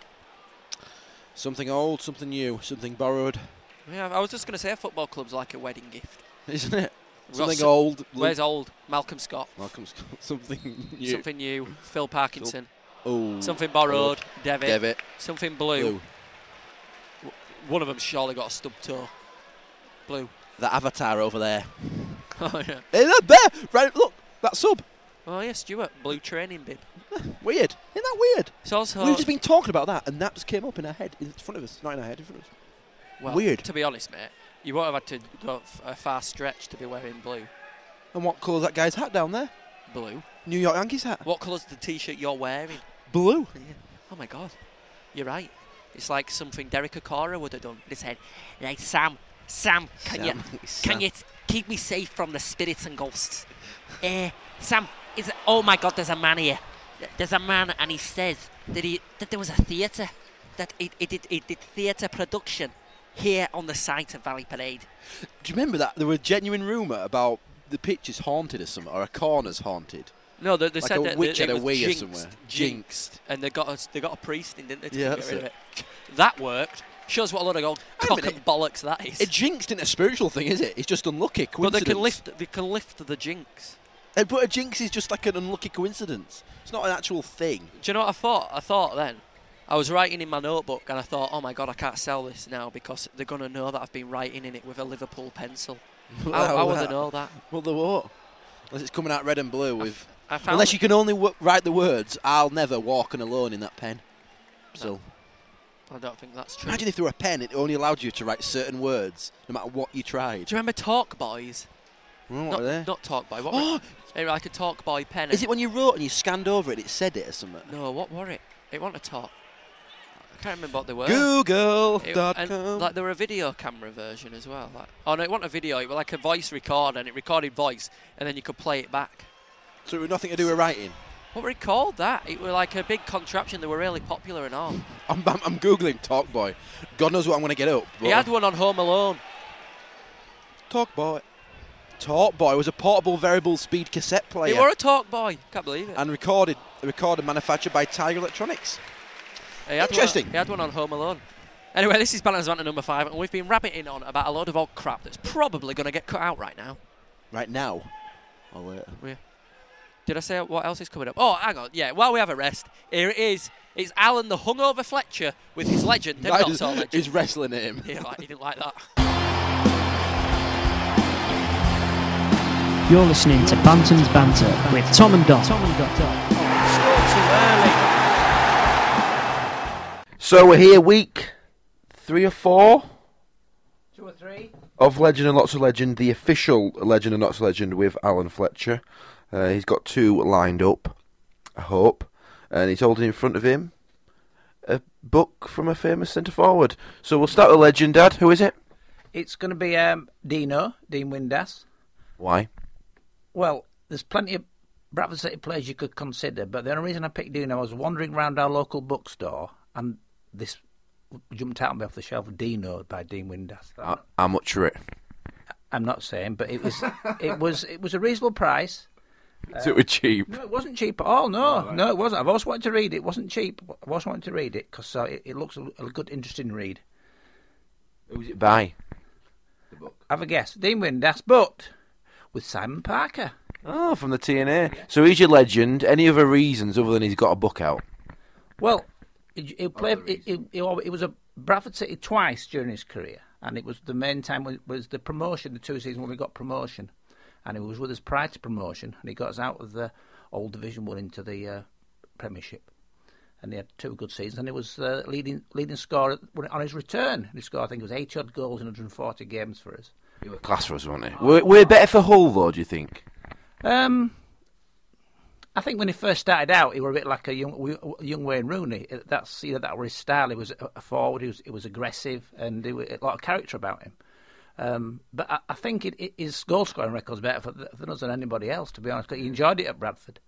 [SPEAKER 4] something old, something new, something borrowed,
[SPEAKER 5] Yeah, I was just going to say a football club's like a wedding gift.
[SPEAKER 4] isn't it?
[SPEAKER 5] We've got
[SPEAKER 4] Something
[SPEAKER 5] s-
[SPEAKER 4] old. Lu-
[SPEAKER 5] Where's old? Malcolm Scott.
[SPEAKER 4] Malcolm's got something new.
[SPEAKER 5] Something new. Phil Parkinson.
[SPEAKER 4] Oh.
[SPEAKER 5] Something borrowed. Devitt.
[SPEAKER 4] Devitt.
[SPEAKER 5] Something blue.
[SPEAKER 4] Blue.
[SPEAKER 5] W- One of them's surely got a stub toe. Blue.
[SPEAKER 4] That avatar over there.
[SPEAKER 5] Oh yeah.
[SPEAKER 4] Hey, that there. Right, look. That sub.
[SPEAKER 5] Oh yeah, Stuart. Blue training bib.
[SPEAKER 4] Weird. Isn't that weird?
[SPEAKER 5] It's also
[SPEAKER 4] We've just been talking about that, and that just came up in our head, in front of us. Not in our head, in front of us.
[SPEAKER 5] well,
[SPEAKER 4] Weird.
[SPEAKER 5] To be honest, mate, you won't have had to go f- a far stretch to be wearing blue.
[SPEAKER 4] And what colour's that guy's hat down there?
[SPEAKER 5] Blue.
[SPEAKER 4] New York Yankees hat.
[SPEAKER 5] What colour's the T-shirt you're wearing?
[SPEAKER 4] Blue.
[SPEAKER 5] Oh my God, you're right. It's like something Derek Okora would have done. He said, "Like Sam, Sam, can you,
[SPEAKER 4] Sam,
[SPEAKER 5] can
[SPEAKER 4] Sam."
[SPEAKER 5] you keep me safe from the spirits and ghosts?" Eh, Sam, is oh my God, there's a man here. Th- There's a man, and he says that he that there was a theatre, that it it did it did theatre production here on the site of Valley Parade.
[SPEAKER 4] Do you remember that? There was a genuine rumour about the pitch is haunted or something, or a corner's haunted.
[SPEAKER 5] No, they, they
[SPEAKER 4] like
[SPEAKER 5] said
[SPEAKER 4] a
[SPEAKER 5] that
[SPEAKER 4] witch
[SPEAKER 5] that
[SPEAKER 4] had
[SPEAKER 5] it
[SPEAKER 4] a
[SPEAKER 5] was
[SPEAKER 4] way
[SPEAKER 5] jinxed,
[SPEAKER 4] or somewhere.
[SPEAKER 5] jinxed, and they got a, they got a priest in, didn't they? To
[SPEAKER 4] Yeah,
[SPEAKER 5] get
[SPEAKER 4] that's
[SPEAKER 5] rid of it. That worked. Shows what a lot of old cock and bollocks that is.
[SPEAKER 4] A jinxed isn't a spiritual thing, is it? It's just unlucky.
[SPEAKER 5] but they
[SPEAKER 4] Coincidence.
[SPEAKER 5] can lift they can lift the jinx.
[SPEAKER 4] Uh, But a jinx is just like an unlucky coincidence. It's not an actual thing.
[SPEAKER 5] Do you know what I thought? I thought then. I was writing in my notebook and I thought, oh my god, I can't sell this now because they're gonna know that I've been writing in it with a Liverpool pencil. How,
[SPEAKER 4] Wow,
[SPEAKER 5] how will they
[SPEAKER 4] that-
[SPEAKER 5] know that?
[SPEAKER 4] Well, they won't. Unless it's coming out red and blue with.
[SPEAKER 5] I found
[SPEAKER 4] unless
[SPEAKER 5] that-
[SPEAKER 4] you can only w- write the words, I'll never walk on alone in that pen. So.
[SPEAKER 5] I don't think that's true.
[SPEAKER 4] Imagine if there were a pen, it only allowed you to write certain words, no matter what you tried.
[SPEAKER 5] Do you remember Talk Boys?
[SPEAKER 4] Mm, what
[SPEAKER 5] not,
[SPEAKER 4] were they?
[SPEAKER 5] not Talk Boy. What
[SPEAKER 4] Oh!
[SPEAKER 5] were it? Like a Talk Boy pen.
[SPEAKER 4] Is it when you wrote and you scanned over it, it said it or something?
[SPEAKER 5] No, what were it? It wasn't a talk. I can't remember what they were.
[SPEAKER 4] Google
[SPEAKER 5] It-
[SPEAKER 4] dot
[SPEAKER 5] and,
[SPEAKER 4] com.
[SPEAKER 5] Like there were a video camera version as well. Like, oh no, it wasn't a video. It was like a voice recorder, and it recorded voice, and then you could play it back.
[SPEAKER 4] So it was nothing to do with writing.
[SPEAKER 5] What were it called? That it were like a big contraption. They were really popular and all.
[SPEAKER 4] I'm, I'm, I'm googling Talk Boy. God knows what I'm going to get up.
[SPEAKER 5] He had one on Home Alone.
[SPEAKER 4] Talk Boy. Talk Boy was a portable variable speed cassette player.
[SPEAKER 5] He were a talk boy. Can't believe it.
[SPEAKER 4] and recorded recorded manufactured by Tiger Electronics.
[SPEAKER 5] He had one-
[SPEAKER 4] Interesting.
[SPEAKER 5] he had one on Home Alone. Anyway, this is Balance Banter number five, and we've been rabbiting on about a load of old crap that's probably going to get cut out right now.
[SPEAKER 4] Right now. Or later.
[SPEAKER 5] Did I say what else is coming up? Oh, hang on. Yeah, while we have a rest, here it is. It's Alan the Hungover Fletcher with his legend. They've
[SPEAKER 4] That
[SPEAKER 5] got
[SPEAKER 4] is-
[SPEAKER 5] sort of legend.
[SPEAKER 4] is wrestling him.
[SPEAKER 5] He, like, he didn't like that.
[SPEAKER 21] You're listening to Bantam's Banter with Tom and Dom.
[SPEAKER 1] So we're here, week three or four. Of Legend and Lots of Legend, the official Legend and Lots of Legend with Alan Fletcher. Uh, he's got two lined up, I hope, and he's holding in front of him a book from a famous centre forward. So we'll start with Legend, Dad. Who is it?
[SPEAKER 18] It's going to be um, Dino, Dean Windass.
[SPEAKER 1] Why?
[SPEAKER 18] Well, there's plenty of Bradford City players you could consider, but the only reason I picked Dino, I was wandering round our local bookstore and this jumped out at me off the shelf, Dino by Dean Windass.
[SPEAKER 1] How, how much for it?
[SPEAKER 18] I'm not saying, but it was it was it was a reasonable price.
[SPEAKER 1] So it was cheap.
[SPEAKER 18] No, it wasn't cheap at all. No, no, it wasn't. I've also wanted to read it. It wasn't cheap. I've also wanted to read it because uh, it, it looks a, a good, interesting read.
[SPEAKER 1] Who's it by?
[SPEAKER 18] Have a guess. Dean Windass, but with Simon Parker.
[SPEAKER 1] Oh, from the TNA. So he's your legend. Any other reasons other than he's got a book out?
[SPEAKER 18] Well, he, he played. He, he, he al- he was a Bradford City twice during his career, and it was the main time was, was the promotion, the two seasons when we got promotion, and he was with us prior to promotion, and he got us out of the old Division One into the uh, Premiership, and he had two good seasons, and he was uh, leading leading scorer on his return. And He scored, I think, it was eight odd goals in 140 games for us.
[SPEAKER 1] Class for us, wasn't it? We're, we're better for Hull, though, do you think?
[SPEAKER 18] Um, I think when he first started out, he were a bit like a young, young Wayne Rooney. That's uh, you know that was his style. He was a forward. He was, he was aggressive, and he was a lot of character about him. Um, but I, I think it, it, his goal scoring record's better for, for us than anybody else, to be honest. 'cause He enjoyed it at Bradford,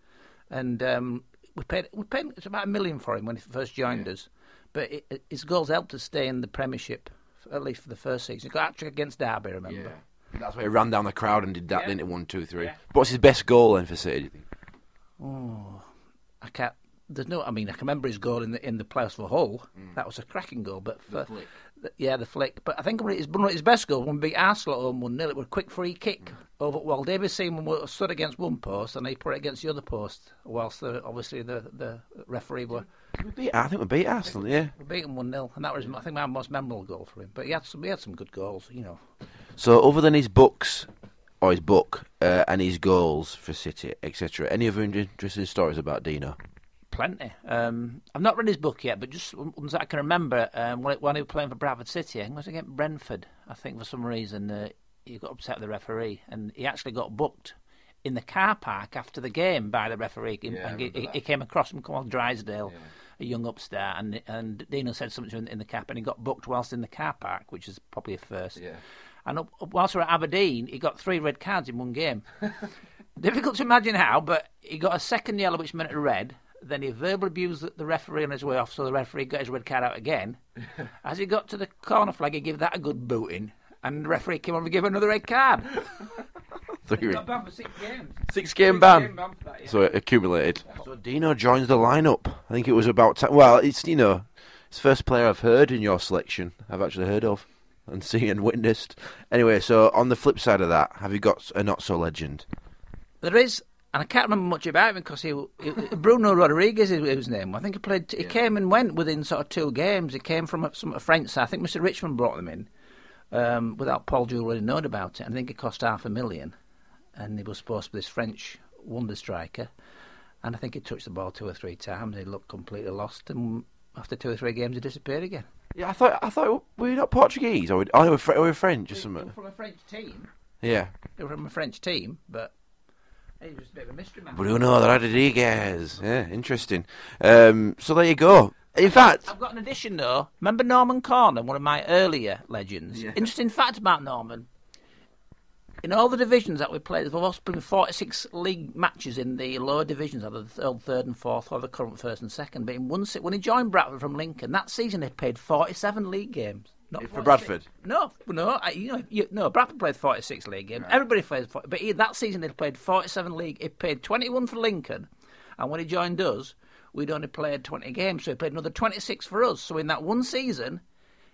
[SPEAKER 18] and um, we paid we paid it's about a million for him when he first joined us. But it, it- his goals helped us stay in the Premiership f- at least for the first season. He got hat trick against Derby, remember?
[SPEAKER 1] That's where he ran down the crowd and did that, didn't it? One, two, three. What's his best goal then for City? Do you think?
[SPEAKER 18] Oh, I can't. There's no. I mean, I can remember his goal in the in the playoffs for Hull. That was a cracking goal. But for,
[SPEAKER 2] Mm. The flick.
[SPEAKER 18] th- yeah, the flick. But I think one of his, one of his best goals when we beat Arsenal at home one 0 It was a quick free kick over. Well, David Seaman wa- stood against one post and he put it against the other post. Whilst the, obviously the the referee were
[SPEAKER 1] Beat, I think we beat Arsenal, yeah.
[SPEAKER 18] we beat him one 0 and that was I think my most memorable goal for him. But he had some he had some good goals, you know.
[SPEAKER 1] So, other than his books, or his book, uh, and his goals for City, etc., any other in- interesting stories about Dino?
[SPEAKER 18] Plenty. Um, I've not read his book yet, but just ones that I can remember. Um, when, when he was playing for Bradford City, I think it was against Brentford. I think for some reason uh, he got upset with the referee, and he actually got booked in the car park after the game by the referee.
[SPEAKER 2] Yeah, I
[SPEAKER 18] and he,
[SPEAKER 2] remember
[SPEAKER 18] he-
[SPEAKER 2] that.
[SPEAKER 18] he came across him called Drysdale, a young upstart, and and Dino said something to him in the cap, and he got booked whilst in the car park, which is probably a first. Yeah. And up, up- whilst we were at Aberdeen, he got three red cards in one game. Difficult to imagine how, but he got a second yellow, which meant a red. Then he verbally abused the- the referee on his way off, so the referee got his red card out again. As he got to the corner flag, he gave that a good booting, and the referee came on and gave another red card.
[SPEAKER 1] Three.
[SPEAKER 18] Got banned for six games.
[SPEAKER 1] Six game ban. So it accumulated. So Dino joins the lineup. I think it was about time. Well, it's you know, it's the first player I've heard in your selection. I've actually heard of and seen and witnessed. Anyway, so on the flip side of that, have you got a not so legend?
[SPEAKER 18] There is, and I can't remember much about him because he, he Bruno Rodriguez is his name. I think he played. He came and went within sort of two games. He came from a, some a French side. I think Mr. Richmond brought them in um, without Paul Jewell really knowing about it. I think it cost half a million, and he was supposed to be this French wonder striker. And I think he touched the ball two or three times. He looked completely lost, and after two or three games, he disappeared again.
[SPEAKER 1] Yeah, I thought I thought we were not Portuguese. Or we, oh, we were, Fr- we were French or something.
[SPEAKER 18] From a French team,
[SPEAKER 1] Yeah,
[SPEAKER 18] they were from a French team, but he was a bit of a mystery man.
[SPEAKER 1] Bruno Rodriguez. Yeah, interesting. Um, so there you go. In fact,
[SPEAKER 18] I've got an addition though. Remember Norman Corner, one of my earlier legends. Interesting fact about Norman. In all the divisions that we played, there was been 46 league matches in the lower divisions, either the old third and fourth, or the current first and second. But in one, se- when he joined Bradford from Lincoln, that season he played 47 league games. Not
[SPEAKER 1] for
[SPEAKER 18] 46.
[SPEAKER 1] Bradford?
[SPEAKER 18] No, no, I, you know, you, no. Bradford played 46 league games. Everybody played, 40, but he, that season he played 47 league. He played 21 for Lincoln, and when he joined us, we'd only played 20 games, so he played another 26 for us. So in that one season,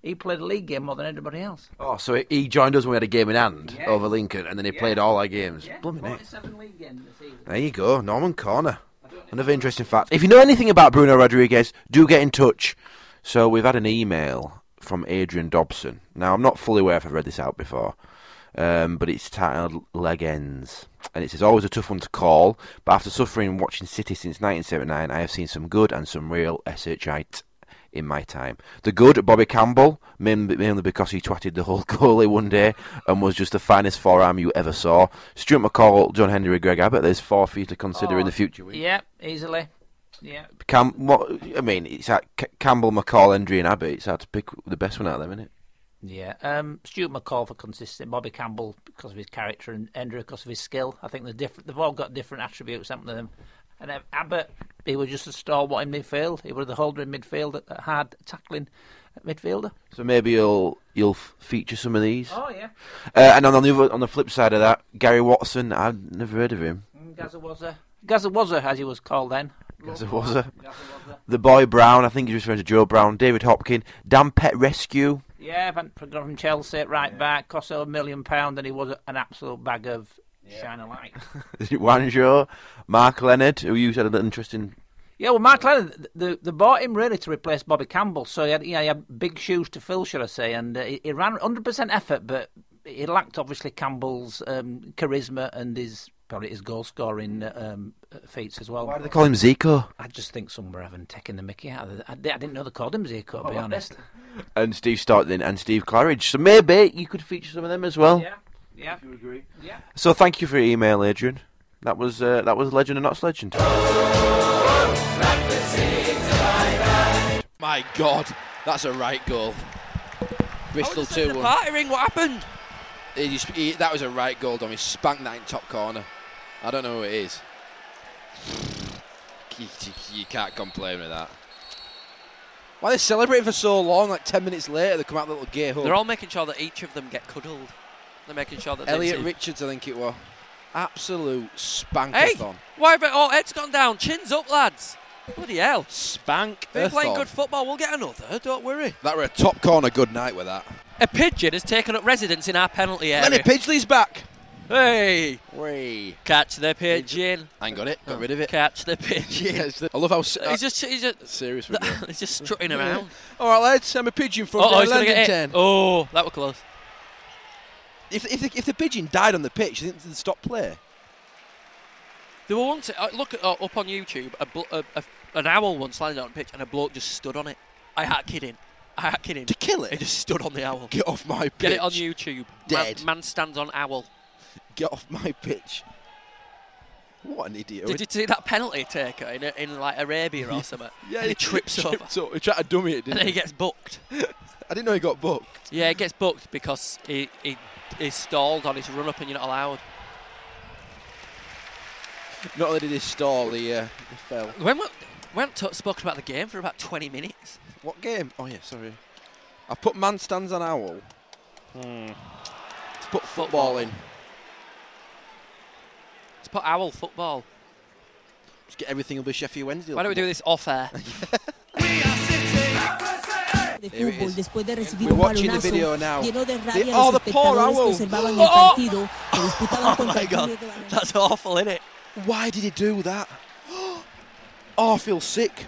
[SPEAKER 18] he played a league game more than anybody else.
[SPEAKER 1] oh, so he joined us when we had a game in hand over Lincoln, and then he played all our games. Blimey, heck.
[SPEAKER 18] 47 league games this season.
[SPEAKER 1] There you go, Norman Corner. Another interesting fact. If you know anything about Bruno Rodriguez, do get in touch. So we've had an email from Adrian Dobson. Now I'm not fully aware if I've read this out before, um, but it's titled Leg Ends, and it says always a tough one to call. But after suffering and watching City since 1979, I have seen some good and some real shite in my time. The good, Bobby Campbell, main- mainly because he twatted the whole goalie one day and was just the finest forearm you ever saw. Stuart McCall, John Henry, Greg Abbott, there's four for you to consider in the future.
[SPEAKER 18] Oh, Yeah, easily. Yeah.
[SPEAKER 1] Cam, what, I mean, it's like C- Campbell, McCall, Hendry and Abbott. It's hard to pick the best one out of them, isn't it?
[SPEAKER 18] Yeah, um, Stuart McCall for consistent, Bobby Campbell because of his character, and Andrew because of his skill. I think they're different. They've all got different attributes, haven't they? And uh, Abbott, he was just a stalwart in midfield. He was the holder in midfield, a hard tackling midfielder.
[SPEAKER 1] So maybe you'll you'll f- feature some of these.
[SPEAKER 18] Oh, yeah.
[SPEAKER 1] Uh, and on the other, on the flip side of that, Gary Watson. I've never heard of him.
[SPEAKER 18] Gazawaza, Gazawaza, as he was called then.
[SPEAKER 1] As it was uh, a, the boy Brown. I think he's referring to Joe Brown. David Hopkin. Dan Pet Rescue.
[SPEAKER 18] Yeah, Van got from Chelsea, right back, cost over a million pound, and he was an absolute bag of shine a light.
[SPEAKER 1] Is it Wanjo? Mark Leonard, who you said had an interesting.
[SPEAKER 18] Yeah, well, Mark Lennon, they, they bought him really to replace Bobby Campbell, so he had, you know, he had big shoes to fill, shall I say, and uh, he, he ran 100% effort, but he lacked, obviously, Campbell's um, charisma and his probably his goal scoring uh, um, uh, feats as well. Why do
[SPEAKER 1] They call him Zico.
[SPEAKER 18] I just think some were having taken the mickey out of it. I, di- I didn't know they called him Zico, to be
[SPEAKER 1] well,
[SPEAKER 18] honest.
[SPEAKER 1] And Steve Startling and Steve Claridge. So maybe you could feature some of them as well.
[SPEAKER 18] Yeah. you agree. Yeah.
[SPEAKER 1] So thank you for your email, Adrian. That was uh, that was legend and not legend.
[SPEAKER 4] My God, that's a right goal. Bristol 2
[SPEAKER 5] The
[SPEAKER 4] 1.
[SPEAKER 5] party ring, what happened?
[SPEAKER 4] He just- he- that was a right goal, Dom. He spanked that in top corner. I don't know who it is. You, you- you can't complain with that. Why are they celebrating for so long? Like 10 minutes later, they come out with a little gay hug.
[SPEAKER 5] They're all making sure that each of them get cuddled. They're making sure that
[SPEAKER 4] Elliot
[SPEAKER 5] Lindsay-
[SPEAKER 4] Richards, I think it was. Absolute spankathon.
[SPEAKER 5] Why have it? Oh, head's gone down. Chin's up, lads. Bloody hell.
[SPEAKER 4] Spank.
[SPEAKER 5] They're playing
[SPEAKER 4] Earthon.
[SPEAKER 5] good football. We'll get another. Don't worry.
[SPEAKER 4] That were a top corner good night with that.
[SPEAKER 5] A pigeon has taken up residence in our penalty area.
[SPEAKER 4] Lenny Pidgley's back.
[SPEAKER 5] Hey.
[SPEAKER 4] Way.
[SPEAKER 5] Catch the pigeon.
[SPEAKER 4] I ain't got it. Got rid of it.
[SPEAKER 5] Catch the pigeon.
[SPEAKER 4] I love how s-
[SPEAKER 5] Oh, he's just he's just
[SPEAKER 4] serious. With
[SPEAKER 5] he's just strutting around.
[SPEAKER 4] All right, lads. I'm a pigeon from
[SPEAKER 5] Oh,
[SPEAKER 4] uh,
[SPEAKER 5] he's gonna
[SPEAKER 4] London
[SPEAKER 5] get hit.
[SPEAKER 4] 10.
[SPEAKER 5] Oh, that were close.
[SPEAKER 4] If, if, the, if the pigeon died on the pitch, you think they'd stop play?
[SPEAKER 5] They were once uh, look at, uh, up on YouTube. A blo- a, a, an owl once landed on a pitch, and a bloke just stood on it. I had kidding. I had kidding. To
[SPEAKER 4] kill it,
[SPEAKER 5] he just stood on the owl.
[SPEAKER 4] Get off my
[SPEAKER 5] Get it on
[SPEAKER 4] pitch.
[SPEAKER 5] YouTube.
[SPEAKER 4] Dead.
[SPEAKER 5] Man, man stands on owl.
[SPEAKER 4] Get off my pitch. What an idiot.
[SPEAKER 5] Did you see that penalty taker in, in like Arabia or something?
[SPEAKER 4] Yeah,
[SPEAKER 5] and he trips over.
[SPEAKER 4] up. He tried to dummy it,
[SPEAKER 5] And
[SPEAKER 4] didn't
[SPEAKER 5] then he gets booked.
[SPEAKER 4] I didn't know he got booked.
[SPEAKER 5] Yeah, he gets booked because he, he is stalled on his run up and you're not allowed.
[SPEAKER 4] Not only did he stall, he, uh, he fell.
[SPEAKER 5] When we, we haven't t- spoken about the game for about 20 minutes.
[SPEAKER 4] What game? Oh, yeah, sorry. I put man stands on owl. Hmm. Let's put football in.
[SPEAKER 5] Let's put owl football.
[SPEAKER 4] Let's get everything will be Sheffield Wednesday.
[SPEAKER 5] Why don't we do this off air?
[SPEAKER 4] Here it is.
[SPEAKER 2] después de recibir
[SPEAKER 4] We're
[SPEAKER 2] un
[SPEAKER 4] watching the
[SPEAKER 2] balonazo
[SPEAKER 4] video now.
[SPEAKER 2] lleno de
[SPEAKER 4] The-
[SPEAKER 2] rabia
[SPEAKER 4] oh,
[SPEAKER 2] los
[SPEAKER 4] the
[SPEAKER 2] espectadores
[SPEAKER 4] poor
[SPEAKER 2] que
[SPEAKER 4] owl.
[SPEAKER 2] observaban el
[SPEAKER 4] Oh.
[SPEAKER 2] partido que disputaban
[SPEAKER 4] Oh
[SPEAKER 2] contra
[SPEAKER 4] my
[SPEAKER 2] el Junior
[SPEAKER 4] god,
[SPEAKER 2] de Valencia.
[SPEAKER 5] that's awful, isn't it?
[SPEAKER 4] Why did he do that? Oh, I feel sick.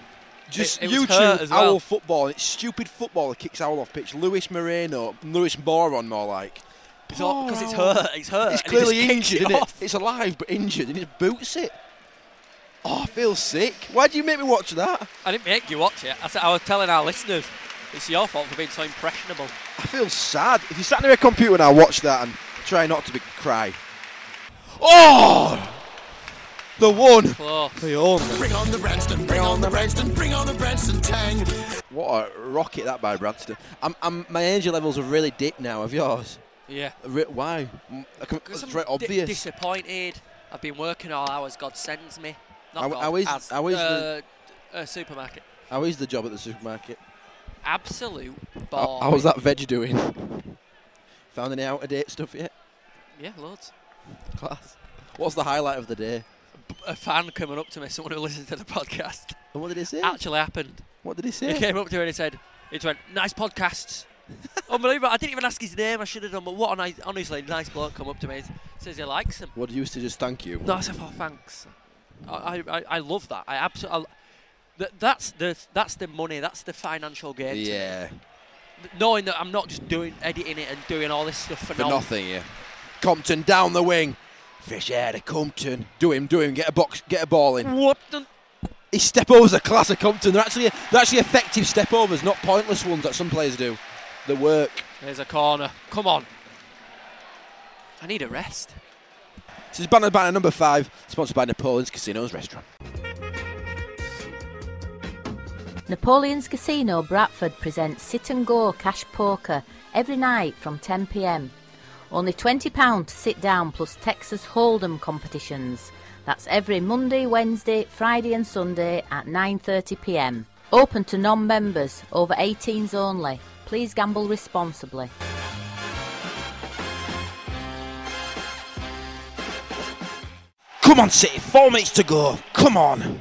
[SPEAKER 4] Just
[SPEAKER 5] It- it was hurt
[SPEAKER 4] YouTube
[SPEAKER 5] as well.
[SPEAKER 4] owl football. and It's stupid football that kicks owl off pitch. Luis Moreno, Luis Moron, more like.
[SPEAKER 5] It's all- 'cause it's
[SPEAKER 4] Poor owl.
[SPEAKER 5] hurt, it's hurt,
[SPEAKER 4] It's
[SPEAKER 5] and he just
[SPEAKER 4] clearly
[SPEAKER 5] kicks
[SPEAKER 4] injured.
[SPEAKER 5] it
[SPEAKER 4] isn't it?
[SPEAKER 5] off.
[SPEAKER 4] It's alive but injured, and he just boots it. Oh, I feel sick. Why do you make me watch that?
[SPEAKER 5] I didn't make you watch it. I, said, I was telling our listeners it's your fault for being so impressionable.
[SPEAKER 4] I feel sad. If you sat near a computer and I watch that and try not to be cry. Oh, the one,
[SPEAKER 5] Close.
[SPEAKER 4] the only.
[SPEAKER 7] Bring on the Branston, bring on the Branston, bring on the Branston Tang.
[SPEAKER 4] What a rocket that by Bradston. I'm, I'm, my energy levels are really dipped now. Of yours?
[SPEAKER 5] Yeah.
[SPEAKER 4] Re- why? Mm, I can-
[SPEAKER 5] Because
[SPEAKER 4] It's
[SPEAKER 5] I'm
[SPEAKER 4] very
[SPEAKER 5] di-
[SPEAKER 4] obvious.
[SPEAKER 5] disappointed. I've been working all hours God sends me. Not
[SPEAKER 4] How-
[SPEAKER 5] God,
[SPEAKER 4] how is-
[SPEAKER 5] as,
[SPEAKER 4] how is
[SPEAKER 5] uh,
[SPEAKER 4] the-
[SPEAKER 5] a supermarket.
[SPEAKER 4] How is the job at the supermarket?
[SPEAKER 5] Absolute
[SPEAKER 4] How,
[SPEAKER 7] Oh.
[SPEAKER 5] ball.
[SPEAKER 4] how's that veg doing? Found any out of date stuff yet?
[SPEAKER 5] Yeah, loads.
[SPEAKER 4] Class. What's the highlight of the day?
[SPEAKER 5] A fan coming up to me, someone who listens to the podcast.
[SPEAKER 4] And what did he say?
[SPEAKER 5] Actually happened.
[SPEAKER 4] What did he
[SPEAKER 5] He
[SPEAKER 4] say?
[SPEAKER 5] came up to me and he said, he just went, nice podcasts. Unbelievable. I didn't even ask his name. I should have done, but what a nice, honestly, nice bloke come up to me. He says he likes him.
[SPEAKER 4] What did you used to just thank you?
[SPEAKER 5] No, I said, oh, thanks. I, I, I- I love that. I absolutely. Th- that's the that's the money. That's the financial gain. to me.
[SPEAKER 4] Yeah.
[SPEAKER 5] Th- Knowing that I'm not just doing editing it and doing all this stuff for,
[SPEAKER 4] For
[SPEAKER 5] no-
[SPEAKER 4] nothing, yeah. Compton down the wing. Fish air to Compton. Do him, do him. Get a box, get a ball in.
[SPEAKER 5] What? The?
[SPEAKER 4] His step overs are class of Compton. They're actually they're actually effective step overs, not pointless ones that some players do. They work.
[SPEAKER 5] There's a corner. Come on. I need a rest.
[SPEAKER 4] This is Banner Banner number five, sponsored by Napoleon's Casinos Restaurant.
[SPEAKER 10] Napoleon's Casino Bradford presents sit and go cash poker every night from 10 pm. Only £20 to sit down plus Texas Hold'em competitions. That's every Monday, Wednesday, Friday and Sunday at 9:30 pm. Open to non-members over 18s only. Please gamble responsibly.
[SPEAKER 4] Come on, City. Four minutes to go. Come on.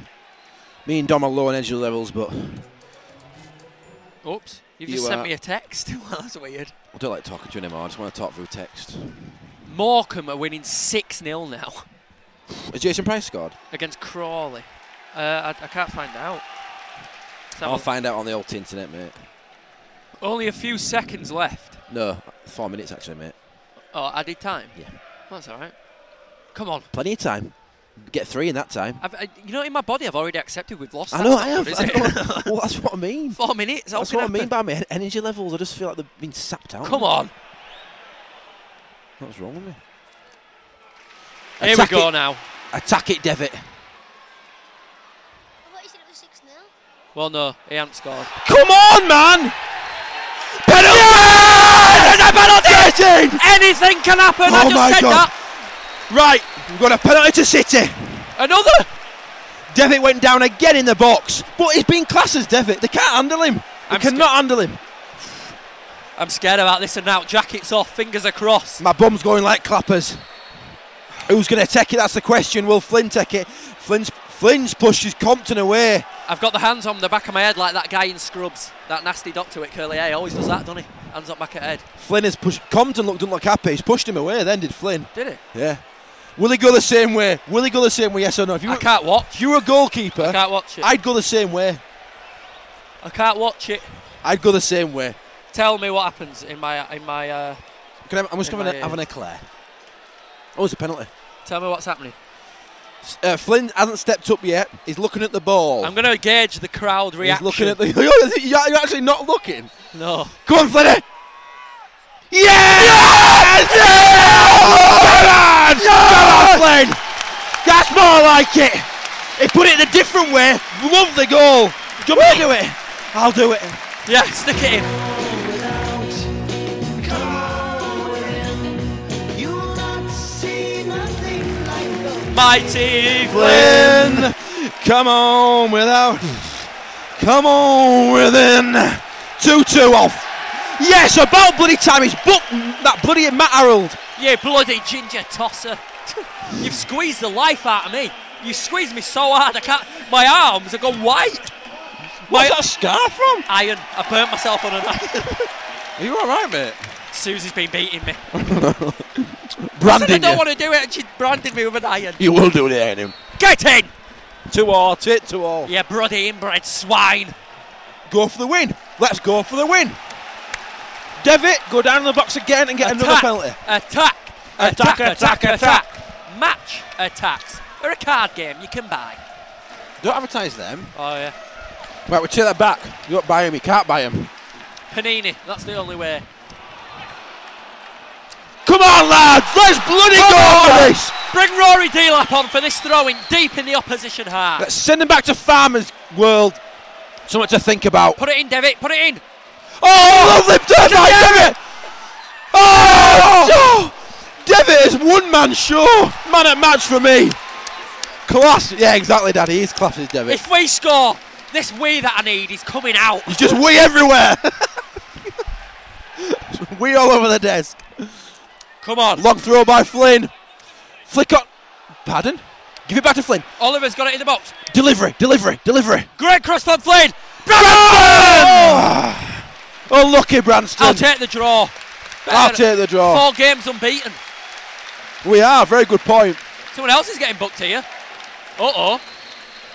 [SPEAKER 4] Me and Dom are low on energy levels, but I
[SPEAKER 5] Oops. You've
[SPEAKER 4] You
[SPEAKER 5] just sent
[SPEAKER 4] are-
[SPEAKER 5] me a text. well, that's weird.
[SPEAKER 4] don't like talking to you anymore. I just want to talk through text.
[SPEAKER 5] Morecambe are winning 6 0 now
[SPEAKER 4] Has Jason Price scored?
[SPEAKER 5] against Crawley. Uh, I, I can't find out. So
[SPEAKER 4] I'll find out on the old internet, mate.
[SPEAKER 5] only a few seconds left.
[SPEAKER 4] No, four minutes actually, mate.
[SPEAKER 5] Oh, added time?
[SPEAKER 4] Yeah.
[SPEAKER 5] That's alright. Come on.
[SPEAKER 4] Plenty of time. Get three in that time.
[SPEAKER 5] I've, I, you know, in my body, I've already accepted we've lost.
[SPEAKER 4] I
[SPEAKER 5] that.
[SPEAKER 4] know,
[SPEAKER 5] It's
[SPEAKER 4] I
[SPEAKER 5] not
[SPEAKER 4] have.
[SPEAKER 5] good,
[SPEAKER 4] I
[SPEAKER 5] is it?
[SPEAKER 4] know. well, that's what I mean.
[SPEAKER 5] Four minutes. how
[SPEAKER 4] That's
[SPEAKER 5] can
[SPEAKER 4] what I mean
[SPEAKER 5] happen?
[SPEAKER 4] by my en- energy levels. I just feel like they've been sapped out.
[SPEAKER 5] Come on.
[SPEAKER 4] What's wrong with me?
[SPEAKER 5] Here we
[SPEAKER 4] Attack
[SPEAKER 5] go
[SPEAKER 4] it.
[SPEAKER 5] now.
[SPEAKER 4] Attack it, Devitt.
[SPEAKER 5] Well, no, he hasn't scored.
[SPEAKER 4] Come on, man! Penalty! There's a penalty! again!
[SPEAKER 5] Anything can happen. I
[SPEAKER 4] oh
[SPEAKER 5] just
[SPEAKER 4] my
[SPEAKER 5] said
[SPEAKER 4] god!
[SPEAKER 5] that.
[SPEAKER 4] Right, we've got a penalty to City.
[SPEAKER 5] Another.
[SPEAKER 4] Devitt went down again in the box, but he's been classed as Devitt. They can't handle him. They cannot handle him.
[SPEAKER 5] I'm scared about this and now. Jackets off, fingers across.
[SPEAKER 4] My bum's going like clappers. Who's going to take it? That's the question. Will Flynn take it? Flynn's Flynn's pushes Compton away.
[SPEAKER 5] I've got the hands on the back of my head like that guy in Scrubs. That nasty doctor with curly hair always does that, doesn't he? Hands up back at head.
[SPEAKER 4] Flynn has pushed. Compton looked didn't look happy. He's pushed him away. Then did Flynn?
[SPEAKER 5] Did it?
[SPEAKER 4] Yeah. Will he go the same way? Will he go the same way? Yes or no? If you I
[SPEAKER 5] can't watch.
[SPEAKER 4] If you were a goalkeeper, I
[SPEAKER 5] can't watch it.
[SPEAKER 4] I'd go the same way.
[SPEAKER 5] I can't watch it.
[SPEAKER 4] I'd go the same way.
[SPEAKER 5] Tell me what happens in my in my. Uh,
[SPEAKER 4] Can I, I'm just
[SPEAKER 5] in
[SPEAKER 4] going to
[SPEAKER 5] my
[SPEAKER 4] have an
[SPEAKER 5] ears.
[SPEAKER 4] eclair. Oh, it's a penalty.
[SPEAKER 5] Tell me what's happening.
[SPEAKER 4] S- Uh, Flynn hasn't stepped up yet. He's looking at the ball.
[SPEAKER 5] I'm going to gauge the crowd
[SPEAKER 4] Oh. He's
[SPEAKER 5] reaction.
[SPEAKER 4] looking at the. You're you're actually not looking.
[SPEAKER 5] No.
[SPEAKER 4] Come on, Flinny! Yes! Come on, Flynn! That's more like it. He put it in a different way. Lovely goal. Do you want me to do it? I'll do it.
[SPEAKER 5] Yeah, stick it in. Mighty
[SPEAKER 4] Flynn, come on without. Come on within. 2 2 off. Yes, about bloody time. He's booked that bloody Matt Harold.
[SPEAKER 5] You bloody ginger tosser. You've squeezed the life out of me. You squeezed me so hard I can't. My arms have gone white.
[SPEAKER 4] Where's that scar from?
[SPEAKER 5] Iron. I burnt myself on an iron.
[SPEAKER 4] Are you alright, mate?
[SPEAKER 5] Susie's been beating me. I said I
[SPEAKER 4] Branding.
[SPEAKER 5] don't
[SPEAKER 4] you.
[SPEAKER 5] want to do it, and she branded me with an iron.
[SPEAKER 4] You will do it, ain't him.
[SPEAKER 5] Get in!
[SPEAKER 4] Two all, tit to all.
[SPEAKER 5] You bloody inbred swine.
[SPEAKER 4] Go for the win. Let's go for the win. Devitt, go down in the box again and get another
[SPEAKER 5] Attack.
[SPEAKER 4] penalty.
[SPEAKER 5] Attack.
[SPEAKER 4] Attack, attack,
[SPEAKER 5] Match attacks. They're a card game you can buy.
[SPEAKER 4] Don't advertise them.
[SPEAKER 5] Oh, yeah.
[SPEAKER 4] Right, we take that back. You don't buy him, you can't buy him.
[SPEAKER 5] Panini, that's the only way.
[SPEAKER 4] Come on, lads! Let's bloody go for this!
[SPEAKER 5] Bring Rory Delap on for this throw in deep in the opposition half.
[SPEAKER 4] Let's send him back to Farmer's World. Something to think about.
[SPEAKER 5] Put it in, Devitt, put it in.
[SPEAKER 4] Oh, lovely turn by Devitt! Oh! Devitt is one man show. Man at match for me. Class. Yeah, exactly, Daddy. He's class as Devitt.
[SPEAKER 5] If we score, this we that I need is coming out.
[SPEAKER 4] He's just wee everywhere. wee all over the desk.
[SPEAKER 5] Come on.
[SPEAKER 4] Long throw by Flynn. Flick on. Pardon? Give it back to Flynn.
[SPEAKER 5] Oliver's got it in the box.
[SPEAKER 4] Delivery, delivery, delivery.
[SPEAKER 5] Great cross from Flynn.
[SPEAKER 4] Branston! Unlucky Oh, Branston.
[SPEAKER 5] I'll take the draw.
[SPEAKER 4] I'll take the draw.
[SPEAKER 5] Four games unbeaten.
[SPEAKER 4] We are. Very good point.
[SPEAKER 5] Someone else is getting booked here. Uh oh.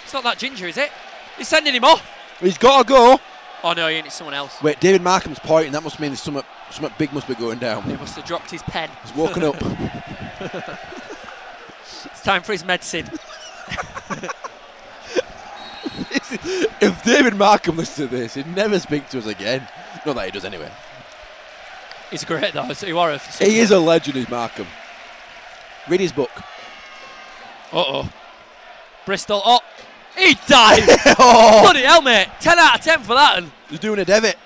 [SPEAKER 5] It's not that ginger, is it? He's sending him off.
[SPEAKER 4] He's got to go.
[SPEAKER 5] Oh no, Ian, it's someone else.
[SPEAKER 4] Wait, David Markham's pointing. That must mean something, something big must be going
[SPEAKER 5] He
[SPEAKER 4] down.
[SPEAKER 5] must have dropped his pen.
[SPEAKER 4] He's walking up.
[SPEAKER 5] It's time for his medicine.
[SPEAKER 4] if David Markham listens to this, he'd never speak to us again. Not that he does anyway.
[SPEAKER 5] He's great though, so you are a
[SPEAKER 4] He is a legend, is Markham. Read his book.
[SPEAKER 5] Uh oh. Bristol. Oh, he died. Bloody hell, mate. 10 out of 10 for that. And
[SPEAKER 4] He's doing a Devitt.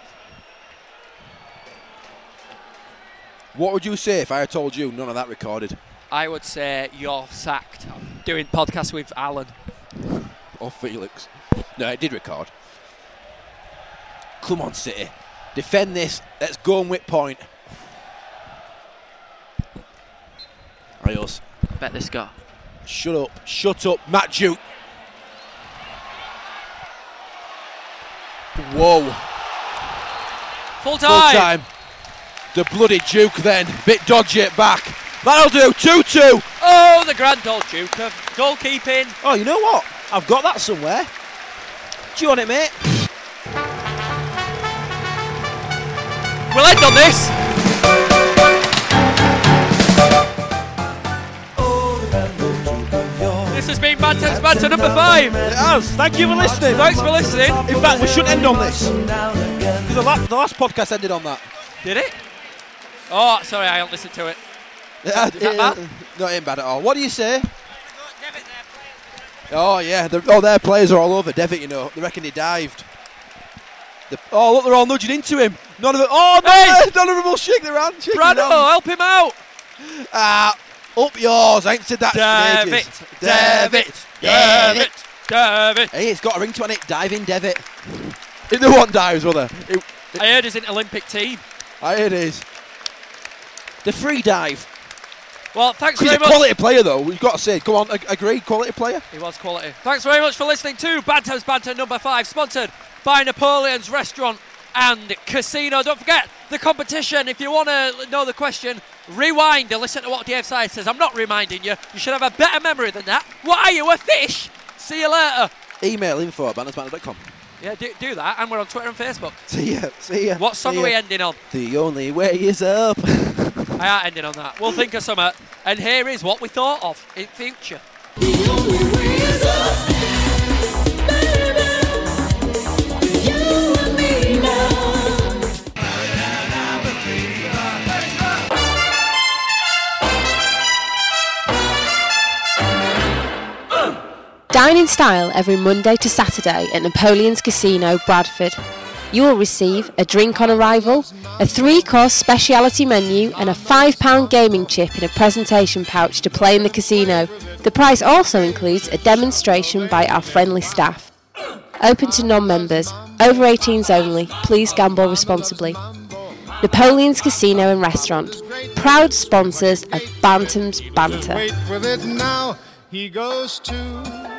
[SPEAKER 4] What would you say if I had told you none of that recorded?
[SPEAKER 5] I would say you're sacked. I'm doing podcasts with Alan.
[SPEAKER 4] Or Felix? No, it did record. Come on, City. Defend this. Let's go and whip point. Adios.
[SPEAKER 5] Bet this guy.
[SPEAKER 4] Shut up. Shut up, Matt Duke. Whoa.
[SPEAKER 5] Full time.
[SPEAKER 4] Full time. The bloody Duke then. Bit dodgy at back. That'll do. 2 2.
[SPEAKER 5] Oh, the grand old Duke of goalkeeping.
[SPEAKER 4] Oh, you know what? I've got that somewhere. Do you want it, mate?
[SPEAKER 5] We'll end on this. This has been Bantam's Banter number five.
[SPEAKER 4] It has. Thank you for listening.
[SPEAKER 5] Thanks for listening.
[SPEAKER 4] In fact, we should end on this. 'Cause The, la- the last podcast ended on that.
[SPEAKER 5] Did it? Oh, sorry, I don't listen to it.
[SPEAKER 4] It had-
[SPEAKER 5] Is that
[SPEAKER 4] it-
[SPEAKER 5] bad?
[SPEAKER 4] Not in bad at all. What do you say? Oh yeah, the, oh their players are all over Devitt. You know, they reckon he dived. The, oh, look, they're all nudging into him. None of them. Oh, no! Hey! oh. Donovan will shake their hand. Shake
[SPEAKER 5] Brado, oh, help
[SPEAKER 4] him out. Ah, up yours. I ain't said that
[SPEAKER 5] Devitt,
[SPEAKER 4] for ages.
[SPEAKER 5] Devitt,
[SPEAKER 4] Devitt, Devitt. Hey, it's got a ring to it. Dive in, Devitt. In the one dives, brother. It,
[SPEAKER 5] I heard he's in the Olympic team.
[SPEAKER 4] ah, it is. The free dive.
[SPEAKER 5] Well, thanks
[SPEAKER 4] He's
[SPEAKER 5] very
[SPEAKER 4] a
[SPEAKER 5] much.
[SPEAKER 4] quality player, though. We've got to say. Come on, ag- agree. Quality player.
[SPEAKER 5] He was quality. Thanks very much for listening to Bantam's Banter number five, sponsored by Napoleon's Restaurant and Casino. Don't forget the competition. If you want to know the question, rewind and listen to what Dave Side says. I'm not reminding you. You should have a better memory than that. What are you, a fish? See you later.
[SPEAKER 4] Email info at bannersbanner.com.
[SPEAKER 5] Yeah, do, do that. And we're on Twitter and Facebook.
[SPEAKER 4] See ya. See ya.
[SPEAKER 5] What song
[SPEAKER 4] see
[SPEAKER 5] are we
[SPEAKER 4] ya.
[SPEAKER 5] ending on?
[SPEAKER 4] The only way is up.
[SPEAKER 5] I are ending on that. We'll think of summer. And here is what we thought of in future.
[SPEAKER 2] Dine in style every Monday to Saturday at Napoleon's Casino, Bradford. You will receive a drink on arrival, a three course speciality menu, and a £5 gaming chip in a presentation pouch to play in the casino. The price also includes a demonstration by our friendly staff. Open to non members, over 18s only, please gamble responsibly. Napoleon's Casino and Restaurant, proud sponsors of Bantam's Banter.
[SPEAKER 3] Wait with it now. He goes to.